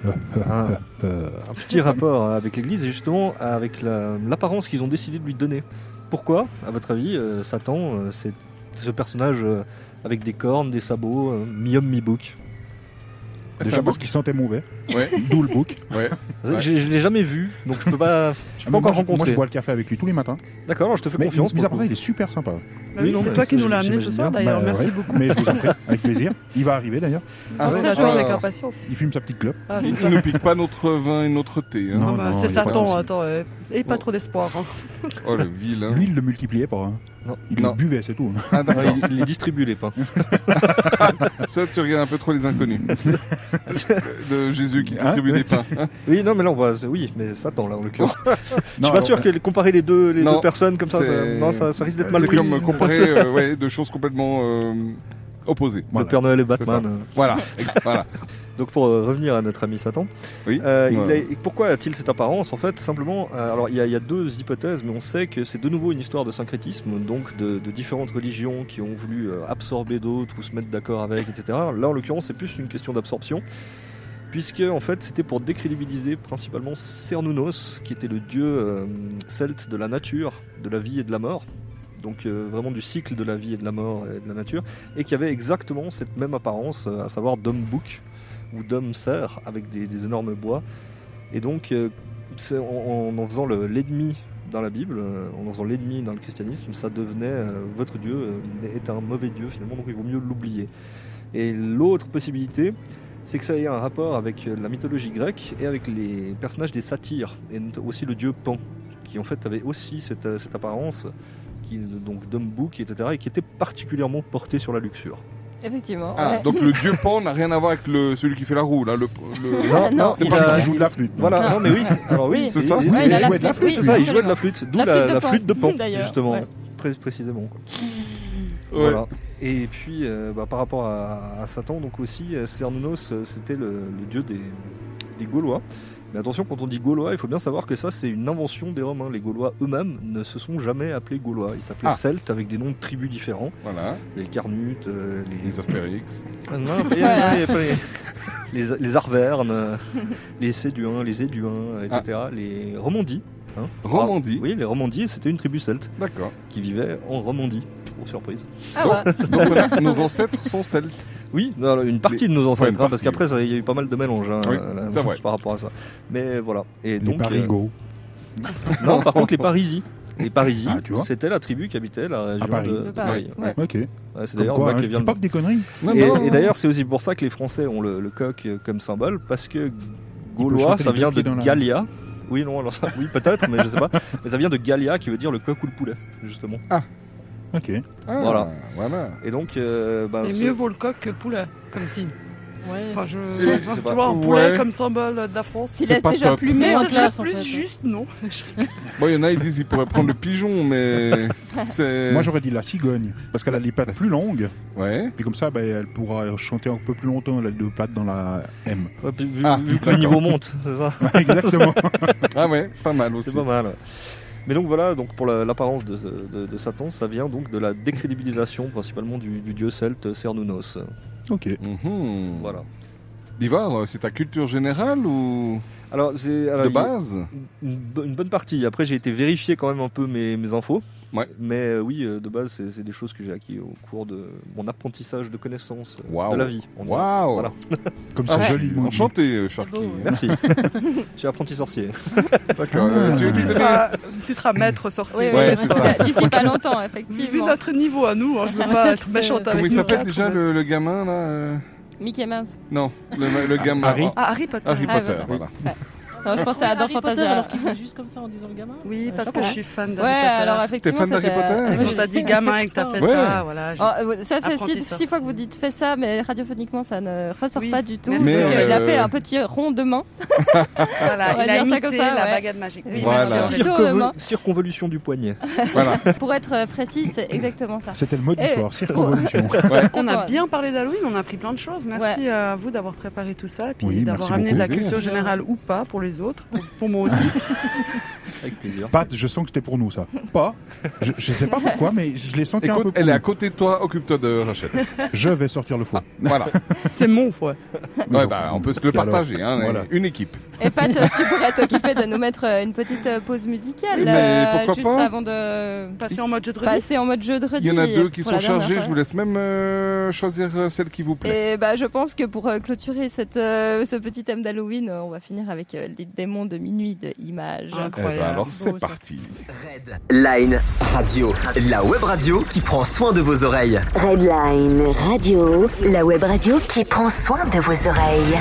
F: Un, un petit rapport hein, avec l'Église et justement avec la- l'apparence qu'ils ont décidé de lui donner. Pourquoi, à votre avis, euh, Satan, euh, c'est ce personnage euh, avec des cornes, des sabots, euh, mi-homme, mi-bouc
D: Déjà parce qu'ils sentaient mauvais.
E: Ouais.
D: D'où le bouc.
C: Ah,
E: Ouais.
F: Je je l'ai jamais vu, donc je peux pas,
D: Ah,
F: je peux pas
D: Mais moi,
F: encore
D: je- Moi, je
F: rencontrer.
D: bois le café avec lui tous les matins.
F: D'accord, alors je te fais
D: Mais
F: confiance.
D: mis
F: pour
D: à part
F: le
D: ça,
F: coup.
D: il est super sympa.
B: Bah oui,
F: non,
B: c'est
F: mais
B: toi qui nous
F: j'imagine
B: l'as amené ce
F: bien.
B: soir Ah, d'ailleurs.
D: Bah,
B: Merci
D: ouais.
B: beaucoup.
D: Mais je vous en prie, avec plaisir. Il va arriver d'ailleurs.
E: Ah,
B: on
E: ouais,
B: attend avec
E: d'accord.
B: impatience.
D: Il fume sa petite clope.
B: Ah, c'est ça.
E: Il ne pique pas notre vin et notre thé. Hein.
D: Non,
B: Ah bah,
D: non,
B: c'est
D: il y a pas de
B: Satan,
D: souci.
B: attends, euh, et pas trop d'espoir. hein.
E: Oh, le vilain.
D: Lui, il le multipliait pas. hein.
F: Hein Non.
D: Il
E: Non.
D: le buvait, c'est tout.
E: Ah, d'accord.
F: Ouais, il, il les distribue les pains.
E: Ça, tu regardes un peu trop les inconnus. de Jésus qui
D: Hein
E: distribue des pains.
F: Oui, non, mais là, on va, oui, mais Satan, là, en l'occurrence. je
D: Non,
F: suis pas
D: alors,
F: sûr que comparer les deux, les
E: Non,
F: deux personnes comme ça, ça,
E: c'est- Bah,
F: non, ça, ça risque d'être mal
E: C'est
F: pris.
E: comme comparer euh, ouais, deux choses complètement euh, opposées.
F: Le Père Noël et Batman. euh.
E: Voilà. voilà.
F: Donc pour euh, revenir à notre ami Satan,
E: Oui.
F: euh, il
E: Ouais.
F: a- pourquoi a-t-il cette apparence En fait, simplement, euh, alors il y, a- il y a deux hypothèses, mais on sait que c'est de nouveau une histoire de syncrétisme, donc de, de différentes religions qui ont voulu euh, absorber d'autres ou se mettre d'accord avec, etc. Là, en l'occurrence, c'est plus une question d'absorption, puisque en fait, c'était pour décrédibiliser principalement Cernunnos, qui était le dieu euh, celte de la nature, de la vie et de la mort. Donc euh, vraiment du cycle de la vie et de la mort et de la nature, et qui avait exactement cette même apparence, euh, à savoir d'homme bouc, ou d'hommes serres avec des, des énormes bois. Et donc, euh, c'est en, en- en faisant le- l'ennemi dans la Bible, euh, en en faisant l'ennemi dans le christianisme, ça devenait euh, votre Dieu euh, est un mauvais Dieu finalement, donc il vaut mieux l'oublier. Et l'autre possibilité, c'est que ça ait un rapport avec euh, la mythologie grecque et avec les personnages des satyres, et not- aussi le dieu Pan, qui en fait avait aussi cette, euh, cette apparence qui donc d'homme bouc, etc., et qui était particulièrement porté sur la luxure.
C: Effectivement.
E: Ah,
C: ouais.
E: donc le dieu Pan n'a rien à voir avec le, celui qui fait la roue. Là, le, le-
C: Non, non,
D: C'est
F: Ah, il
D: pas
F: a-
D: celui qui joue de la flûte. non.
F: Voilà, non, mais oui. Alors oui,
C: Oui.
E: C'est ça
F: et- et-
C: Ouais,
F: et-
C: il a
D: il
C: la
D: jouait de la
C: flûte, oui,
F: C'est ça, il jouait de
C: absolument.
F: la flûte, d'où
C: La
F: la,
C: flûte de
F: la
C: Pan.
F: flûte de Pan,
C: Mmh, d'ailleurs,
F: justement,
C: ouais.
F: Pré- précisément. quoi.
E: Ouais.
F: Voilà. Et puis, euh, bah, par rapport à, à Satan, donc aussi, euh, Cernunnos, euh, c'était le, le dieu des, des Gaulois. Mais attention, quand on dit Gaulois, il faut bien savoir que ça, c'est une invention des Romains. Les Gaulois eux-mêmes ne se sont jamais appelés Gaulois. Ils s'appelaient
E: Ah.
F: Celtes avec des noms de tribus différents.
E: Voilà.
F: Les Carnutes, euh, les
E: Les Astérix.
F: ah, non, pas-
C: Voilà.
F: pas- pas- les, les Arvernes, euh, les Séduins, les Éduins, etc.
E: Ah.
F: Les Romandis. hein.
E: Romandie.
F: Ah, oui, les Romandis, c'était une tribu celte
E: D'accord.
F: qui vivait en Romandie, aux surprises.
C: Ah ouais.
E: Donc voilà, nos ancêtres sont celtes.
F: Oui, non, alors, une partie de nos
E: Ouais,
F: ancêtres,
E: une
F: hein, parce
E: partie,
F: qu'après, ça, il y a eu pas mal de mélanges hein,
E: Oui,
F: euh, là,
E: c'est vrai.
F: par rapport à ça. Mais voilà. Et
D: Les
F: donc, euh,
D: parigots.
F: Non, par contre, les Parisi. Les Parisi,
D: Ah, tu vois.
F: c'était la tribu qui habitait la région
D: Paris.
E: Euh,
F: de,
D: De
F: de
C: Paris,
F: Paris.
C: ouais.
D: Ok.
F: Ouais, c'est
D: Comme
F: d'ailleurs
D: quoi,
F: là
D: hein,
F: que
D: je
F: vient
D: dis
F: le
D: pas que des conneries.
E: Non,
F: Et,
E: non.
F: et d'ailleurs, c'est aussi pour ça que les Français ont le, le coq euh, comme symbole, parce que gaulois,
D: chanter
F: ça
D: les
F: vient
D: deux pieds
F: de
D: dans la-
F: Gallia. Oui, non, alors ça, oui, peut-être, mais je sais pas. Mais ça vient de Gallia, qui veut dire le coq ou le poulet, justement.
D: Ok.
E: Ah,
F: Voilà.
E: Voilà.
F: Et donc, euh, ben,
B: Mais
F: ce-
B: mieux vaut le coq que le poulet, comme signe.
G: Ouais,
B: Enfin, je...
E: C'est-
B: enfin,
F: je sais
B: tu
F: pas.
B: vois, un poulet
E: Ouais.
B: comme symbole de la France.
E: C'est
C: Il a
E: pas
C: déjà
E: top.
B: Mais
C: plumé en
B: ce serait
G: classe, en
B: plus
G: fait.
B: juste, non
E: Bon, il y en a, ils disent qu'ils pourraient prendre le pigeon, mais c'est.
D: Moi j'aurais dit la cigogne, parce qu'elle a les pattes plus longues,
E: Ouais.
D: puis comme ça bah, elle pourra chanter un peu plus longtemps, elle a deux pattes dans la M.
F: ouais, puis vu,
E: Ah,
F: vu que
E: d'accord.
F: le niveau monte, c'est ça
D: Exactement.
E: Ah ouais, pas mal aussi.
F: C'est pas mal. Mais donc voilà, donc pour la- l'apparence de, de- de Satan, ça vient donc de la décrédibilisation principalement du, du dieu celte Cernunnos.
D: ok.
E: Mhm.
F: Voilà.
E: Ivar, euh, c'est ta culture générale ou
F: Alors, c'est alors,
E: de
F: Euh, il-
E: base
F: une, bo- une bonne partie. Après, j'ai été vérifier quand même un peu mes, mes infos.
E: Ouais.
F: Mais euh, oui, euh, de base, c'est c'est des choses que j'ai acquis au cours de mon apprentissage de connaissances euh,
E: Waouh.
F: de la vie. On-
E: Ah Waouh
F: Voilà.
D: Comme
E: Ah,
D: ça,
E: je
D: joli.
E: suis
D: mon Dieu.
E: Enchanté, euh, Sharky.
G: C'est beau, ouais.
F: Merci. j'ai apprenti sorcier.
E: D'accord.
D: Ah.
E: euh, tu-
B: tu,
E: tu-
B: seras, tu seras maître
C: Oui,
B: sorcier.
C: oui,
E: Ouais,
C: oui,
E: c'est
C: parce
E: ça.
C: que D'ici pas longtemps,
B: Vu
C: effectivement.
B: notre niveau à nous, hein, je veux pas être
G: C'est-
B: méchante
E: Comment
B: avec
E: il
B: nous
E: s'appelle
B: quatre,
E: déjà
B: mais-
E: le, le gamin là euh,
C: Mickey Mouse.
E: Non, le, le gamin.
D: Harry.
E: Ah,
B: Ah, Harry Potter.
E: Harry
C: Ah,
E: Potter,
C: voilà.
E: voilà.
C: Non, je pensais à Adam
G: Harry Potter,
C: Fantasia.
G: alors qu'il faisait juste comme ça en disant le gamin.
B: Oui,
C: Ah,
B: parce que je suis fan
C: Ouais,
B: d'Harry Potter.
C: alors
E: T'es
C: effectivement.
E: fan d'Harry
C: c'était-
E: Potter
C: Ah,
B: Quand
C: moi,
B: t'as
C: j'ai-
B: dit gamin et que t'as fait
E: Ouais.
B: ça, voilà. j'ai-
C: Ah, euh, ça fait
B: Apprenti
C: six,
B: sorcier.
C: six fois que vous dites fais ça, mais radiophoniquement ça ne ressort
B: Oui,
C: pas du tout.
B: merci.
E: Mais,
C: Donc, euh, Il a
E: euh,
C: fait un petit rond de main.
B: Voilà,
C: On va
B: il a
C: dire ça
B: imité
C: comme ça,
B: la
C: ouais.
B: baguette magique. Oui,
E: Voilà.
B: bien sûr.
C: Plutôt,
F: Circonvolution du poignet.
E: voilà.
C: Pour être euh, précis, c'est exactement ça.
D: C'était le mot du
C: Eh.
D: soir, circonvolution.
B: On a bien parlé d'Halloween, on a appris plein de choses. Merci à vous d'avoir préparé tout ça, puis
D: Oui,
B: d'avoir
D: merci
B: amené de la
E: beaucoup.
B: culture générale ou pas pour les autres, pour- pour moi aussi.
F: Avec plaisir.
D: Pat, je sens que c'était pour nous ça. Pas. Je, je sais pas pourquoi, mais je l'ai senti un peu
E: Écoute,
D: pour
E: elle est à
D: nous.
E: côté de toi, occupe-toi de Rachel.
D: Je vais sortir le fouet.
E: Voilà.
B: C'est mon foie.
E: Ouais, bah, on peut se le
D: Puis alors,
E: partager, hein,
D: voilà.
E: une équipe.
C: Et Pat, tu pourrais t'occuper de nous mettre euh, une petite euh, pause musicale euh,
E: Mais pourquoi
C: juste
E: pas
C: avant de
B: Passer en mode jeu de redis.
C: passer en mode jeu de
E: Il
C: redis.
E: y en a deux qui
C: pour
E: sont
C: la dernière
E: chargés,
C: fois.
E: je vous laisse même euh, choisir euh, celle qui vous plaît.
C: Et bah, je pense que pour euh, clôturer cette, euh, ce petit thème d'Halloween, euh, on va finir avec euh, les démons de minuit de Image.
E: Eh ben, alors
G: Beau,
E: c'est
G: ça.
E: parti.
H: Red, Line, radio. La web radio qui prend soin de vos oreilles.
I: Redline Radio, la web radio qui prend soin de vos oreilles.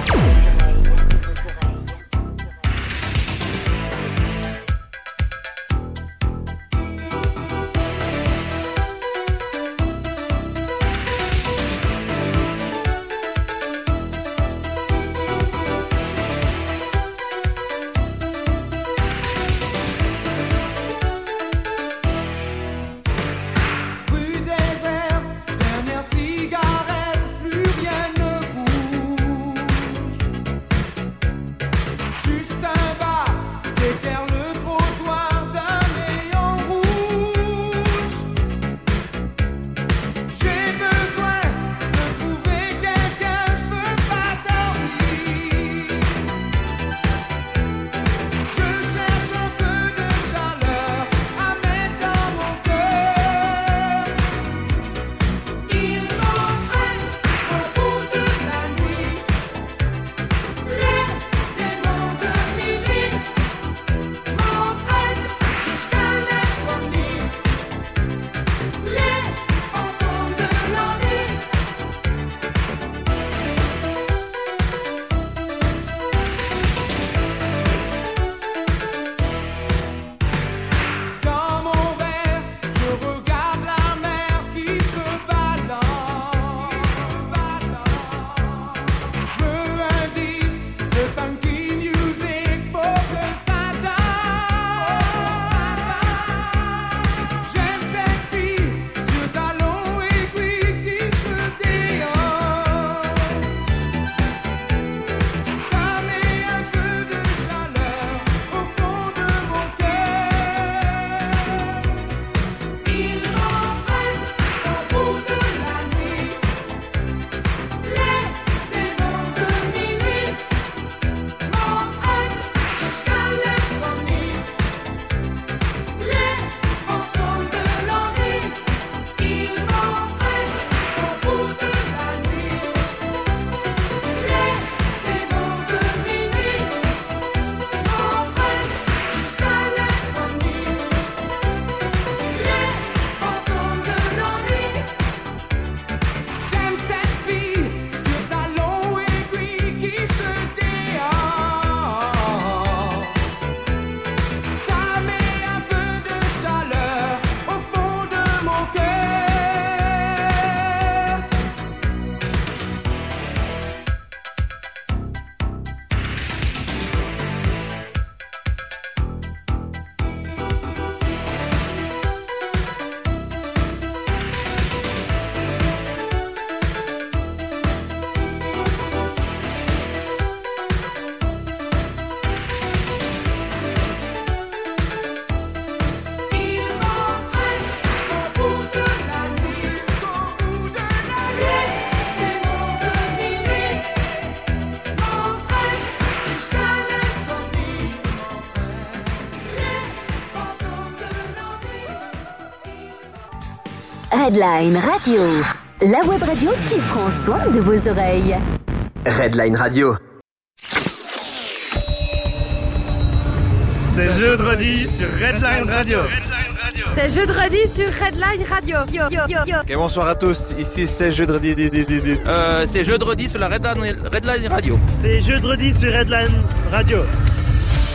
K: Rue désert, dernière cigarette, plus rien ne bouge.
I: Redline Radio, la web radio qui prend soin de vos oreilles.
H: Redline Radio.
K: C'est jeudi sur Redline Radio.
L: C'est jeudi sur Redline Radio. Yo, yo, yo, yo.
K: Et bonsoir à tous, ici c'est jeudi. Euh, c'est jeudi sur la Redline, Redline Radio.
M: C'est jeudi sur Redline Radio.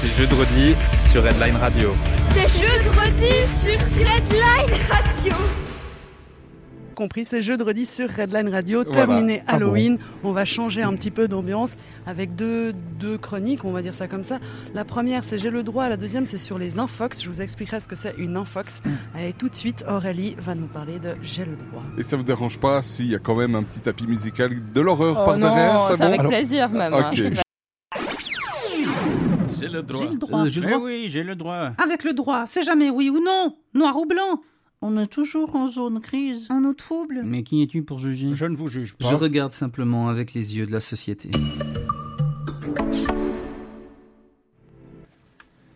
K: C'est jeudi sur Redline Radio.
N: C'est jeudi sur Redline Radio.
B: compris, c'est jeudi sur Redline Radio, Voilà. terminé Ah Halloween. bon On va changer un petit peu d'ambiance avec deux, deux chroniques, on va dire ça comme ça. La première, c'est J'ai le droit, la deuxième, c'est sur les infox. Je vous expliquerai ce que c'est une infox. Et tout de suite, Aurélie va nous parler de J'ai le droit.
E: Et ça vous dérange pas s'il y a quand même un petit tapis musical de l'horreur
B: Oh
E: par
B: non,
E: derrière
B: c'est
E: bon ah,
B: avec plaisir même, hein,
E: Ok.
B: c'est pas-
K: J'ai le droit.
O: J'ai le droit.
K: Euh, j'ai le
O: Mais
K: droit. oui, j'ai le droit.
O: Avec le droit, c'est jamais oui ou non, noir ou blanc. On est toujours en zone grise, en eau trouble.
P: Mais qui es-tu pour juger Je ne vous juge
K: pas.
P: Je regarde simplement avec les yeux de la société.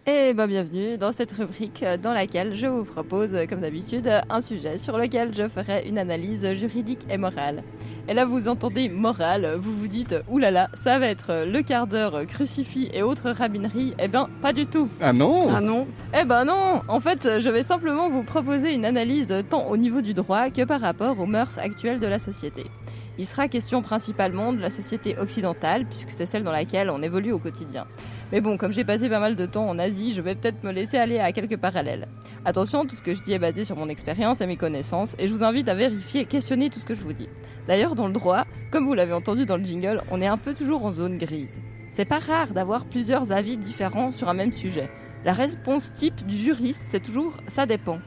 C: Et ben bienvenue dans cette rubrique euh, dans laquelle je vous propose, euh, comme d'habitude, euh, un sujet sur lequel je ferai une analyse juridique et morale. Et là, vous entendez morale, euh, vous vous dites, oulala, ça va être euh, le quart d'heure euh, crucifix et autres rabineries. Eh ben, pas du tout.
E: Ah non
C: Eh ben non En fait, euh, je vais simplement vous proposer une analyse euh, tant au niveau du droit que par rapport aux mœurs actuelles de la société. Il sera question principalement de la société occidentale, puisque c'est celle dans laquelle on évolue au quotidien. Mais bon, comme j'ai passé pas mal de temps en Asie, je vais peut-être me laisser aller à quelques parallèles. Attention, tout ce que je dis est basé sur mon expérience et mes connaissances, et je vous invite à vérifier et questionner tout ce que je vous dis. D'ailleurs, dans le droit, comme vous l'avez entendu dans le jingle, on est un peu toujours en zone grise. C'est pas rare d'avoir plusieurs avis différents sur un même sujet. La réponse type du juriste, c'est toujours ça dépend.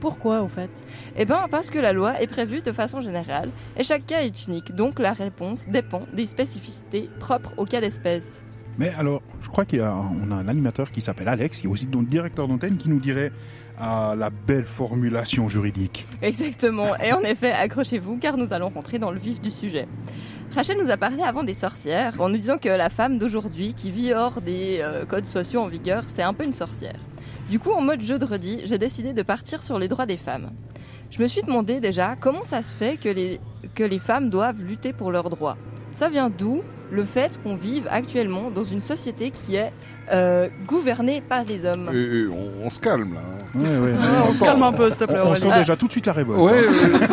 C: Pourquoi au fait Eh bien parce que la loi est prévue de façon générale et chaque cas est unique, donc la réponse dépend des spécificités propres au cas d'espèce.
D: Mais alors, je crois qu'il y a, on a un animateur qui s'appelle Alex, qui est aussi donc directeur d'antenne, qui nous dirait ah, la belle formulation juridique.
C: Exactement, et en effet, accrochez-vous car nous allons rentrer dans le vif du sujet. Rachel nous a parlé avant des sorcières en nous disant que la femme d'aujourd'hui qui vit hors des euh, codes sociaux en vigueur, c'est un peu une sorcière. Du coup, en mode jeu de redis, j'ai décidé de partir sur les droits des femmes. Je me suis demandé déjà comment ça se fait que les, que les femmes doivent lutter pour leurs droits. Ça vient d'où le fait qu'on vive actuellement dans une société qui est euh, gouvernée par les hommes.
E: Et- et Euh, on, on se calme là.
C: on se calme un peu, s'il te plaît,
D: On, on sent
C: Aurélie.
D: déjà tout de suite la révolte. hein.
E: Ouais,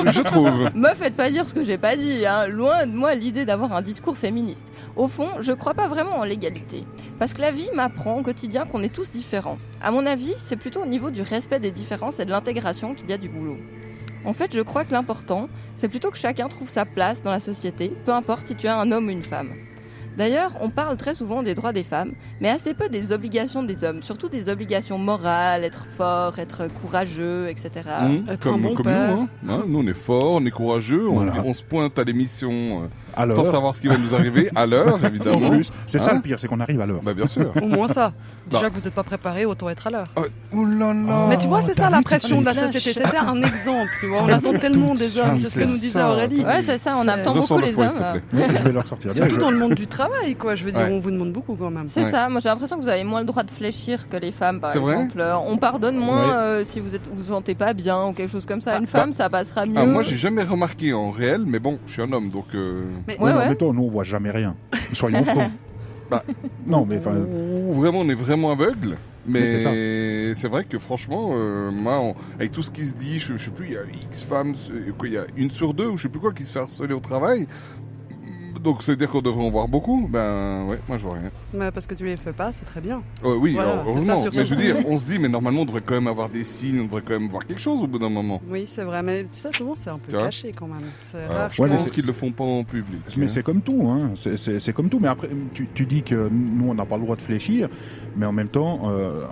E: euh, je trouve.
C: Me faites pas dire ce que j'ai pas dit, hein. loin de moi l'idée d'avoir un discours féministe. Au fond, je crois pas vraiment en l'égalité. Parce que la vie m'apprend au quotidien qu'on est tous différents. À mon avis, c'est plutôt au niveau du respect des différences et de l'intégration qu'il y a du boulot. En fait, je crois que l'important, c'est plutôt que chacun trouve sa place dans la société, peu importe si tu es un homme ou une femme. D'ailleurs, on parle très souvent des droits des femmes, mais assez peu des obligations des hommes, surtout des obligations morales, être fort, être courageux, etc.
E: Hum,
C: Être un
E: comme,
C: bon
E: comme
C: père.
E: nous, hein. Hein, nous on est forts, on est courageux, on- on, se pointe à l'émission euh,
D: l'heure.
E: sans savoir ce qui va nous arriver, à l'heure évidemment.
D: En plus, c'est ça
E: Hein
D: le pire, c'est qu'on arrive à l'heure.
E: Bah bien sûr.
B: Au moins ça. Déjà
E: Bah.
B: que vous n'êtes pas préparé, autant être à l'heure.
D: Oh
E: là.
B: Mais tu vois, c'est
E: Oh, T'as
B: ça
E: vu,
B: la
E: t'as
B: pression
E: pas
B: de la
E: les
B: société.
E: clashs.
B: C'était un exemple, tu vois. On attend tellement des hommes. C'est ce que nous disait Aurélie.
C: Ouais, c'est ça, on attend beaucoup les hommes.
D: Je vais leur sortir.
B: Surtout dans le monde du travail, quoi. Je veux dire,
D: Ouais.
B: on vous demande beaucoup quand même.
C: C'est ça, moi j'ai l'impression que vous avez moins le droit de fléchir que les femmes par
B: C'est vrai
C: exemple. Euh, On pardonne moins
E: Ouais.
C: euh, si vous êtes, vous, vous sentez pas bien ou quelque chose comme
B: Ah, bah,
C: ça. Une femme ça passera mieux.
E: Ah, moi j'ai jamais remarqué en réel, mais bon, je suis un homme donc. euh,
C: Mais- Ouais,
D: mais
C: ouais.
D: en même temps, nous, on voit jamais rien. Soyons francs.
E: Bah,
D: non, mais enfin.
E: Ou Vraiment, on est vraiment aveugle. Mais
D: Mais c'est ça.
E: c'est vrai que franchement, euh, moi, on- avec tout ce qui se dit, je, je sais plus, il y a X femmes, euh, quoi, il y a une sur deux ou je sais plus quoi qui se fait harceler au travail. Donc, ça veut dire qu'on devrait en voir beaucoup. Ben ouais, moi je vois rien.
B: Mais parce que tu les fais pas, c'est très bien.
E: Euh, oui,
B: Voilà,
E: alors,
B: c'est ça,
E: heureusement.
B: surtout.
E: mais je veux dire, on se dit, mais normalement, on devrait quand même avoir des signes, on devrait quand même voir quelque chose au bout d'un moment.
B: Oui, c'est vrai. Mais ça, souvent, c'est un peu
E: Tu vois
B: caché quand même. C'est
E: Alors,
B: rare.
E: je
D: Ouais, mais
E: pense
D: c'est-
E: qu'ils le font pas en public.
D: Mais
E: hein.
D: c'est comme tout, hein. C'est- c'est c'est comme tout. Mais après, tu, tu dis que nous, on n'a pas le droit de fléchir, mais en même temps, euh,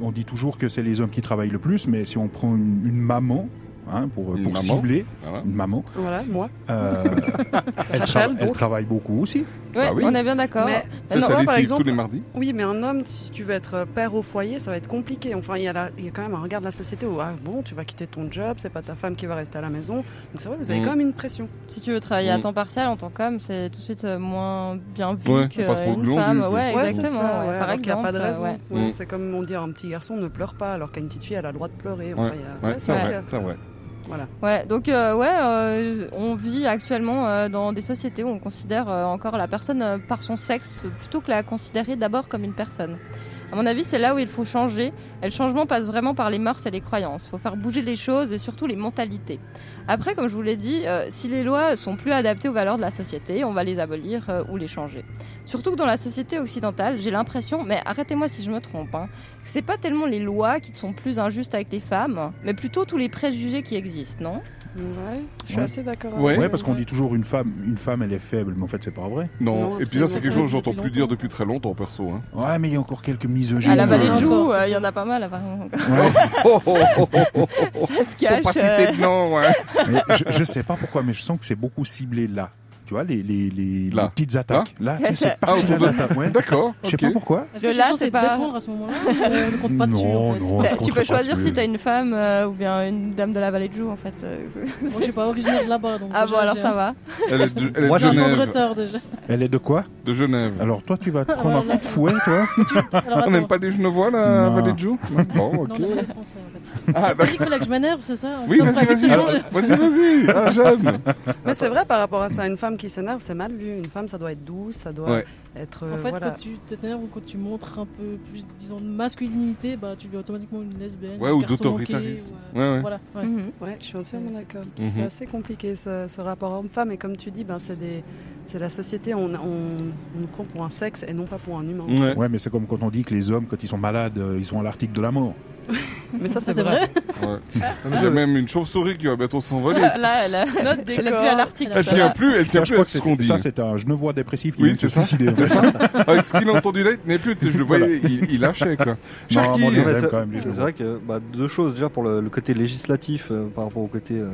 D: on, on dit toujours que c'est les hommes qui travaillent le plus, mais si on prend une, une maman, hein, pour, pour
E: maman.
D: cibler,
E: Voilà.
D: une maman,
B: Voilà, moi.
D: euh, elle, tra-
B: Rachel,
D: elle
B: donc.
D: travaille beaucoup aussi.
C: Ouais,
B: Ah
C: on est bien d'accord.
B: Mais-
E: Ça, ça les suit tous les mardis
B: Oui, mais un homme, si tu veux être euh, père au foyer, ça va être compliqué. Enfin, il y a, la- il y a quand même un regard de la société où, ah bon, tu vas quitter ton job, c'est pas ta femme qui va rester à la maison. Donc c'est vrai, vous avez
C: Mm.
B: quand même une pression.
C: Si tu veux travailler à
B: Mm.
C: temps partiel en tant qu'homme, c'est tout de suite euh, moins bien vu
B: Ouais,
C: que
B: on passe pour
C: qu'une
B: glandule,
C: femme.
B: quoi.
C: Ouais,
B: Ouais, c'est
C: exactement.
B: ça,
C: ouais,
B: ouais,
C: par
B: alors qu'il y a
C: exemple,
B: pas de
C: euh,
B: raison.
C: ouais.
B: Ouais,
E: Mm.
B: C'est comme on dire un petit garçon ne pleure pas alors qu'une petite fille elle a le droit de pleurer.
E: Ouais,
B: Enfin, il y a-
E: ouais,
B: ouais,
E: c'est
B: vrai
E: vrai,
B: que-
E: c'est vrai.
B: Voilà.
C: Ouais, donc euh, ouais, euh, on vit actuellement euh, dans des sociétés où on considère euh, encore la personne euh, par son sexe euh, plutôt que la considérer d'abord comme une personne. À mon avis, c'est là où il faut changer. Et le changement passe vraiment par les mœurs et les croyances. Il faut faire bouger les choses et surtout les mentalités. Après, comme je vous l'ai dit, euh, si les lois sont plus adaptées aux valeurs de la société, on va les abolir euh, ou les changer. Surtout que dans la société occidentale, j'ai l'impression, mais arrêtez-moi si je me trompe, hein, que c'est pas tellement les lois qui sont plus injustes avec les femmes, mais plutôt tous les préjugés qui existent, non
B: Ouais, je suis
D: Ouais.
B: assez d'accord.
D: Ouais,
B: avec vous,
D: parce qu'on
B: ouais.
D: dit toujours une femme, une femme, elle est faible, mais en fait, c'est pas vrai.
E: Non, et puis là, c'est quelque chose que j'entends plus dire depuis très longtemps, perso. Hein.
D: Ouais, mais il y a encore quelques misogynes.
C: À la vallée de
D: euh,
C: Joux, euh, il y en a pas mal apparemment. Ça se cache.
D: Pour pas
C: euh.
D: citer de nom, Mais je, je sais pas pourquoi, mais je sens que c'est beaucoup ciblé là. Tu vois, les, les, les, les petites attaques. Là, tu sais, c'est
E: Ah,
D: parti
E: autour
D: là,
E: de-
D: là, t'as- ouais.
E: D'accord,
D: Je sais
E: ok.
D: pas pourquoi.
G: Parce que
C: Le
G: je
C: là,
G: suis
C: c'est
G: censée
C: pas-
G: te défendre à ce moment-là. euh, ne compte pas dessus.
D: Non,
G: en fait.
D: non,
G: Bah,
D: on se
C: tu
D: comptera
C: peux
D: pas
C: choisir
D: dessus.
C: si t'as une femme euh, ou bien une dame de la vallée de Joux en fait. euh,
G: Moi, je suis pas originaire de là-bas, donc.
C: Ah bon,
G: j'ai-
C: alors
G: j'ai
C: ça
G: un-
C: va.
E: Elle est de, elle est
D: Moi,
E: de
D: j'ai un
G: Un
E: Genève.
G: retard déjà.
D: Elle est de quoi
E: De Genève. Ah,
D: Alors, toi, tu vas te prendre
G: Alors là,
D: un coup de fouet, toi
E: On n'aime pas les Genevois, là, à
D: Non.
E: Vallée de Joux Bon, ok.
G: Non, on est pas des français en fait.
E: Ah,
G: T'as dit qu'il fallait que je m'énerve, c'est ça
E: Oui,
G: Ça me
E: vas-y,
G: fait
E: vas-y,
G: changer.
E: vas-y, vas-y, ah, j'aime.
B: Mais c'est vrai par rapport à ça, une femme qui s'énerve, c'est mal vu. Une femme, ça doit être douce, ça doit
E: Ouais.
B: être.
G: En
B: euh,
G: fait,
B: voilà.
G: quand tu t'énerves ou quand tu montres un peu plus, disons, de masculinité, bah, tu lui automatiquement une lesbienne.
E: Ouais,
G: un
E: ou
G: garçon
E: d'autoritarisme.
G: manqué, ou, euh,
E: Ouais, ouais.
G: Voilà, ouais.
C: Mhm.
B: Ouais, je suis entièrement
G: C'est- c'est
B: d'accord.
G: compliqué.
B: C'est
E: Mhm.
B: assez compliqué ce, ce rapport homme-femme et comme tu dis, ben c'est des, c'est la société. On, on, on nous prend pour un sexe et non pas pour un humain.
D: Ouais. mais c'est comme quand on dit que les hommes, quand ils sont malades, euh, ils sont à l'article de la mort.
B: Mais ça,
G: Ça,
B: c'est
G: c'est
B: vrai.
E: Ouais. Il y a même une chauve-souris qui va bientôt s'envoler.
C: Euh, Là, elle a-
B: Notre
C: elle est
B: décor.
C: plus à l'article.
E: Elle
C: ça
E: tient
C: va.
E: plus,
D: Ça,
E: elle tient
D: je
E: plus
D: crois
E: à
D: que
E: ce
D: c'est-
E: qu'on dit.
D: Ça, c'est un genevois dépressif qui
E: Oui,
D: vient de
E: c'est
D: se
E: ça.
D: suicider. en
E: C'est
D: fait.
E: ça. Avec ce qu'il a entendu là, il tenait plus. tu sais, Je le voyais, il, il lâchait quoi. Sharky
D: on les
F: Ouais,
D: aime
F: c'est-
D: quand même, les
F: C'est
D: Genevois.
F: vrai que bah, deux choses déjà pour le, le côté législatif euh, par rapport au côté, euh,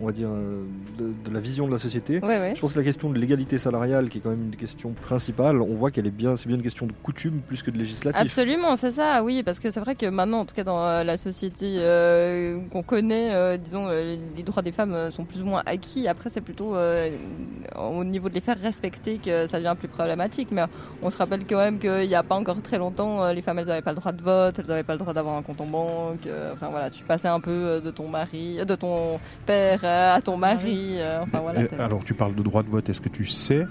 F: on va dire, euh, de, de la vision de la société.
C: Ouais, ouais.
F: Je pense que la question de l'égalité salariale, qui est quand même une question principale, on voit qu'elle est bien, c'est bien une question de coutume plus que de législatif.
C: Absolument, c'est ça, oui, parce que c'est vrai que maintenant, en tout cas dans euh, la société euh, qu'on connaît, euh, disons, euh, les droits des femmes euh, sont plus ou moins acquis. Après, c'est plutôt euh, au niveau de les faire respecter que ça devient plus problématique. Mais euh, on se rappelle quand même qu'il n'y a pas encore très longtemps, euh, les femmes, elles n'avaient pas le droit de vote, elles n'avaient pas le droit d'avoir un compte en banque. euh, enfin voilà, tu passais un peu euh, de ton mari, euh, de ton père euh, à ton mari. euh,
E: Ah,
C: enfin voilà.
D: Eh,
C: t'as-
D: alors, tu parles de droit de vote. Est-ce que tu sais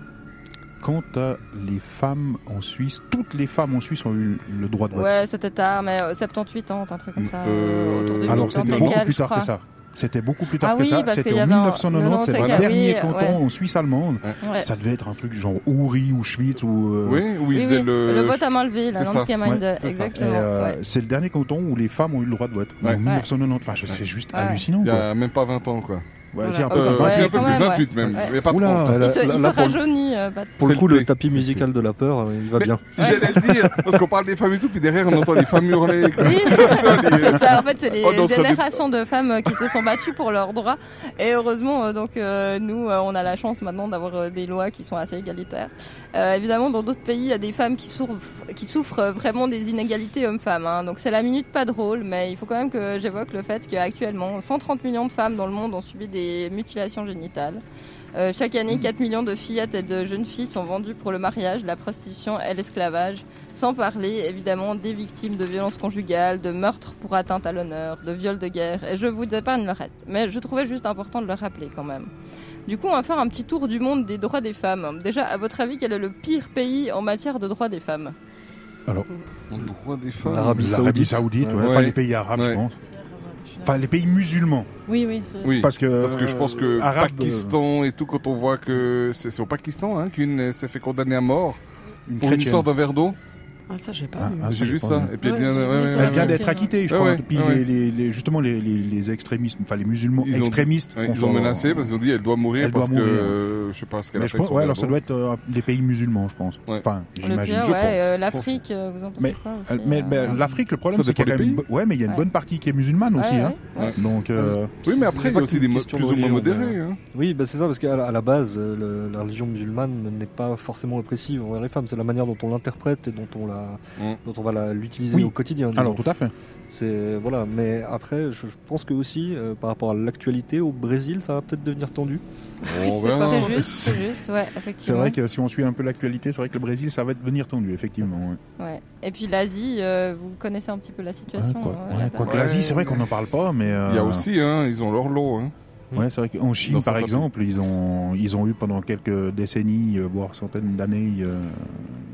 D: quand euh, les femmes en Suisse, toutes les femmes en Suisse ont eu le droit de vote
C: Ouais, c'était tard, mais euh, 78 ans, un truc comme ça.
D: Euh,
C: autour de
D: Alors
C: 800
D: c'était
C: et
D: beaucoup
C: quelques,
D: plus
C: je
D: tard que
C: crois.
D: ça. C'était beaucoup plus tard
C: Ah
D: que
C: oui,
D: ça.
C: parce
D: C'était
C: qu'il y
D: en
C: avait un-
D: 1990, c'était
C: voilà.
D: le dernier
C: Oui,
D: canton
C: ouais.
D: en Suisse allemande.
C: Ouais.
D: Ça devait être un truc genre Uri ou Schwyz ou. euh,
E: Oui, où il
C: Oui,
E: faisait
C: oui,
E: le.
C: le vote à main levée, la
D: C'est ça.
C: Landsgemeinde,
D: Ouais, c'est ça.
C: exactement,
D: Et, euh,
C: ouais.
D: C'est le dernier canton où les femmes ont eu le droit de vote. En 1990, enfin, je- c'est juste
C: Ouais.
D: hallucinant.
E: Il y
D: quoi.
E: a même pas 20 ans quoi.
D: Ouais, c'est un peu
E: Euh,
D: vingt-huit.
E: c'est un peu
C: quand
E: plus
C: même,
E: 28
C: ouais.
E: même.
C: Ouais.
E: Il y a pas
D: Oula,
E: 30 ans.
C: Il se, il se
F: là, pour-
C: rajeunit, euh, Pat.
F: Pour le
E: C'est
F: coup,
E: le
F: le,
E: thé.
F: tapis musical de la peur, euh, il va bien.
E: J'allais le dire, parce qu'on parle des femmes et tout, puis derrière on entend les femmes hurler. quoi.
C: C'est ça, en fait, c'est les
E: On est en train de-
C: générations de femmes euh, qui se sont battues pour leurs droits. Et heureusement, euh, donc euh, nous, euh, on a la chance maintenant d'avoir euh, des lois qui sont assez égalitaires. Euh, évidemment, dans d'autres pays, il y a des femmes qui souffrent, qui souffrent euh, vraiment des inégalités hommes-femmes. hein. Donc c'est la minute pas drôle, mais il faut quand même que j'évoque le fait qu'actuellement, 130 millions de femmes dans le monde ont subi des mutilations génitales. Euh, chaque année, 4 millions de fillettes et de jeunes filles sont vendues pour le mariage, la prostitution et l'esclavage, sans parler évidemment des victimes de violences conjugales, de meurtres pour atteinte à l'honneur, de viols de guerre, et je vous épargne le reste. Mais je trouvais juste important de le rappeler quand même. Du coup, on va faire un petit tour du monde des droits des femmes. Déjà, à votre avis, quel est le pire pays en matière de droits des femmes
D: Alors,
E: Le droit des femmes.
D: l'Arabie Saoudite, ouais.
E: Ouais.
D: enfin les pays arabes,
E: Ouais.
D: je pense. Enfin les pays musulmans.
G: Oui, oui. ça-
E: Oui,
D: Parce
E: parce
D: que,
E: que, je pense que
D: euh, arabe,
E: Pakistan et tout, quand on voit que c'est c'est au Pakistan hein, qu'une s'est fait condamner à mort
D: Une
E: pour une
D: chrétienne.
E: histoire d'un verre d'eau.
B: Ah, ça, j'ai pas
D: Ah,
B: vu.
D: ah,
E: J'ai
D: ça,
E: vu
D: j'ai
E: ça.
D: pas vu.
E: Et puis elle
B: Ouais, j'ai
E: vient,
B: vu
E: ouais, ouais.
B: sur
D: Elle vient d'être acquittée, je
E: Ouais,
D: crois.
E: Ah ouais,
D: Puis
E: ouais.
D: les- les- les- justement, les, les- les extrémistes, enfin les musulmans
E: Ils ont-
D: extrémistes,
E: ouais,
D: qu'on
E: ils ont
D: soit-
E: menacé parce qu'ils ont dit elle doit mourir
D: euh, Elle doit
E: parce que
D: mourir.
E: euh, je sais pas ce qu'elle
D: Mais
E: a
D: je
E: fait.
D: pense,
E: avec son
D: ouais, alors
E: verre
D: ça
E: d'eau.
D: doit être euh, des pays musulmans, je pense. Enfin,
C: Le
D: j'imagine.
C: pire,
D: je
C: ouais, euh,
D: pense.
C: l'Afrique, euh, vous en pensez
D: Mais,
C: quoi aussi,
D: euh, mais
C: euh,
D: ben, l'Afrique, le problème,
E: Ça
D: c'est qu'il y a
E: dépend
D: quand
E: des
D: même, ouais, mais il y a une
C: Ouais.
D: bonne partie qui est musulmane aussi,
C: Ouais,
D: hein.
C: ouais,
D: Donc, euh,
E: Oui, mais après,
F: C'est
E: il y
F: pas
E: a aussi
F: qu'une
E: des mo-
F: question
E: plus
F: de
E: ou moins
F: religion,
E: modérés,
F: mais-
E: hein.
F: Oui, bah, c'est ça, parce qu'à la- à la base, euh, le- la religion musulmane n'est pas forcément oppressive envers les femmes. C'est la manière dont on l'interprète et dont on la, la, dont on va la- l'utiliser
D: Oui.
F: au quotidien.
D: Alors, tout à fait.
F: C'est voilà, mais après, je, je pense que aussi euh, par rapport à l'actualité au Brésil, ça va peut-être devenir tendu.
D: On verra.
C: C'est juste, c'est juste, ouais, effectivement.
D: C'est vrai que si on suit un peu l'actualité, c'est vrai que le Brésil, ça va devenir tendu, effectivement. ouais.
C: Ouais. Et puis l'Asie, euh, vous connaissez un petit peu la situation. hein,
D: Ouais,
C: là-bas.
D: Quoique l'Asie, c'est vrai qu'on n'en parle pas, mais. euh,
E: Il y a aussi, hein, ils ont leur lot. Hein.
D: Ouais, c'est vrai qu'en Chine,
E: Dans
D: par
E: certains
D: exemple, ils ont, ils ont eu pendant quelques décennies, euh, voire centaines d'années, euh,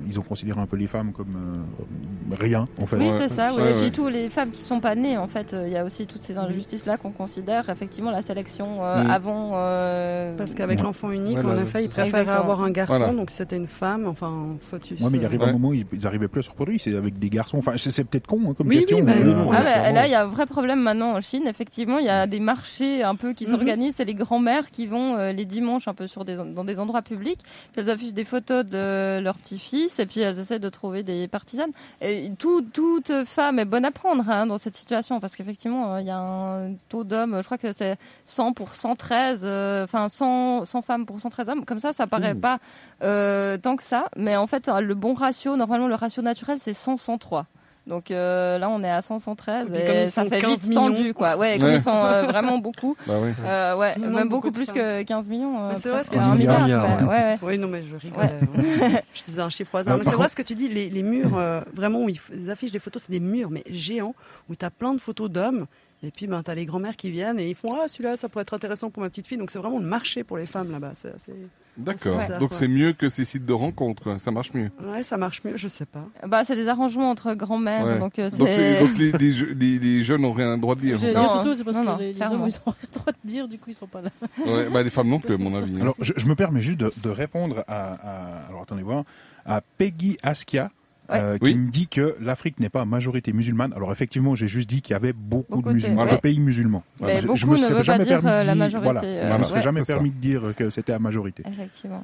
D: ils ont considéré un peu les femmes comme euh, rien, en fait.
C: Oui, c'est ça. oui. Et puis tous les femmes qui sont pas nées, en fait, euh, il y a aussi toutes ces injustices-là qu'on considère, effectivement, la sélection euh,
D: Mm.
C: avant. euh,
B: Parce qu'avec
D: Ouais.
B: l'enfant unique,
D: Voilà,
B: en effet, ils
C: c'est ça.
B: préféraient
C: Exactement.
B: avoir un garçon,
D: Voilà.
B: donc c'était une femme, enfin, fœtus.
D: Ouais, mais il
B: euh,
D: arrive un moment où ils, ils arrivaient plus à se reproduire, c'est avec des garçons. Enfin, c'est c'est peut-être con hein, comme
B: Oui, oui,
D: question.
B: bah
D: mais,
B: oui.
D: euh,
C: Ah, mais
D: clairement.
C: là, il y a un vrai problème maintenant en Chine. Effectivement, il y a des marchés un peu qui
D: Mm-hmm.
C: s'organisent. C'est les grands-mères qui vont euh, les dimanches un peu sur des, en- dans des endroits publics. Puis elles affichent des photos de leur petit-fils et puis elles essaient de trouver des partisanes. Et tout- toute femme est bonne à prendre hein, dans cette situation parce qu'effectivement, euh, il y a un taux d'hommes, je crois que c'est 100 pour 113, euh, enfin 100, 100 femmes pour 113 hommes. Comme ça, ça paraît
L: Ouh.
C: pas euh, tant que ça. Mais en fait, le bon ratio, normalement, le ratio naturel, c'est 100-103. Donc euh, là, on est à 113
L: Et puis comme
C: et
L: ils
C: ça
L: sont
C: fait
L: 15
C: vite
L: millions.
C: tendu, quoi. Ouais, comme
L: Ouais.
C: ils sont euh, vraiment beaucoup.
L: Bah ouais.
C: Euh, ouais,
L: Il nous
C: même
L: manque
C: beaucoup,
L: beaucoup de
C: plus
L: femmes.
C: que 15 millions. euh,
B: Mais c'est vrai ce
C: presque
B: que tu
C: un
B: dis.
C: milliard.
B: Milliard,
C: ouais,
B: ouais.
C: ouais, ouais.
B: Oui, non, mais je rigole.
C: Ouais.
B: euh, je disais un chiffre au hasard.
C: Euh,
B: mais c'est
C: par
B: vrai
C: contre-
B: ce que tu dis, les, les murs, euh, vraiment, où ils, f- ils affichent des photos, c'est des murs, mais géants, où tu as plein de photos d'hommes. Et puis, ben, tu as les grands-mères qui viennent et ils font Ah, celui-là, ça pourrait être intéressant pour ma petite fille. Donc, c'est vraiment le marché pour les femmes là-bas. C'est assez-
E: D'accord.
B: assez bizarre,
E: Donc
B: quoi.
E: c'est mieux que ces sites de rencontres, quoi. ça marche mieux.
B: Ouais, ça marche mieux, je sais pas.
C: Bah, c'est des arrangements entre grand-mères.
E: Ouais.
C: Donc, euh,
E: c'est-
C: c'est-
E: donc les, les je- les- les jeunes n'ont rien le droit de dire. Ah, en
G: J'allais
E: fait.
G: dire surtout, c'est parce
C: non,
G: que
C: non,
G: les, les
C: clairement.
G: hommes, ils ont rien le droit de dire, du coup, ils sont pas là.
E: Ouais, bah, les femmes non plus, à mon avis.
D: Alors, je, je me permets juste de, de répondre à, à- alors attendez voir, à Peggy Askia. euh, qui me dit que l'Afrique n'est pas majorité musulmane. Alors effectivement, j'ai juste dit qu'il y avait beaucoup,
C: Beaucoup
D: de
C: de-
D: musulmans,
C: ouais.
D: de pays musulmans.
C: Mais
D: je,
C: beaucoup
D: me
C: ne
D: serais
C: veut pas
D: jamais
C: dire,
D: permis
C: euh,
D: de
C: la
D: dire-
C: majorité,
D: Voilà,
C: euh,
D: je me serais
C: ouais.
D: jamais
C: C'est ça.
D: permis de dire que c'était à majorité.
C: Effectivement.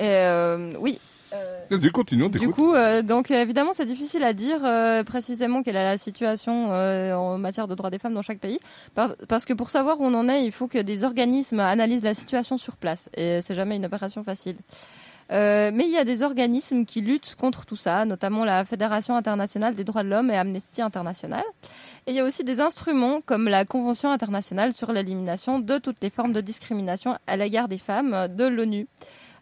C: Et euh, oui,
E: Vas-y, continue, on
C: Du
E: t'écoute.
C: coup, euh, donc euh, évidemment, c'est difficile à dire euh, précisément quelle est la situation euh, en matière de droits des femmes dans chaque pays, Par- parce que pour savoir où on en est, il faut que des organismes analysent la situation sur place, et c'est jamais une opération facile. Euh, mais il y a des organismes qui luttent contre tout ça, notamment la Fédération internationale des droits de l'homme et Amnesty International. Et il y a aussi des instruments comme la Convention internationale sur l'élimination de toutes les formes de discrimination à l'égard des femmes euh, de l'ONU.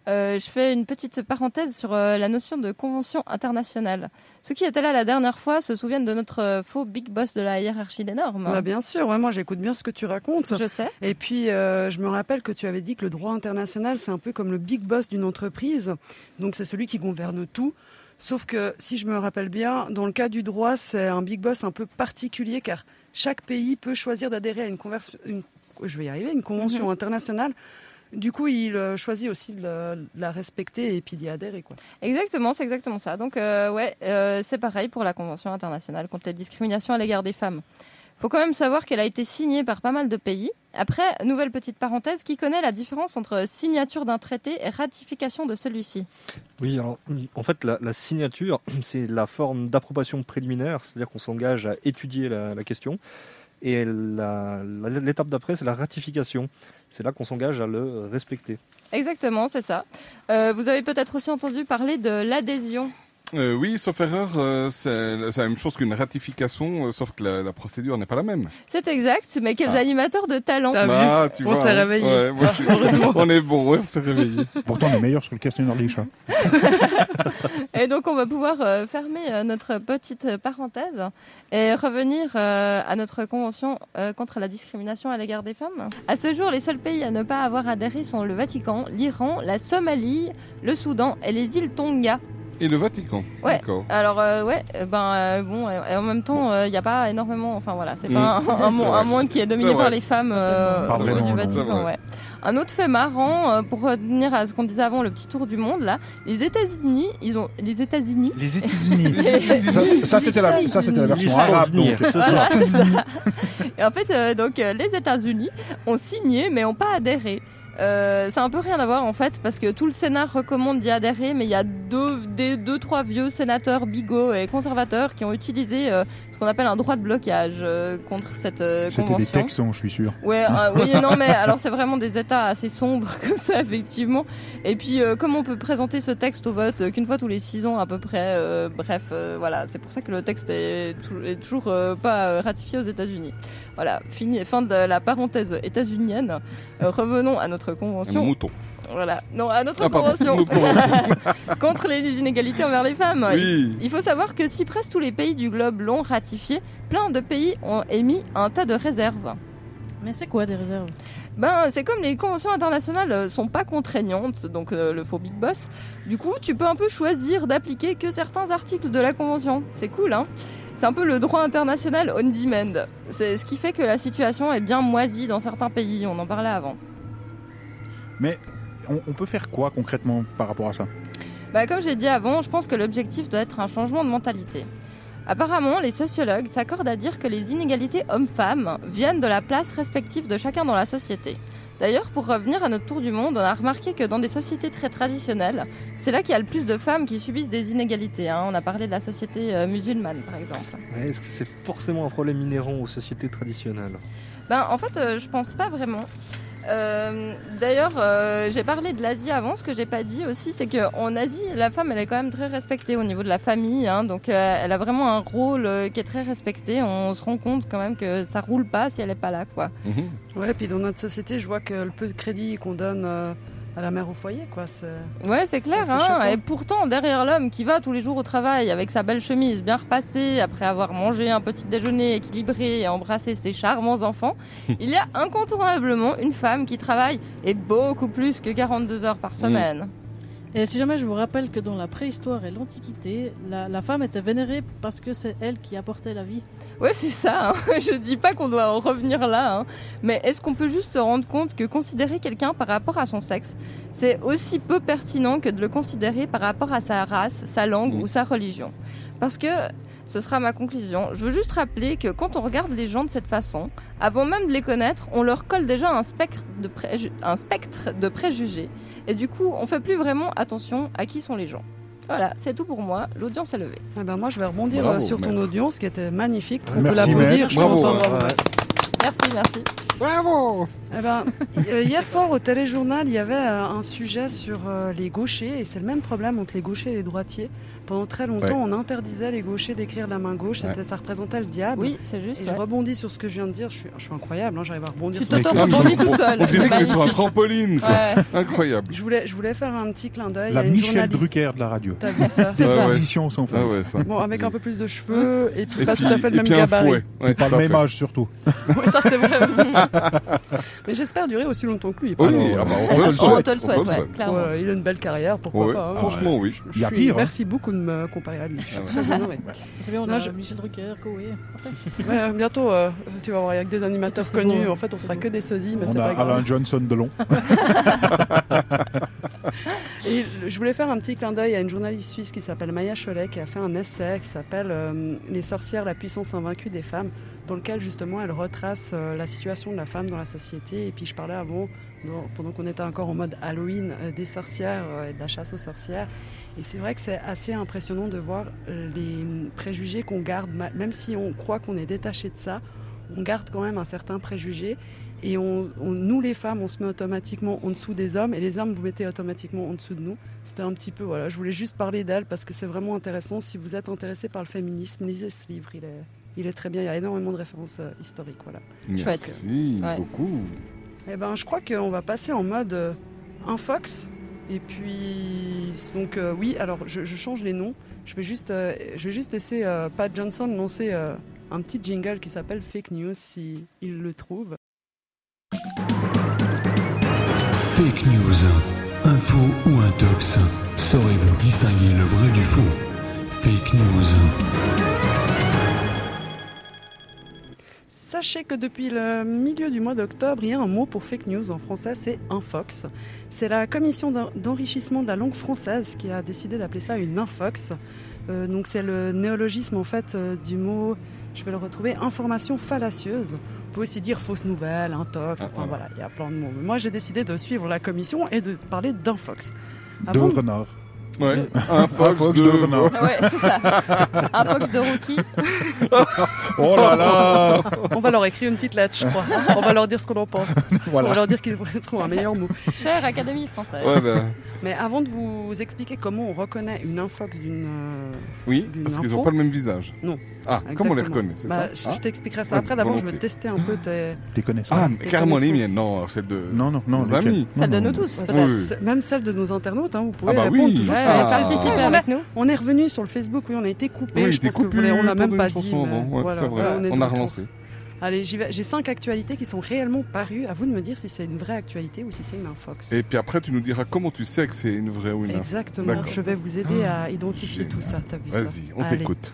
C: Euh, je fais une petite parenthèse sur euh, la notion de convention internationale. Ceux qui étaient là la dernière fois se souviennent de notre euh, faux big boss de la hiérarchie des normes.
B: Bah, bien sûr, ouais, moi j'écoute bien ce que tu racontes.
C: Je sais.
B: Et puis euh, je me rappelle que tu avais dit que le droit international c'est un peu comme le big boss d'une entreprise, donc c'est celui qui gouverne tout. Sauf que si je me rappelle bien, dans le cas du droit, c'est un big boss un peu particulier car chaque pays peut choisir d'adhérer à une, converse- une- je vais y arriver, une convention
C: Mhm.
B: internationale. Du coup, il euh, choisit aussi de la, de la respecter et puis d'y adhérer quoi.
C: Exactement, c'est exactement ça. Donc euh, ouais, euh, c'est pareil pour la Convention internationale contre les discriminations à l'égard des femmes. Faut quand même savoir qu'elle a été signée par pas mal de pays. Après, nouvelle petite parenthèse, qui connaît la différence entre signature d'un traité et ratification de celui-ci
F: Oui, alors en fait, la, la signature, c'est la forme d'approbation préliminaire, c'est-à-dire qu'on s'engage à étudier la, la question. Et la- la- l'étape d'après, c'est la ratification. C'est là qu'on s'engage à le respecter.
C: Exactement, c'est ça. Euh, vous avez peut-être aussi entendu parler de l'adhésion.
E: Euh, oui, sauf erreur, euh, c'est c'est la même chose qu'une ratification, euh, sauf que la, la procédure n'est pas la même.
C: C'est exact, mais quels
E: Ah.
C: animateurs de talent
E: Bah, tu vois, hein. Ouais, moi, je suis- on est bon, ouais, on s'est réveillé.
D: Pourtant, on est meilleur sur le questionnaire des chats.
C: Et donc on va pouvoir euh, fermer euh, notre petite parenthèse et revenir euh, à notre convention euh, contre la discrimination à l'égard des femmes. À ce jour, les seuls pays à ne pas avoir adhéré sont le Vatican, l'Iran, la Somalie, le Soudan et les îles Tonga.
E: Et le Vatican.
C: Ouais.
E: D'accord.
C: Alors euh, ouais, euh, ben euh, bon, euh, et en même temps, il n'y a pas énormément, enfin voilà, c'est
E: Mm.
C: pas un, un mon- un monde qui est dominé
E: C'est vrai.
C: par les femmes euh, au
E: C'est
C: niveau
E: vrai.
C: du
E: C'est
C: Vatican.
E: vrai.
C: Ouais. Un autre fait marrant euh, pour revenir à ce qu'on disait avant, le petit tour du monde là, les États-Unis, ils ont les États-Unis.
D: Les États-Unis. ça, ça, c'était la, ça, c'était la version
F: Les
D: arabe.
F: États-Unis.
D: donc.
C: Voilà, c'est ça. Et en fait, euh, donc euh, les États-Unis ont signé mais n'ont pas adhéré. Euh, ça a un peu rien à voir en fait, parce que tout le Sénat recommande d'y adhérer, mais il y a deux, des, deux, trois vieux sénateurs bigots et conservateurs qui ont utilisé euh, ce qu'on appelle un droit de blocage euh, contre cette euh,
D: C'était des
C: convention.
D: Texans, je suis sûr.
C: Ouais, euh, oui, non, mais alors c'est vraiment des états assez sombres comme ça, effectivement. Et puis, euh, comme on peut présenter ce texte au vote euh, qu'une fois tous les six ans à peu près, euh, bref, euh, voilà, c'est pour ça que le texte est, tou- est toujours euh, pas euh, ratifié aux États-Unis. Voilà, fini, fin de la parenthèse états-unienne. Euh, revenons à notre convention.
E: Un mouton.
C: Voilà, non, à notre
E: Ah, pardon,
C: convention.
E: notre convention.
C: Contre les inégalités envers les femmes.
E: Oui.
C: Il faut savoir que si presque tous les pays du globe l'ont ratifié, plein de pays ont émis un tas de réserves.
G: Mais c'est quoi des réserves
C: Ben, c'est comme les conventions internationales euh, sont pas contraignantes, donc euh, le faux big boss. Du coup, tu peux un peu choisir d'appliquer que certains articles de la convention. C'est cool, hein C'est un peu le droit international on demand. C'est ce qui fait que la situation est bien moisie dans certains pays. On en parlait avant.
D: Mais on, on peut faire quoi concrètement par rapport à ça
C: Bah, comme j'ai dit avant, je pense que l'objectif doit être un changement de mentalité. Apparemment, les sociologues s'accordent à dire que les inégalités hommes-femmes viennent de la place respective de chacun dans la société. D'ailleurs, pour revenir à notre tour du monde, on a remarqué que dans des sociétés très traditionnelles, c'est là qu'il y a le plus de femmes qui subissent des inégalités. hein. On a parlé de la société euh, musulmane, par exemple.
F: Mais Est-ce que c'est forcément un problème inhérent aux sociétés traditionnelles
C: Ben, en fait, euh, je pense pas vraiment. Euh, D'ailleurs, euh, j'ai parlé de l'Asie avant. Ce que j'ai pas dit aussi, c'est qu'en Asie, la femme, elle est quand même très respectée au niveau de la famille. hein. donc, euh, elle a vraiment un rôle euh, qui est très respecté. On se rend compte quand même que ça roule pas si elle est pas là, quoi.
E: Mhm.
B: Ouais, puis dans notre société, je vois que le peu de crédit qu'on donne euh, à la mère au foyer, quoi, c'est.
C: Ouais, c'est clair.
B: C'est
C: hein.
B: choquant.
C: Et pourtant, derrière l'homme qui va tous les jours au travail avec sa belle chemise bien repassée, après avoir mangé un petit déjeuner équilibré et embrassé ses charmants enfants, il y a incontournablement une femme qui travaille et beaucoup plus que 42 heures par semaine.
G: Et si jamais je vous rappelle que dans la préhistoire et l'Antiquité, la, la femme était vénérée parce que c'est elle qui apportait la vie.
C: Ouais, c'est ça. hein. Je dis pas qu'on doit en revenir là, hein. mais est-ce qu'on peut juste se rendre compte que considérer quelqu'un par rapport à son sexe, c'est aussi peu pertinent que de le considérer par rapport à sa race, sa langue ou sa religion Parce que ce sera ma conclusion. Je veux juste rappeler que quand on regarde les gens de cette façon, avant même de les connaître, on leur colle déjà un spectre de, préju- un spectre de préjugés, et du coup, on fait plus vraiment attention à qui sont les gens. Voilà, c'est tout pour moi. L'audience est levée.
B: ben moi, je vais rebondir
C: Bravo,
B: euh, sur ton
C: maître.
B: audience qui était magnifique. On peut
D: Merci,
B: l'applaudir,
D: maître.
B: je pense.
D: Bravo,
B: hein,
D: hein.
B: bravo.
D: Ouais.
C: Merci, merci.
E: Bravo
B: Eh ben, euh, hier soir au téléjournal, il y avait euh, un sujet sur euh, les gauchers et c'est le même problème entre les gauchers et les droitiers. Pendant très longtemps,
C: Ouais.
B: on interdisait les gauchers d'écrire de la main gauche, c'était
C: Ouais.
B: ça représentait le diable.
C: Oui, c'est juste,
B: Et
C: ouais.
B: je rebondis sur ce que je viens de dire, je suis, je suis incroyable, hein, j'arrive à rebondir.
C: Tu
B: sur-
E: t'auto-rebondis toute seule, On dirait c'est que t'es sur magnifique. un trampoline, quoi. Ouais. Incroyable.
B: Je voulais, je voulais faire un petit clin d'œil.
D: La
B: à une
D: Michel
B: journaliste-
D: Drucker de la radio.
B: T'as vu ça
E: Ah
D: Des transitions sans fin.
B: Bon, avec un peu plus de cheveux et puis
D: Et
B: pas
D: puis-
B: tout à fait le
D: et
B: même
D: puis un
B: gabarit.
D: fouet. Ouais, Et pas tout le à même fait. âge, surtout.
B: Ouais, ça c'est vrai aussi. Mais j'espère durer aussi longtemps que lui.
D: Oui,
B: pardon.
D: ah bah, on te le souhaite, on te le
B: ouais,
D: souhaite.
B: clairement. Ouais, il a une belle carrière, pourquoi
E: Ouais,
B: pas. hein.
E: franchement, oui.
B: Je- je
E: Il y a
B: suis-
E: pire, hein.
B: Merci beaucoup de me comparer à lui. Je suis
E: Ah ouais.
B: très honorée.
G: C'est bien, on
B: Non,
G: a
B: je-
G: Michel Drucker, Koé.
B: Ouais, euh, bientôt, euh, tu vas voir, il y a que des animateurs
G: C'est
B: connus.
G: beau.
B: En fait, on sera que des sosies, mais
D: On
B: c'est
D: a
B: pas grave.
D: Alain Johnson de long.
B: Et je voulais faire un petit clin d'œil à une journaliste suisse qui s'appelle Maya Cholet qui a fait un essai qui s'appelle euh, Les sorcières, la puissance invaincue des femmes, dans lequel justement elle retrace euh, la situation de la femme dans la société. Et puis je parlais avant, dans- pendant qu'on était encore en mode Halloween, euh, des sorcières euh, et de la chasse aux sorcières. Et c'est vrai que c'est assez impressionnant de voir euh, les préjugés qu'on garde, ma- même si on croit qu'on est détaché de ça, on garde quand même un certain préjugé. Et on, on- nous, les femmes, on se met automatiquement en dessous des hommes, et les hommes, vous mettez automatiquement en dessous de nous. C'était un petit peu, voilà, je voulais juste parler d'elle parce que c'est vraiment intéressant. Si vous êtes intéressé par le féminisme, lisez ce livre, il est, il est très bien, il y a énormément de références euh, historiques, voilà.
E: Merci
B: Ouais.
E: beaucoup.
B: Eh ben, je crois qu'on va passer en mode euh, infox. Et puis, donc euh, oui, alors je, je change les noms. Je vais juste, euh, je vais juste laisser euh, Pat Johnson lancer euh, un petit jingle qui s'appelle Fake News si il le trouve.
A: Fake news, info ou intox, saurez-vous distinguer le vrai du faux Fake news.
B: Sachez que depuis le milieu du mois d'octobre, il y a un mot pour fake news en français, c'est infox. C'est la commission d'en- d'enrichissement de la langue française qui a décidé d'appeler ça une infox. Euh, donc c'est le néologisme en fait euh, du mot, je vais le retrouver, information fallacieuse. On peut aussi dire fausse nouvelle, intox, enfin Ah, voilà, il y a plein de mots. Mais moi j'ai décidé de suivre la commission et de parler d'un fox.
D: Deux
B: Avant de-
D: renards.
E: Ouais. Un fox, deux-
B: Ouais, c'est ça. Un fox de Rocky.
D: oh là là
B: On va leur écrire une petite lettre, je crois. On va leur dire ce qu'on en pense.
D: Voilà.
B: On va leur dire qu'ils trouvent un meilleur mot.
C: Chère Académie française.
E: Ouais, ben.
B: Mais avant de vous expliquer comment on reconnaît une infox d'une. euh,
E: Oui,
B: d'une
E: parce qu'ils
B: info-
E: n'ont pas le même visage.
B: Non.
E: Ah, comment on les
B: Exactement.
E: reconnaît, c'est
B: Bah,
E: ça
B: Je,
E: Ah.
B: je t'expliquerai ça
E: Ouais,
B: après. D'abord, je veux
E: volontiers.
B: tester un peu tes.
D: Tes connaissances.
E: Ah,
B: Tes
E: carrément les
B: connaissances.
E: miennes, non, celle de.
D: Non, non, non,
E: Nos
D: lesquelles
E: amis.
D: Celle de Non,
B: nous tous,
E: Oui, oui.
B: peut-être. Même celle de nos internautes, hein, vous pouvez
E: Ah bah
B: répondre
E: oui.
B: toujours.
E: Ouais,
B: sur la
E: ah.
B: chat.
E: participez
B: on
E: avec
B: est- On est revenu sur le Facebook, oui, on a été coupé.
E: Oui,
B: je
E: t'es
B: pense que vous
E: coupé
B: voulez- on l'a
E: pendant
B: même pas
E: une chanson
B: dit. mais
E: avant. Ouais,
B: voilà,
E: c'est vrai.
B: voilà,
E: On
B: de
E: a
B: retour.
E: relancé.
B: Allez, j'y vais. j'ai cinq actualités qui sont réellement parues. À vous de me dire si c'est une vraie actualité ou si c'est une infox.
E: Et puis après, tu nous diras comment tu sais que c'est une vraie ou une Ah,
B: Exactement, je vais vous aider à identifier tout ça. T'as vu ça
E: Vas-y, on
B: Allez.
E: t'écoute.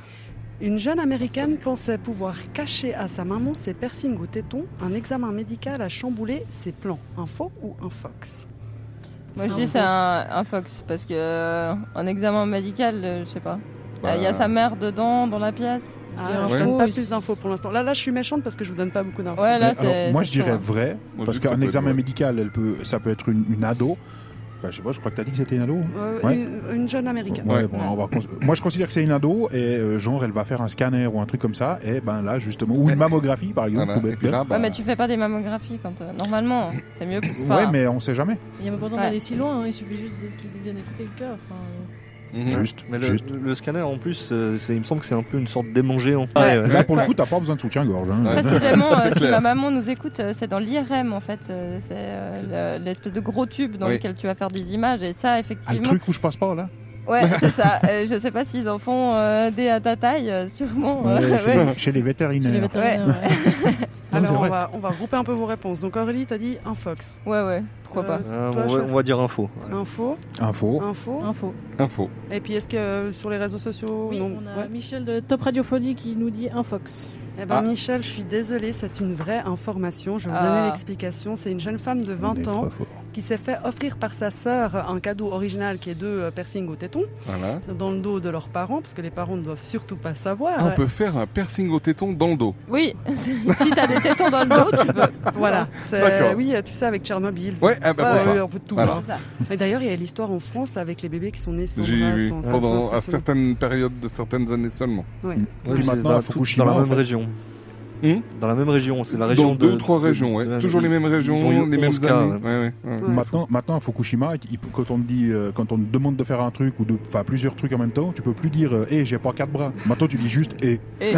B: Une jeune américaine pensait pouvoir cacher à sa maman ses piercings au téton. Un examen médical a chamboulé ses plans. Un faux ou un fox
C: Moi je dis c'est un, un fox parce que euh, un examen médical, euh, je sais pas. Euh, Il
B: Bah.
C: y a sa mère dedans dans la pièce.
B: Ah,
C: Je dirais
B: je
C: un
B: donne
C: faux.
B: pas plus d'infos pour l'instant. Là, là, je suis méchante parce que je vous donne pas beaucoup d'infos.
C: Ouais, là,
D: Mais alors, moi, je dirais vrai,
E: Moi, je
D: parce
E: dis que ça
D: qu'un
E: peut
D: examen
E: être vrai.
D: médical, elle peut, ça peut être une, une ado. Enfin, je sais pas, je crois que t'as dit que c'était une ado.
B: Euh,
D: Ouais.
B: une, une jeune américaine.
D: Ouais, bon, on va cons- Moi, je considère que c'est une ado, et euh, genre, elle va faire un scanner ou un truc comme ça, et ben là, justement, ou une mammographie, par exemple.
E: Voilà,
D: pour
E: et puis là, bah,
D: Bethlehem.
C: Ouais mais tu fais pas des mammographies quand euh, normalement c'est mieux. pour- enfin,
D: Ouais, mais on sait jamais.
G: Il n'y a même pas besoin
C: Ouais.
G: d'aller si loin, hein, il suffit juste de- qu'ils viennent écouter le cœur. enfin,
E: mhm,
D: Juste,
F: Mais le,
D: juste.
F: le scanner en plus, euh, c'est- il me semble que c'est un peu une sorte d'aimant géant.
D: Là, pour le coup, t'as pas besoin de soutien-gorge. hein.
C: Précisément, euh, si ma maman nous écoute, euh, c'est dans l'IRM en fait. euh, C'est euh, le- l'espèce de gros tube dans
D: Oui.
C: lequel tu vas faire des images et ça
D: Ah, le
C: effectivement.
D: truc où je passe pas, là
C: Ouais, c'est ça. Euh, je sais pas s'ils en font euh, des à ta taille, euh, sûrement. euh,
D: Ouais,
C: ouais.
D: chez, chez les
G: euh,
D: vétérinaires.
C: Ouais.
D: c'est
B: Alors, on
D: vrai.
B: va, on va regrouper un peu vos réponses. Donc, Aurélie, t'as dit un fox.
C: Ouais, ouais, pourquoi
F: Euh, on, va, on va dire info.
B: Un faux.
D: Un faux.
B: Un faux.
G: Info.
E: Info.
B: Et puis, est-ce que euh, sur les réseaux sociaux
G: Oui,
B: non
G: on a
B: Ouais.
G: Michel de Top Radiophonie qui nous dit un fox.
B: Eh ben, Michel, je suis désolée, c'est une vraie information. Je vais vous
G: Ah.
B: donner l'explication. C'est une jeune femme de 20 ans qui s'est fait offrir par sa sœur un cadeau original qui est deux euh, piercings au téton
E: Voilà.
B: dans le dos de leurs parents, parce que les parents ne doivent surtout pas savoir.
E: Ah, on peut faire un piercing au téton dans le dos.
C: Oui, si t'as des tétons dans le dos, tu peux.
B: Voilà, c'est
E: D'accord.
B: oui, tu sais avec Tchernobyl.
E: Ouais, ah bah,
B: Ouais,
E: c'est
B: ouais,
E: ça.
B: un peu de tout.
E: Voilà.
B: hein. Et d'ailleurs, il y a l'histoire en France là avec les bébés qui sont nés sans
E: J'ai
B: bras,
E: vu
B: sans- sans-
E: pendant
B: sans-
E: à
B: sans-
E: certaines périodes de certaines années seulement.
B: Ouais.
F: Ouais,
E: Puis
F: c'est
E: maintenant,
F: dans,
E: à
F: tout-
E: Fukushima,
F: dans la
E: en
F: même
E: fait.
F: région. Dans la même région, c'est la
E: Dans
F: région de.
E: deux ou trois
F: de-
E: régions,
F: de-
E: ouais.
F: de la-
E: Toujours les mêmes
F: ils ont
E: régions,
F: eu
E: les mêmes
F: 11 cas, hein.
E: années.
F: ouais.
E: Ouais, ouais, ouais. C'est
D: Maintenant, maintenant, à Fukushima, il- quand on te dit, euh, quand on te demande de faire un truc ou de, enfin plusieurs trucs en même temps, tu peux plus dire, euh, Eh, j'ai pas quatre bras. Maintenant, tu dis juste, Eh.
C: Et-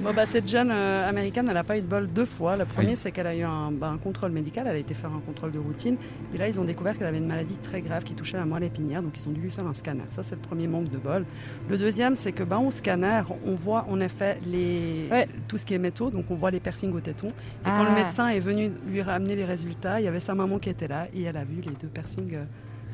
B: Bon, bah, cette jeune euh, américaine, elle n'a pas eu de bol deux fois. Le premier,
D: Aïe.
B: c'est qu'elle a eu un, bah, un contrôle médical. Elle a été faire un contrôle de routine. Et là, ils ont découvert qu'elle avait une maladie très grave qui touchait la moelle épinière. Donc, ils ont dû lui faire un scanner. Ça, c'est le premier manque de bol. Le deuxième, c'est que bah, au scanner, on voit en effet les... tout ce qui est métaux. Donc, on voit les piercings au téton. Et quand
C: Ah.
B: le médecin est venu lui ramener les résultats, il y avait sa maman qui était là et elle a vu les deux piercings. euh,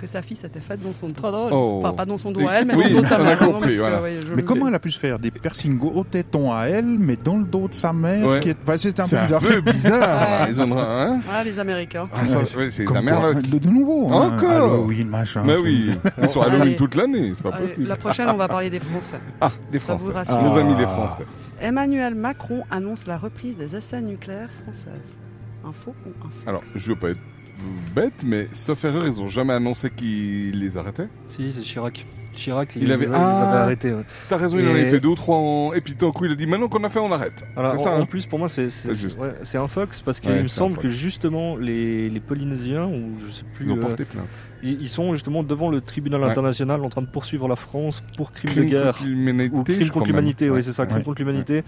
B: que sa fille s'était faite dans son dos.
D: Oh.
B: Enfin, pas dans son dos
D: Et-
B: à elle, mais
D: oui,
B: dans le dos de sa
D: on a
B: mère.
D: compris,
B: Non, parce que,
D: voilà.
B: ouais, je-
D: Mais comment elle a pu se faire des piercings au téton à elle, mais dans le dos de sa mère
E: Ouais.
D: qui est... enfin, C'est un
E: C'est
D: peu
E: un
D: bizarre.
E: peu bizarre.
D: Ouais.
E: Ils ont- hein
B: Ah, les Américains.
E: Ah, ça, c'est- ouais, c'est
D: Comme
E: les Américains.
D: quoi, de, de nouveau. hein,
E: Encore
D: Halloween, machin.
F: Ah,
E: Mais
D: truc.
E: oui, ils sont
B: Allez.
E: Halloween toute l'année, c'est pas
B: Allez,
E: possible.
B: La prochaine, on va parler des Français.
E: Ah, des
B: Ça vous
E: Français.
B: rassure.
E: Nos amis des
D: Ah.
E: Français.
B: Emmanuel Macron annonce la reprise des essais nucléaires françaises. Un faux ou un faux
E: Alors, je veux pas être bête, mais sauf erreur, ils ont jamais annoncé qu'ils les arrêtaient.
F: Si, c'est Chirac. Chirac,
E: Il avait,
F: ils
E: ah,
F: avaient arrêté. ouais.
E: T'as raison, il en avait
F: Et-
E: fait deux ou trois en... et puis d'un coup il a dit maintenant qu'on a fait, on arrête.
F: Voilà,
E: c'est
F: en,
E: ça.
F: en
E: hein
F: plus, pour moi, c'est c'est-
E: C'est juste.
F: ouais, c'est un fox parce qu'il
E: Ouais,
F: me
E: c'est un
F: semble que
E: fox.
F: justement les, les Polynésiens ou je sais plus. euh,
E: Ils ont porté plainte.
F: Ils, ils sont justement devant le tribunal
E: Ouais.
F: international en train de poursuivre la France pour crime,
E: Crime
F: de guerre
E: contre l'humanité,
F: ou
E: je
F: crime
E: crois
F: contre
E: même.
F: l'humanité.
E: Ouais.
F: Oui, c'est ça, crime
E: Ouais.
F: contre l'humanité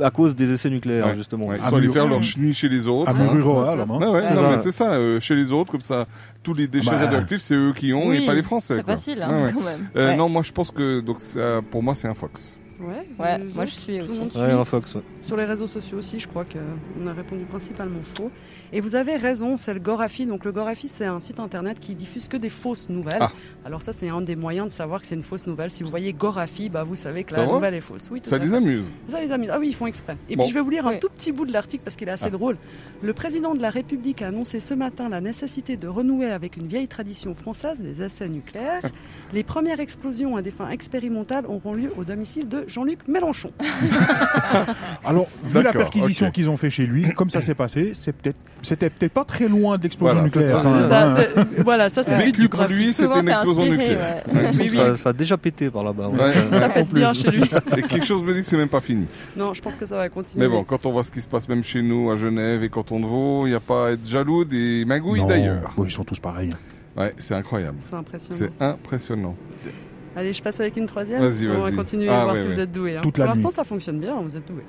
F: à cause des essais nucléaires
E: Ouais,
F: justement.
E: ouais, Ils sont allés faire leur chenille chez les autres. hein. Ah ouais, non, mais c'est ça, euh, chez les autres, comme ça, tous les déchets
F: Bah.
E: radioactifs, c'est eux qui ont
F: Oui,
E: et pas les Français.
F: c'est
E: quoi.
F: facile, hein,
E: Ah ouais.
F: quand même.
E: Euh,
F: Ouais.
E: Non, moi je pense que donc ça, pour moi c'est un fox.
B: Ouais,
C: Ouais,
B: les
C: moi,
B: autres.
C: je suis
B: Tout le
C: aussi.
B: monde
F: Ouais,
B: suit.
F: en Fox, ouais.
B: Sur les réseaux sociaux aussi, je crois qu'on a répondu principalement faux. Et vous avez raison, c'est le Gorafi. Donc le Gorafi, c'est un site internet qui diffuse que des fausses nouvelles.
E: Ah.
B: Alors ça, c'est un des moyens de savoir que c'est une fausse nouvelle. Si vous voyez Gorafi, bah, vous savez que
E: Ça
B: la
E: va
B: nouvelle est fausse. Oui, tout
E: Ça
B: à
E: les
B: fait.
E: amuse.
B: Ça les amuse. Ah oui, ils font exprès. Et
E: Bon.
B: puis je vais vous lire un tout petit bout de l'article parce qu'il est assez
E: Ah.
B: drôle. Le président de la République a annoncé ce matin la nécessité de renouer avec une vieille tradition française des essais nucléaires. Les premières explosions à des fins expérimentales auront lieu au domicile de Jean-Luc Mélenchon.
D: Alors, vu la
E: D'accord,
D: perquisition
E: ok.
D: qu'ils ont fait chez lui, comme ça s'est passé, c'est peut-être, c'était peut-être pas très loin de l'explosion
E: Voilà, c'est
D: nucléaire.
E: ça.
D: quand
E: C'est
D: même,
E: ça,
D: hein.
B: c'est- euh, voilà, ça, c'est le but du graphique. Souvent, c'est inspiré, ouais. Ouais, oui, oui.
F: ça, ça a déjà pété par là-bas.
E: Ouais.
B: Ça pète bien chez lui.
E: Et quelque chose me dit que c'est même pas fini.
B: Non, je pense que ça va continuer.
E: Mais bon, quand on voit ce qui se passe même chez nous à Genève et quand on le vaut, il n'y a pas à être jaloux des magouilles
D: Non,
E: d'ailleurs.
D: bon, ils sont tous pareils.
E: Ouais, c'est incroyable.
B: C'est impressionnant.
E: C'est impressionnant.
B: Allez, je passe avec une troisième.
E: Vas-y,
B: On va
E: vas-y.
B: continuer
E: Ah,
B: à voir
E: ouais,
B: si
E: ouais.
B: vous êtes doués. hein.
E: Toute la
B: Pour l'instant,
E: nuit.
B: ça fonctionne bien, hein, vous êtes doués.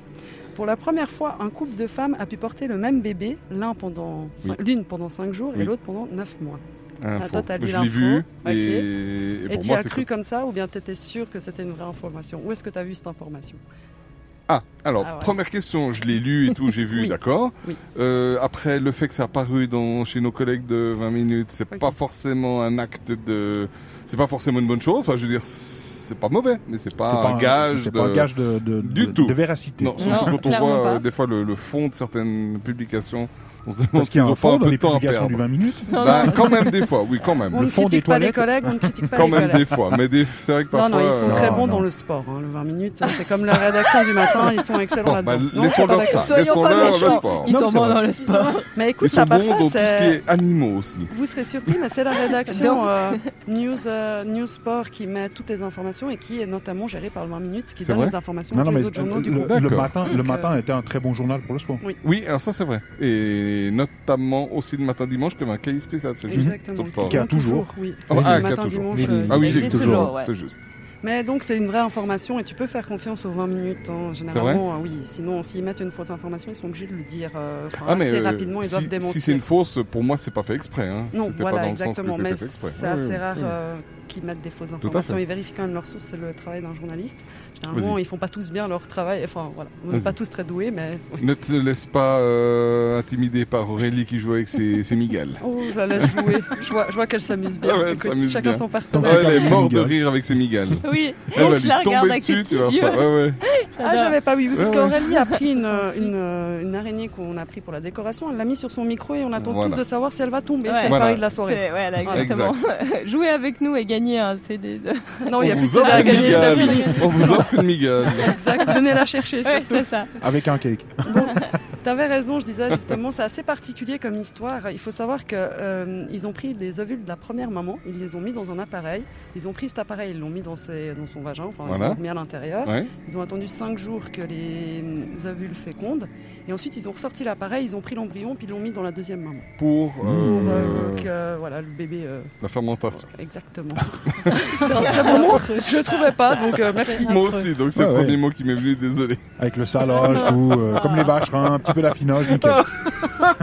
B: Pour la première fois, un couple de femmes a pu porter le même bébé, l'un pendant cin-
E: Oui.
B: l'une pendant 5 jours et
E: Oui.
B: l'autre pendant 9 mois.
E: Info.
B: Ah, toi, t'as lu
E: Je l'ai
B: l'info.
E: vu
B: Ok.
E: et- et
B: Et
E: pour
B: tu
E: moi,
B: as
E: c'est
B: cru
E: que-
B: comme ça ou bien t'étais sûr que c'était une vraie information Où est-ce que t'as vu cette information
E: Ah, alors,
B: Ah ouais.
E: première question, je l'ai lu et tout, j'ai vu, d'accord. Euh, après, le fait que ça a paru dans, chez nos collègues de 20 minutes, c'est pas forcément un acte de... C'est pas forcément une bonne chose, enfin, je veux dire, c'est pas mauvais, mais c'est pas,
D: C'est pas
E: un
D: un-
E: gage
D: c'est
E: de...
D: pas un gage de- de-
E: du
D: de-
E: tout.
D: de véracité.
E: Non, surtout
D: Non,
E: quand on
D: clairement
E: voit euh,
D: pas.
E: des fois le, le fond de certaines publications, on se demande
D: Parce qu'il
E: s'ils
D: y a un
E: ont pas
D: fond
E: un
D: dans
E: peu
D: les
E: de temps à
D: publications
E: perdre.
D: du 20 minutes. Non,
E: Bah,
D: non.
E: quand même des fois, oui, quand même.
B: On ne critique pas les collègues, on ne critique pas
E: Quand
B: les
E: même
B: collègues.
E: des fois, mais des- c'est vrai que
B: Non,
E: parfois...
B: non, ils sont
E: euh,
B: très bons dans le sport. hein, Le 20 minutes, c'est comme la rédaction du matin, ils sont excellents
E: Bon,
B: là-dedans.
E: bah,
B: Non,
E: laissons-leur
B: je suis pas
E: ça,
B: d'accord. Soyons pas
E: laissons-leur le
B: méchants.
E: sport.
B: Ils
E: Non,
B: sont
E: mais c'est
B: bons
E: vrai.
B: dans le sport. Mais
E: Ils
B: écoute,
E: sont
B: à part
E: bons
B: ça,
E: dans tout ce qui
B: c'est.
E: est animaux aussi.
B: Vous serez surpris, mais c'est la rédaction
C: Donc.
B: euh, News, euh, News Sport qui met toutes les informations et qui est notamment gérée par le 20 minutes, qui
E: C'est
B: donne
E: vrai
B: les informations
D: Non,
B: à
D: non,
B: tous
D: mais
B: les autres journaux
D: le,
B: du
D: le
B: groupe.
D: matin, le
B: Donc, euh,
D: matin était un très bon journal pour le sport.
B: Oui.
E: alors ça c'est vrai. Et notamment aussi le matin dimanche comme un cahier spécial, c'est juste
B: Exactement,
E: sur le
B: qui
E: sport.
D: Qui a toujours.
B: oui.
E: Ah, bah,
B: Le
E: ah, qui a
B: matin,
E: toujours.
B: dimanche,
E: Oui,
B: euh,
E: Ah oui,
B: il
E: il
B: existe
E: est toujours,
B: toujours, ouais.
E: c'est juste.
B: Mais donc c'est une vraie information et tu peux faire confiance aux 20 minutes. hein, Généralement, euh, oui. Sinon, s'ils mettent une fausse information, ils sont obligés de le dire euh, enfin,
E: Ah, mais
B: assez
E: euh,
B: rapidement. Ils
E: si,
B: doivent démentir.
E: si c'est une fausse, pour moi c'est pas fait exprès. Hein.
B: Non,
E: C'était pas
B: voilà,
E: dans le sens que
B: exactement.
E: c'était
B: Mais
E: fait exprès.
B: c'est
E: Oui,
B: assez
E: oui,
B: rare
E: oui.
B: euh, qu'ils mettent des fausses
E: fait.
B: informations. Ils vérifient quand même leurs sources, c'est le travail d'un journaliste. Généralement,
E: Vas-y.
B: ils font pas tous bien leur travail. Enfin, voilà, on n'est
E: Vas-y.
B: pas tous très doués, mais.
E: Ne te laisse pas euh, intimider par Aurélie qui joue avec ses, ses migales.
B: Oh, je la laisse jouer. je vois, je vois qu'elle s'amuse bien.
E: Ah ouais,
B: Écoute,
E: ça m'amuse
B: chacun
E: bien.
B: son
E: Ah,
B: partenaire.
E: elle est morte de rire avec ses migales.
B: Oui.
E: Elle va
B: Je
E: lui
B: la regarde
E: tomber
B: avec ses
E: dessus, tu vas
B: petits
E: faire-
B: yeux.
E: ouais, ouais.
B: Ah, j'avais pas oui, oui, parce
E: Ouais, ouais.
B: qu'Aurélie a pris une, une, euh, une araignée qu'on a pris pour la décoration. Elle l'a mis sur son micro et on attend
E: Voilà.
B: tous de savoir si elle va tomber.
C: Ouais.
B: C'est le
C: Voilà.
B: pari de la soirée.
C: C'est- ouais, là,
B: Voilà.
C: exactement. Jouez avec nous et gagnez un CD. De...
B: Non, il
E: On
B: Oh, y a plus
E: vous
B: de CD
E: offre
B: à
E: une
B: gagner. ça finit.
E: migale. On vous offre une migale.
B: Exact, venez la chercher.
C: Ouais,
B: surtout.
C: c'est ça.
D: Avec un cake.
B: T'avais raison, je disais justement, c'est assez particulier comme histoire. Il faut savoir que euh, ils ont pris les ovules de la première maman, ils les ont mis dans un appareil. Ils ont pris cet appareil, ils l'ont mis dans, ses- dans son vagin, enfin,
E: Voilà.
B: ils l'ont remis à l'intérieur.
E: Ouais.
B: Ils ont attendu cinq jours que les euh, ovules fécondent. Et ensuite, ils ont ressorti l'appareil, ils ont pris l'embryon, puis ils l'ont mis dans la deuxième maman.
E: Pour
B: Pour, euh,
E: euh,
B: donc, euh, voilà, le bébé. euh,
E: la fermentation.
B: Exactement. c'est un très bon mot. Je le trouvais pas, donc euh, merci.
E: Moi aussi, donc c'est
D: Ouais,
E: le
D: ouais.
E: premier mot qui m'est venu, désolé.
D: Avec le salage, tout, euh, comme les vaches, hein, un petit peu l'affinage, nickel.
E: Ah.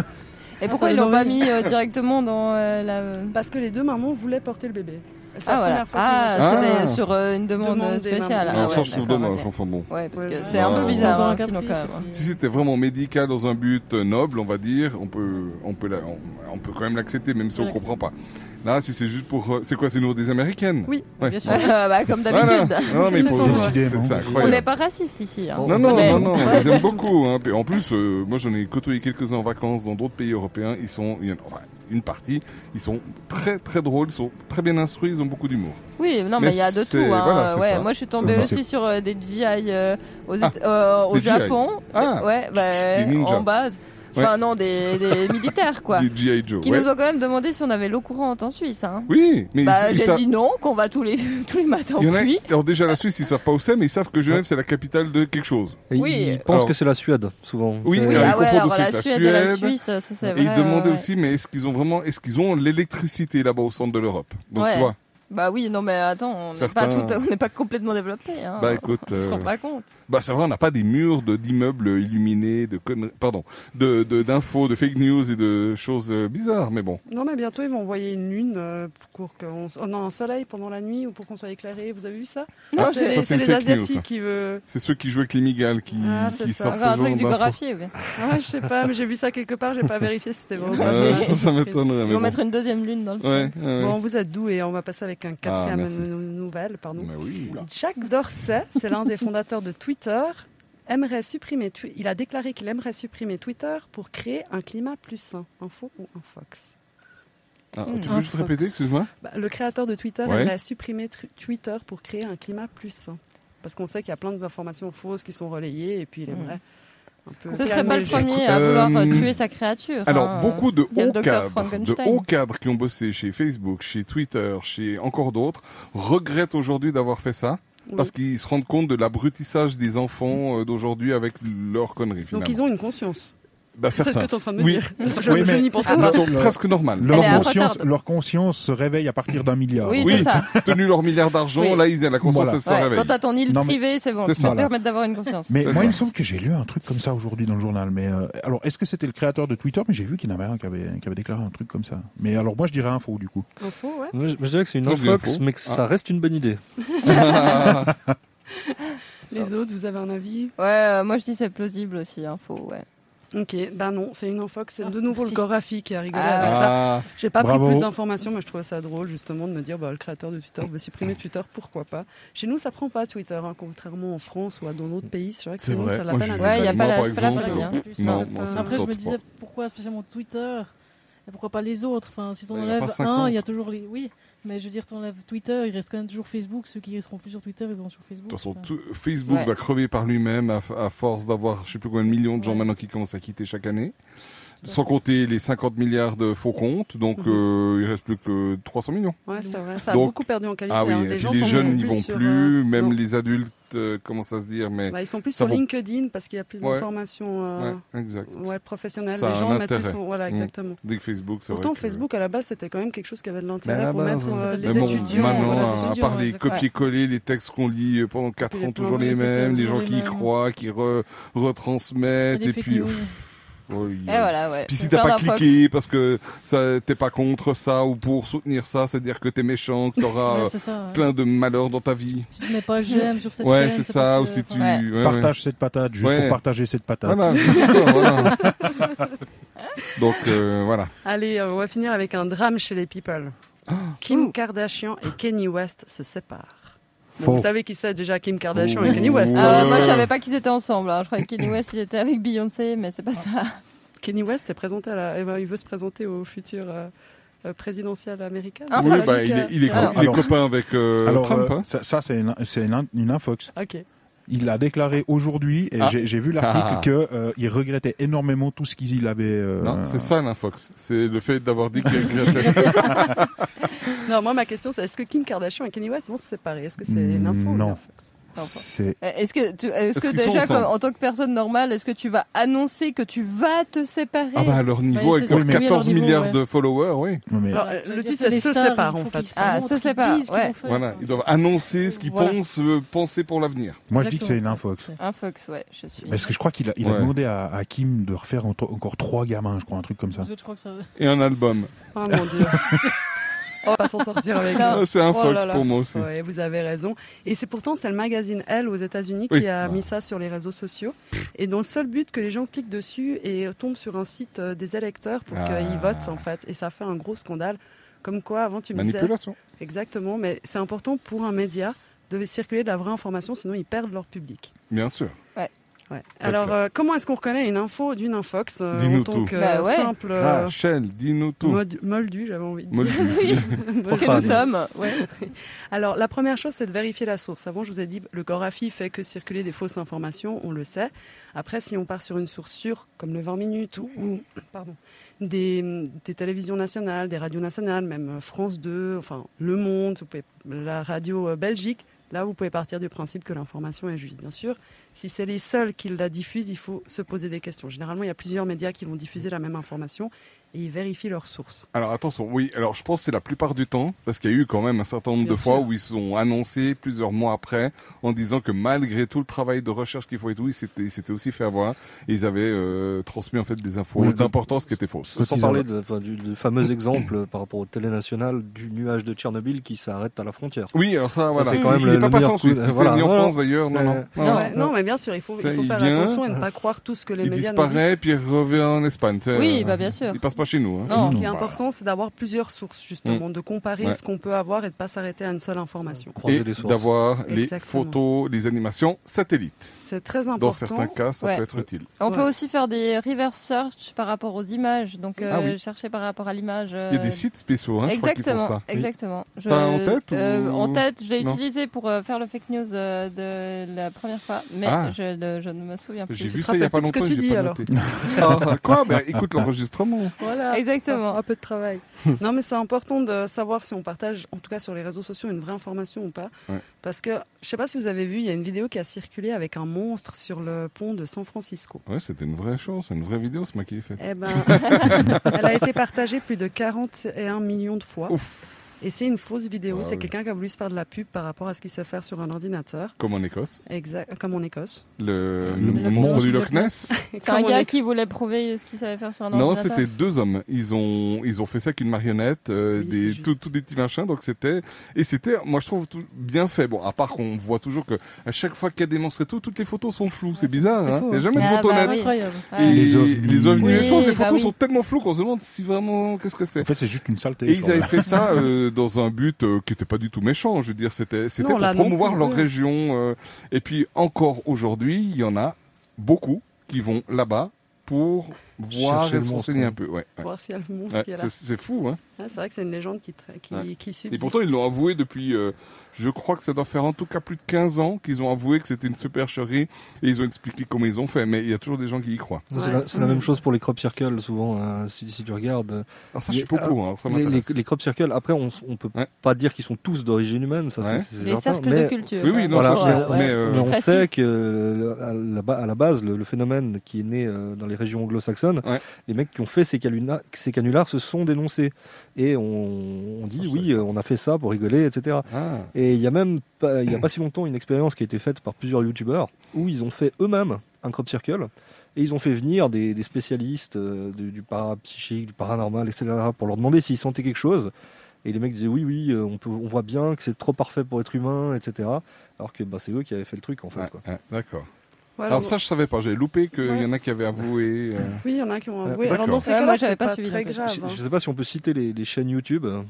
C: Et pourquoi
B: ça
C: ils l'ont
B: donne
C: pas
B: envie.
C: mis euh, directement dans euh, la.
B: Parce que les deux mamans voulaient porter le bébé. Bah, C'est la
C: Ah voilà.
B: première fois qu'ils
C: Ah,
B: l'ont fait.
C: c'était sur euh, une demande,
B: Demande des
C: spéciale.
B: mamans.
C: Ah
E: Non, ça
C: ouais,
E: je trouve
C: d'accord,
E: dommage,
C: ok.
E: enfin bon.
C: Ouais, parce que
B: Ouais,
C: c'est un peu
E: ouais.
C: bizarre, hein,
B: Ils sont
C: sinon quand
B: dans un
C: même.
E: Si c'était vraiment médical dans un but euh, noble, on va dire, on peut, on peut, la- on, on peut quand même l'accepter, même si on
C: Ouais,
E: comprend pas. Là, si c'est juste pour, euh, c'est quoi, c'est nous des Américaines
B: Oui,
E: Ouais.
C: bien sûr. Euh, bah, comme d'habitude.
E: Voilà. Non, mais
C: Je
E: pour
C: sens,
E: c'est
D: ouais.
E: c'est
C: On n'est
E: incroyable.
C: pas raciste ici. Hein.
E: Non, non,
C: Mais-
E: non, non, on les aime beaucoup. Hein. Puis En plus, euh, moi j'en ai côtoyé quelques-uns en vacances dans d'autres pays européens. Ils sont, il y en a- enfin, une partie, ils sont très très drôles, ils sont très bien instruits, ils ont beaucoup d'humour.
C: Oui, non, mais il y a de tout.
E: c'est-
C: hein.
E: voilà, c'est
C: ouais,
E: ça.
C: moi, je suis tombée
E: C'est-
C: aussi sur euh, des GI euh, aux
E: Ah,
C: Éta- euh, au
E: des GI.
C: Japon.
E: Ah,
C: ouais, bah,
E: des ninjas.
C: en base.
E: Ouais.
C: Enfin, non, des, des militaires, quoi.
E: Des G.I. Joe.
C: qui
E: ouais.
C: nous ont quand même demandé si on avait l'eau courante en Suisse. Hein.
E: Oui, mais
C: bah,
E: ils- ils
C: j'ai
E: sa-
C: dit non, qu'on va tous les, tous les matins au
E: Il y en a,
C: puits.
E: alors déjà la Suisse, ils savent pas où c'est, mais ils savent que Genève c'est la capitale de quelque chose.
C: Oui.
F: Ils pensent
E: Alors-
F: que c'est la Suède, souvent.
E: Oui,
F: C'est-
E: alors, ils
C: ah ouais,
E: confondent
C: alors
E: aussi
C: la
E: avec la
C: Suède et la
E: Suède.
C: Suisse, ça, c'est
E: Et ils
C: vrai,
E: demandaient
C: ouais,
E: aussi, mais est-ce qu'ils ont vraiment, est-ce qu'ils ont l'électricité là-bas au centre de l'Europe Donc
C: Ouais.
E: tu vois,
C: Bah oui, non mais attends, on n'est pas,
E: Certains-
C: tout- on n'est pas complètement développé. Hein.
B: Ah.
E: Bah écoute,
C: on se rend
E: euh,
C: pas compte.
E: Bah c'est vrai, on n'a pas des murs de d'immeubles illuminés, de conneries, pardon, de de- d'infos, de, fake news et de choses euh, bizarres, mais bon.
B: Non, mais bientôt ils vont envoyer une lune euh, pour qu'on s- oh, non, un soleil pendant la nuit ou pour qu'on soit éclairé. Vous avez vu ça
E: Ah,
B: c'est les,
E: ça,
B: c'est
E: une
B: les
E: fake news,
B: Asiatiques
E: ça.
B: qui veulent.
E: C'est ceux qui jouent avec les migales qui,
B: Ah, c'est
E: qui
B: ça.
E: sortent
B: Enfin, un
E: ce
B: truc
E: genre
B: du
E: d'infos.
C: graphier, oui.
B: Ouais, je sais pas, mais j'ai vu ça quelque part, j'ai pas vérifié si c'était vrai. ou pas.
E: Euh,
B: C'est-
E: ça, ça m'étonnerait,
C: Ils
E: mais
C: vont
E: bon.
C: mettre une deuxième lune dans le
E: Ouais,
C: ciel.
E: ouais, ouais.
B: Bon, vous êtes doux et on va passer avec un quatrième
E: merci.
B: nou- nouvelle, pardon.
E: Mais oui. Oula.
B: Jack Dorsey, c'est l'un des fondateurs de Twitter, aimerait supprimer. Twi- il a déclaré qu'il aimerait supprimer Twitter pour créer un climat plus sain. Info ou un fox
E: Ah,
B: Hmm.
E: tu peux juste
B: Un fox.
E: répéter, excuse-moi
B: Bah, Le créateur de Twitter
E: Ouais.
B: aimerait supprimer tr- Twitter pour créer un climat plus sain. Parce qu'on sait qu'il y a plein d'informations fausses qui sont relayées et puis il aimerait. un peu
C: Ce serait pas le
B: calmer
C: premier à vouloir euh, tuer sa créature.
E: Alors,
C: hein.
E: beaucoup de
C: Il y a le
E: hauts
C: docteur
E: cadres, de
C: Frankenstein.
E: hauts cadres qui ont bossé chez Facebook, chez Twitter, chez encore d'autres, regrettent aujourd'hui d'avoir fait ça.
B: Oui.
E: Parce qu'ils se rendent compte de l'abrutissage des enfants euh, d'aujourd'hui avec leurs conneries. Finalement.
B: Donc ils ont une conscience.
E: Bah,
B: C'est ce
E: certains.
B: que t'es en train de me
E: Oui.
B: dire.
E: Oui,
B: Je,
E: mais
B: je n'y pensais
E: de
B: pas.
E: façon presque normale.
D: Leur
E: Elle est à
D: conscience,
E: retarde.
D: leur conscience se réveille à partir d'un milliard.
C: Oui, c'est ça.
E: tenu leur milliard d'argent,
C: Oui.
E: là, ils la conscience
D: Voilà.
E: elle se
C: Ouais,
E: réveille.
C: quand t'as ton île
D: Non, mais-
C: privée, c'est bon,
D: C'est
C: ça
D: ça.
C: te permet d'avoir une conscience.
D: Mais moi, il me semble que j'ai lu un truc comme ça aujourd'hui dans le journal. Mais euh, alors, est-ce que c'était le créateur de Twitter Mais j'ai vu qu'il y en avait un qui avait, qui avait déclaré un truc comme ça. Mais alors, moi, je dirais info du coup.
B: Info, ouais.
F: Moi, je, moi, je dirais que c'est une
D: Moi, je dis
F: infox,
D: info.
F: mais que ça
D: Ah.
F: reste une bonne idée.
B: Les autres, vous avez un avis
C: Ouais, euh, moi je dis c'est plausible aussi, info, ouais.
B: Ok, ben non, c'est une infox, c'est de nouveau
C: si.
B: le Gorafi qui a rigolé
C: Ah.
B: avec
E: Ah.
B: ça. J'ai pas
E: Bravo.
B: pris plus d'informations, mais je trouvais ça drôle justement de me dire bah, le créateur de Twitter veut supprimer Twitter, pourquoi pas Chez nous, ça prend pas Twitter, hein, contrairement en France ou à dans d'autres pays. C'est vrai que
E: C'est
B: chez nous,
E: vrai.
B: ça
E: Moi,
B: l'appelle
E: j'ai
B: un
E: vu Ouais, y a pas la-
B: Moi,
E: c'est la
B: par
E: folie,
B: exemple,
E: hein.
B: plus,
E: Non,
B: ça
E: moi,
B: fait
E: ça
B: pas-
E: me
G: Après, je me
E: D'autres
G: disais pourquoi spécialement Twitter et pourquoi pas les autres Enfin, si t'en
E: Il y en a pas
G: enlèves
E: 50.
G: un, il y a toujours les. Oui, mais je veux dire, t'enlèves Twitter, il reste quand même toujours Facebook. Ceux qui ne seront plus sur Twitter, ils auront sur
E: De
G: Facebook.
E: toute façon,
G: Enfin,
E: tout- Facebook
G: Ouais.
E: va crever par lui-même à, à force d'avoir je sais plus combien de millions de gens maintenant qui commencent à quitter chaque année. Sans compter les 50 milliards de faux comptes, donc
B: Mhm.
E: euh, il reste plus que 300 millions.
B: Ouais, c'est vrai, ça a
E: Donc-
B: beaucoup perdu en qualité.
E: Ah oui,
B: hein. Les
E: et puis
B: gens
E: les
B: sont
E: jeunes n'y
B: plus
E: vont
B: sur,
E: plus,
B: euh,
E: même
B: non.
E: les adultes euh, commencent à se dire, mais
B: Bah, ils sont plus
E: ça
B: sur
E: vaut-
B: LinkedIn parce qu'il y a plus
E: Ouais.
B: d'informations euh,
E: Ouais, exact.
B: ouais, professionnelles.
E: Ça a
B: les
E: un
B: gens mettent plus.
E: intérêt.
B: son- Voilà,
E: Mm.
B: exactement.
E: Dès que Facebook, c'est vrai
B: Pourtant,
E: que-
B: Facebook à la base, c'était quand même quelque chose qui avait de
E: Mais à
B: l'intérêt
E: la
B: pour
E: base,
B: mettre euh,
E: hein.
B: les
E: Mais bon,
B: étudiants. euh,
E: maintenant, hein.
B: voilà,
E: à
B: étudiants,
E: part les
B: exactement.
E: copier-coller, les textes qu'on lit pendant 4
B: Et les
E: ans, toujours les
B: plans, c'est ça,
E: mêmes, les
B: toujours
E: gens
B: les
E: qui y
B: mêmes.
E: croient, qui re- retransmettent,
C: Et les
E: et
C: fake
E: puis... oh,
C: news.
E: oui.
C: Et voilà, ouais.
E: Puis
C: C'est
E: si t'as
C: plein
E: pas
C: d'infox.
E: cliqué parce que ça- t'es pas contre ça ou pour soutenir ça, c'est dire que t'es méchant, que t'auras
G: Ouais,
E: euh,
G: c'est ça, ouais.
E: plein de malheurs dans ta vie.
G: Si tu mets pas j'aime sur cette
E: Ouais,
G: chaîne,
E: c'est
G: c'est
E: ça, ou
G: parce
E: si
G: que-
E: tu...
G: Ouais.
E: ouais, ouais.
D: Partage cette patate, juste
E: Ouais.
D: pour partager cette patate.
E: Voilà, d'accord, voilà. Donc, euh, voilà.
B: Allez, euh, on va finir avec un drame chez les people.
E: Ah.
B: Kim Kardashian et Kanye West se séparent. Bon,
D: Faux.
B: vous savez qui c'est déjà Kim Kardashian
D: Ouh.
B: et Kanye West.
C: Euh,
E: Ah.
B: hein.
C: moi je savais pas qu'ils étaient ensemble, hein. je croyais que Kenny West il était avec Beyoncé, mais c'est pas ça.
B: Kanye West s'est présenté à la... eh ben, il veut se présenter au futur euh, euh, présidentiel américain.
C: Ah,
E: Oui,
B: Voilà.
E: bah, il est, il est co-
B: Alors-
E: il est copain avec euh,
D: alors,
E: Trump,
D: euh,
E: hein.
D: ça, ça, c'est une, c'est une, une infox.
B: Ok.
D: Il l'a déclaré aujourd'hui et
E: Ah.
D: j'ai j'ai vu l'article
E: Ah.
D: que euh, il regrettait énormément tout ce qu'il avait. euh,
E: Non, c'est ça l'infox. C'est le fait d'avoir dit qu'il regrettait.
B: Non, moi ma question c'est est-ce que Kim Kardashian et Kanye West vont se séparer Est-ce que c'est l'info
D: Non.
C: Enfin.
D: C'est
C: Euh, Est-ce que, tu, est-ce
E: Est-ce
C: que
E: qu'ils sont
C: déjà,
E: ensemble
C: comme- en tant que personne normale, est-ce que tu vas annoncer que tu vas te séparer
E: Ah bah à leur niveau, avec leurs 14 milliards de followers, oui.
B: Alors, euh, le
C: dire,
B: titre
C: c'est
B: c'est
C: des
B: se
C: stars,
B: séparent
C: il
B: en
C: faut
B: fait.
C: qu'ils se Ah, se montrent, qu'ils séparent, disent qu'ils ouais. vont faire.
E: Voilà, ils doivent annoncer ce qu'ils
C: Voilà.
E: pensent, euh, penser pour l'avenir.
D: Moi, je dis que c'est une infox.
C: Un Fox, ouais, je suis.
D: Parce que je crois qu'il a, il a
E: Ouais.
D: demandé à, à Kim de refaire en- encore trois gamins, je crois, un truc comme ça.
G: Parce que je crois que ça-
E: Et un album.
B: Oh mon dieu. On va pas s'en sortir avec
E: Non.
B: ça.
E: Ah, C'est un
B: Oh
E: fox
B: là là.
E: pour moi aussi.
B: Ouais, vous avez raison. Et c'est pourtant, c'est le magazine Elle aux États-Unis
E: Oui.
B: qui a
E: Ah.
B: mis ça sur les réseaux sociaux. Et dont le seul but que les gens cliquent dessus et euh, tombent sur un site euh, des électeurs pour
E: Ah.
B: qu'ils votent en fait. Et ça fait un gros scandale. Comme quoi, avant tu me disais-
E: Manipulation.
B: Exactement, mais c'est important pour un média de circuler de la vraie information, sinon ils perdent leur public.
E: Bien sûr.
C: Ouais.
B: Alors, euh, comment est-ce qu'on reconnaît une info d'une infox euh, en
E: Dis-nous
B: tant
E: tout.
B: que euh, simple euh,
E: Rachel, dis-nous tout.
B: Mod- moldu, j'avais envie de dire.
E: Moldu.
B: Oui.
E: Trop Que nous fan. sommes,
C: ouais.
B: Alors, la première chose, c'est de vérifier la source. Avant, je vous ai dit, le Gorafi fait que circuler des fausses informations, on le sait. Après, si on part sur une source sûre, comme le 20 minutes ou, ou- pardon, des, des télévisions nationales, des radios nationales, même euh, France 2, enfin, Le Monde, vous pouvez- la radio euh, Belgique, là, vous pouvez partir du principe que l'information est juste, bien sûr. Si c'est les seuls qui la diffusent, il faut se poser des questions. Généralement, il y a plusieurs médias qui vont diffuser la même information et ils vérifient leurs sources.
E: Alors attention, oui, alors je pense que c'est la plupart du temps, parce qu'il y a eu quand même un certain nombre
B: Bien
E: de fois
B: sûr.
E: où ils sont annoncés plusieurs mois après en disant que malgré tout le travail de recherche qu'ils font et tout, ils s'étaient ils s'étaient aussi fait avoir et ils avaient euh, transmis en fait des infos
F: Oui, quand-
E: d'importance qui étaient fausses.
F: Sans parler de, enfin, du, du fameux exemple par rapport au télé national du nuage de Tchernobyl qui s'arrête à la frontière.
E: Oui, alors ça, voilà.
F: c'est quand même
E: Il
F: le-
E: est
F: le
E: pas
F: meilleur
E: passé en
F: coup-
E: Suisse,
F: euh,
E: c'est
F: voilà,
E: né en
F: voilà.
E: France, d'ailleurs, non, non.
F: Euh,
E: Non,
B: Non,
E: non,
B: mais-
E: non.
B: non, mais bien sûr, il faut, il
E: Ça,
B: faut
E: il
B: faire
E: vient. euh,
B: attention et ne pas croire tout ce que les
E: il
B: médias nous disent.
E: disparaît puis il revient en Espagne. tu sais,
B: Oui,
E: euh,
B: bah, bien sûr.
E: Il passe pas chez nous. Hein.
B: Ce qui est
E: Bah,
B: important, c'est d'avoir plusieurs sources, justement,
E: Mm.
B: de comparer
E: Ouais.
B: ce qu'on peut avoir et de pas s'arrêter à une seule information.
E: et d'avoir les
B: Exactement.
E: photos, les animations satellites.
B: C'est très important.
E: Dans certains cas, ça
C: Ouais.
E: peut être utile.
C: On peut aussi faire des reverse search par rapport aux images, donc euh,
E: Ah oui.
C: chercher par rapport à l'image. euh,
E: Il y a des sites spéciaux, hein, je crois, qui font
C: exactement,
E: ça. Oui.
C: Exactement. Je-
E: T'as en tête
C: euh,
E: ou-
C: En tête, je l'ai
E: Non.
C: utilisé pour euh, faire le fake news euh, de la première fois, mais
E: Ah.
C: je, ne- je ne me souviens plus.
E: J'ai
C: Tu
E: vu
C: te
E: ça il y a pas
C: rappelles
E: longtemps,
C: plus ce que tu
E: j'ai pas
C: dis,
E: noté.
C: alors
E: Ah, quoi Bah écoute l'enregistrement.
B: Voilà.
C: Exactement.
B: Un peu de travail. non, mais c'est important de savoir si on partage, en tout cas sur les réseaux sociaux, une vraie information ou pas.
E: Ouais.
B: Parce que, je sais pas si vous avez vu, il y a une vidéo qui a circulé avec un monstre sur le pont de San Francisco.
E: Ouais, c'était une vraie chance, une vraie vidéo, ce mec qui est fait.
B: Eh ben, elle a été partagée plus de 41 millions de fois. Et c'est une fausse vidéo.
E: Ah
B: c'est
E: oui.
B: quelqu'un qui a voulu se faire de la pub par rapport à ce qu'il sait faire sur un ordinateur.
E: Comme en Écosse,
B: Exact, comme en Écosse.
E: le, le monstre du Loch Ness.
C: C'est un
B: Comme on
C: gars
B: est-
C: qui voulait prouver ce qu'il savait faire sur un
E: Non,
C: ordinateur.
E: c'était deux hommes. Ils ont ils ont fait ça avec une marionnette, euh, des tout, tout des petits machins. Donc c'était et c'était, moi je trouve tout bien fait. Bon, à part qu'on voit toujours que à chaque fois qu'il y a des monstres et tout, toutes les photos sont floues. c'est bizarre.
C: c'est
E: hein.
C: fou.
E: Il n'y a jamais
C: Ah,
E: de photos
C: bah
E: nettes.
C: oui. Incroyable.
E: Et
C: Ouais.
E: les
D: Les
E: ovnis,
D: ovnis.
E: les
C: Oui,
E: choses, les
C: bah
E: photos
C: oui.
E: sont tellement floues qu'on se demande si vraiment qu'est-ce que c'est. En
D: fait, c'est juste une saleté.
E: Et
D: je
E: ils
D: crois.
E: avaient fait ça euh, dans un but euh, qui était pas du tout méchant. Je veux dire, c'était c'était
B: Non,
E: pour
B: là, non
E: promouvoir
B: plus,
E: leur
B: ouais.
E: région. euh, et puis encore aujourd'hui, il y en a beaucoup qui vont là-bas pour voir
B: Chercher
E: et
B: le
E: se
B: monstre,
E: renseigner
B: ouais.
E: un peu. Ouais, ouais.
B: Voir s'il y a le monstre
E: Ouais,
B: qui est là.
E: c'est- C'est fou, hein.
B: Ah, c'est vrai que c'est une légende qui, tra- qui,
E: Ouais.
B: qui subsiste.
E: Et pourtant, ils l'ont avoué depuis, euh, je crois que ça doit faire en tout cas plus de 15 ans qu'ils ont avoué que c'était une supercherie et ils ont expliqué comment ils ont fait. Mais il y a toujours des gens qui y croient.
F: C'est la, c'est la même chose pour les crop circles, souvent, hein, si, si tu regardes.
E: Alors ça, je suis pas au
B: euh,
E: courant, alors ça
F: les, les,
E: m'intéresse.
F: les crop circles, après, on, on peut pas dire qu'ils sont tous d'origine humaine, ça, c'est-
E: Ouais.
F: c'est
E: Les
F: certain,
E: cercles de
F: mais-
E: culture, Oui, oui, non,
F: voilà,
E: ça,
F: mais,
E: ouais,
F: on-
E: ouais.
F: mais, euh, mais on
E: Précise.
F: sait que euh, à la, ba- à la base, le, le phénomène qui est né euh, dans les régions anglo-saxonnes, les mecs qui ont fait ces, caluna- ces canulars se sont dénoncés. Et on, on dit, oui, euh, on a fait ça pour rigoler, etc.
E: Ah.
F: Et il y a même, pas- il y a pas si longtemps, une expérience qui a été faite par plusieurs youtubeurs où ils ont fait eux-mêmes un crop circle. Et ils ont fait venir des, des spécialistes euh, du, du parapsychique, du paranormal, etc., pour leur demander s'ils sentaient quelque chose. Et les mecs disaient oui, oui, euh, on, peut, on voit bien que c'est trop parfait pour être humain, etc. Alors que bah, c'est eux qui avaient fait le truc, en fait. quoi.
E: D'accord.
B: Voilà,
E: Alors
B: bon.
E: ça, je savais pas. J'ai loupé qu'il y
B: Ouais.
E: en a qui avaient avoué. euh.
B: Oui, il y en a qui ont
E: Ouais,
B: avoué. Alors
E: d'accord.
B: dans ces
C: Ouais,
B: cas-là,
C: moi, j'avais
B: c'est
C: pas
B: pas,
C: suivi,
B: très
C: donc.
B: grave. hein.
F: Je, je sais pas si on peut citer les, les chaînes YouTube. euh.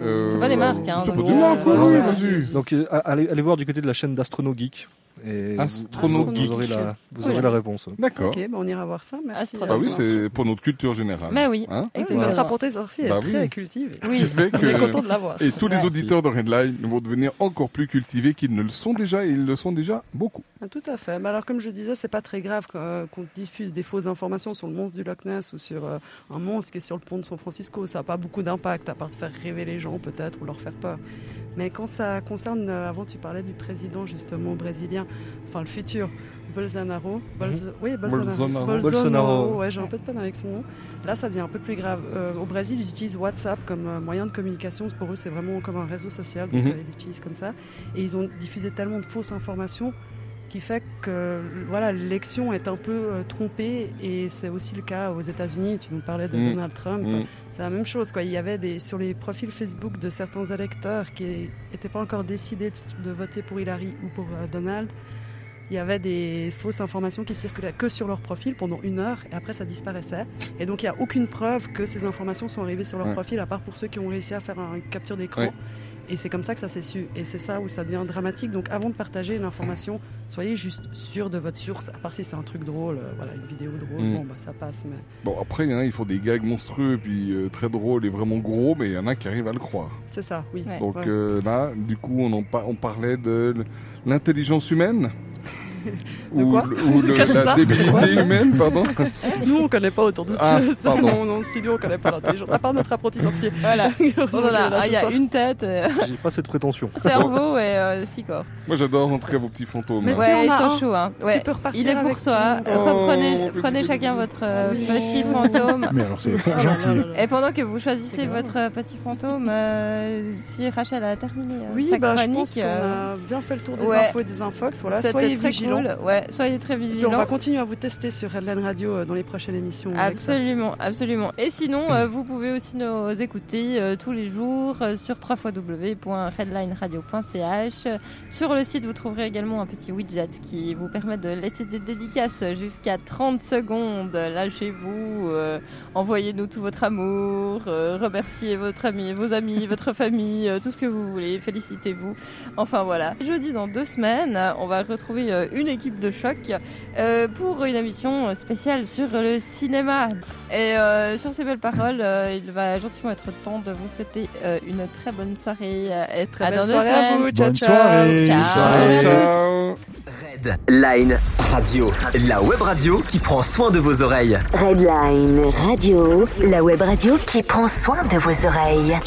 E: Euh,
C: pas des marques, hein,
E: c'est
C: donc,
E: pas des
C: euh,
E: marques, oui,
F: Voilà.
E: oui, vas-y.
F: Donc euh, allez, allez voir du côté de la chaîne d'Astrono Geek. Et vous-
E: Astrono
F: vous,
E: Geek.
F: aurez la, vous
E: Voilà.
F: aurez la réponse.
E: D'accord.
B: Ok, ben, on ira voir ça. Merci.
E: Bah oui, c'est pour notre culture générale.
B: Mais oui,
E: Hein
B: exactement. Notre apporté sorcier est très cultivé.
E: Ce qui
B: Oui,
E: fait
B: on
E: que-
B: est content de l'avoir.
E: Et tous les
B: Ouais.
E: auditeurs de Redline vont devenir encore plus cultivés qu'ils ne le sont déjà, et ils le sont déjà beaucoup.
B: Ah, Tout à fait. Mais alors, comme je disais, c'est pas très grave qu'on euh, qu'on diffuse des fausses informations sur le monstre du Loch Ness ou sur euh, un monstre qui est sur le pont de San Francisco. Ça n'a pas beaucoup d'impact, à part de faire rêver les gens peut-être ou leur faire peur. Mais quand ça concerne, euh, avant tu parlais du président justement brésilien, enfin le futur, Bolsonaro. Bolso-
F: Mhm.
B: Oui, Bolsonaro.
F: Bolsonaro.
B: Bolsonaro,
F: Bolsonaro.
B: ouais, j'ai un peu de peine avec son nom. Là, ça devient un peu plus grave. Euh, au Brésil, ils utilisent WhatsApp comme euh, moyen de communication. Pour eux, c'est vraiment comme un réseau social. Donc,
Q: Mhm.
B: euh, ils l'utilisent comme ça. Et ils ont diffusé tellement de fausses informations qui fait que euh, voilà l'élection est un peu euh, trompée et c'est aussi le cas aux États-Unis. Tu nous parlais de
Q: Mhm.
B: Donald Trump,
Q: Mhm.
B: c'est la même chose quoi. Il y avait des sur les profils Facebook de certains électeurs qui n'étaient pas encore décidés de, de voter pour Hillary ou pour euh, Donald. Il y avait des fausses informations qui circulaient que sur leur profil pendant une heure et après ça disparaissait. Et donc il n'y a aucune preuve que ces informations sont arrivées sur leur
E: Ouais.
B: profil à part pour ceux qui ont réussi à faire un- une capture d'écran.
E: Ouais.
B: Et c'est comme ça que ça s'est su. Et c'est ça où ça devient dramatique. Donc avant de partager une information, soyez juste sûr de votre source. À part si c'est un truc drôle, euh, voilà, une vidéo drôle,
E: Mm.
B: bon bah ça passe. Mais
E: Bon, après, hein, il y en a, ils font des gags monstrueux, puis euh, très drôles et vraiment gros, mais il y en a qui arrivent à le croire.
B: c'est ça, oui.
E: Donc
B: Ouais.
E: euh, là, du coup, on, en par- on parlait de l- l'intelligence humaine.
B: De quoi
E: le- ou le-
B: Qu'est-ce que
E: la
B: ça
E: débilité
B: C'est quoi ça
E: humaine, pardon
B: Nous, on connaît pas autour de
E: Ah,
B: ça.
E: pardon.
B: Non, non, au studio, on connaît pas l'intelligence. À part notre apprenti sorcier.
C: Voilà.
B: Donc,
C: On en a
B: euh, là,
C: un,
B: ce
C: il y a
B: soir.
C: une tête, euh,
F: J'ai pas cette prétention.
C: cerveau et euh, six corps.
E: Moi j'adore en tout cas vos petits fantômes. hein.
C: ouais, ils sont chauds. Hein. Ouais. Il est pour toi. Reprenez,
E: Oh, mon
C: prenez
E: petit
C: chacun votre euh,
E: mignon.
C: petit fantôme.
D: Mais alors, c'est fort gentil.
C: Et pendant que vous choisissez votre euh, petit fantôme, euh, si Rachel a terminé euh,
B: Oui,
C: sa
B: bah, je
C: chronique,
B: pense qu'on
C: euh,
B: a bien fait le tour des
C: ouais.
B: infos et des infox. Voilà,
C: C'était
B: soyez
C: très
B: vigilants.
C: cool. Ouais, soyez très
B: Et puis,
C: vigilants.
B: on va continuer à vous tester sur Redline Radio euh, dans les prochaines émissions. avec ça.
C: Absolument, absolument. Et sinon, euh, vous pouvez aussi nous écouter euh, tous les jours euh, sur www.redlineradio.ch. Sur le site, vous trouverez également un petit widget qui vous permet de laisser des dédicaces jusqu'à 30 secondes. Lâchez-vous, euh, envoyez-nous tout votre amour, euh, remerciez votre ami, vos amis, votre famille, euh, tout ce que vous voulez, félicitez-vous. Enfin voilà. Jeudi dans deux semaines, on va retrouver euh, une équipe de choc euh, pour une émission spéciale sur le cinéma. Et euh, sur ces belles paroles, euh, il va gentiment être temps de vous souhaiter euh, une très bonne soirée. euh, Et
B: Très
C: à
B: belle
C: dans deux
B: soirée à
C: semaines.
B: vous. Ciao, Bonne ciao. soirée.
C: Ciao.
B: Bonne soirée à
H: Ciao. Redline Radio, la web radio qui prend soin de vos oreilles.
I: Redline Radio, la web radio qui prend soin de vos oreilles.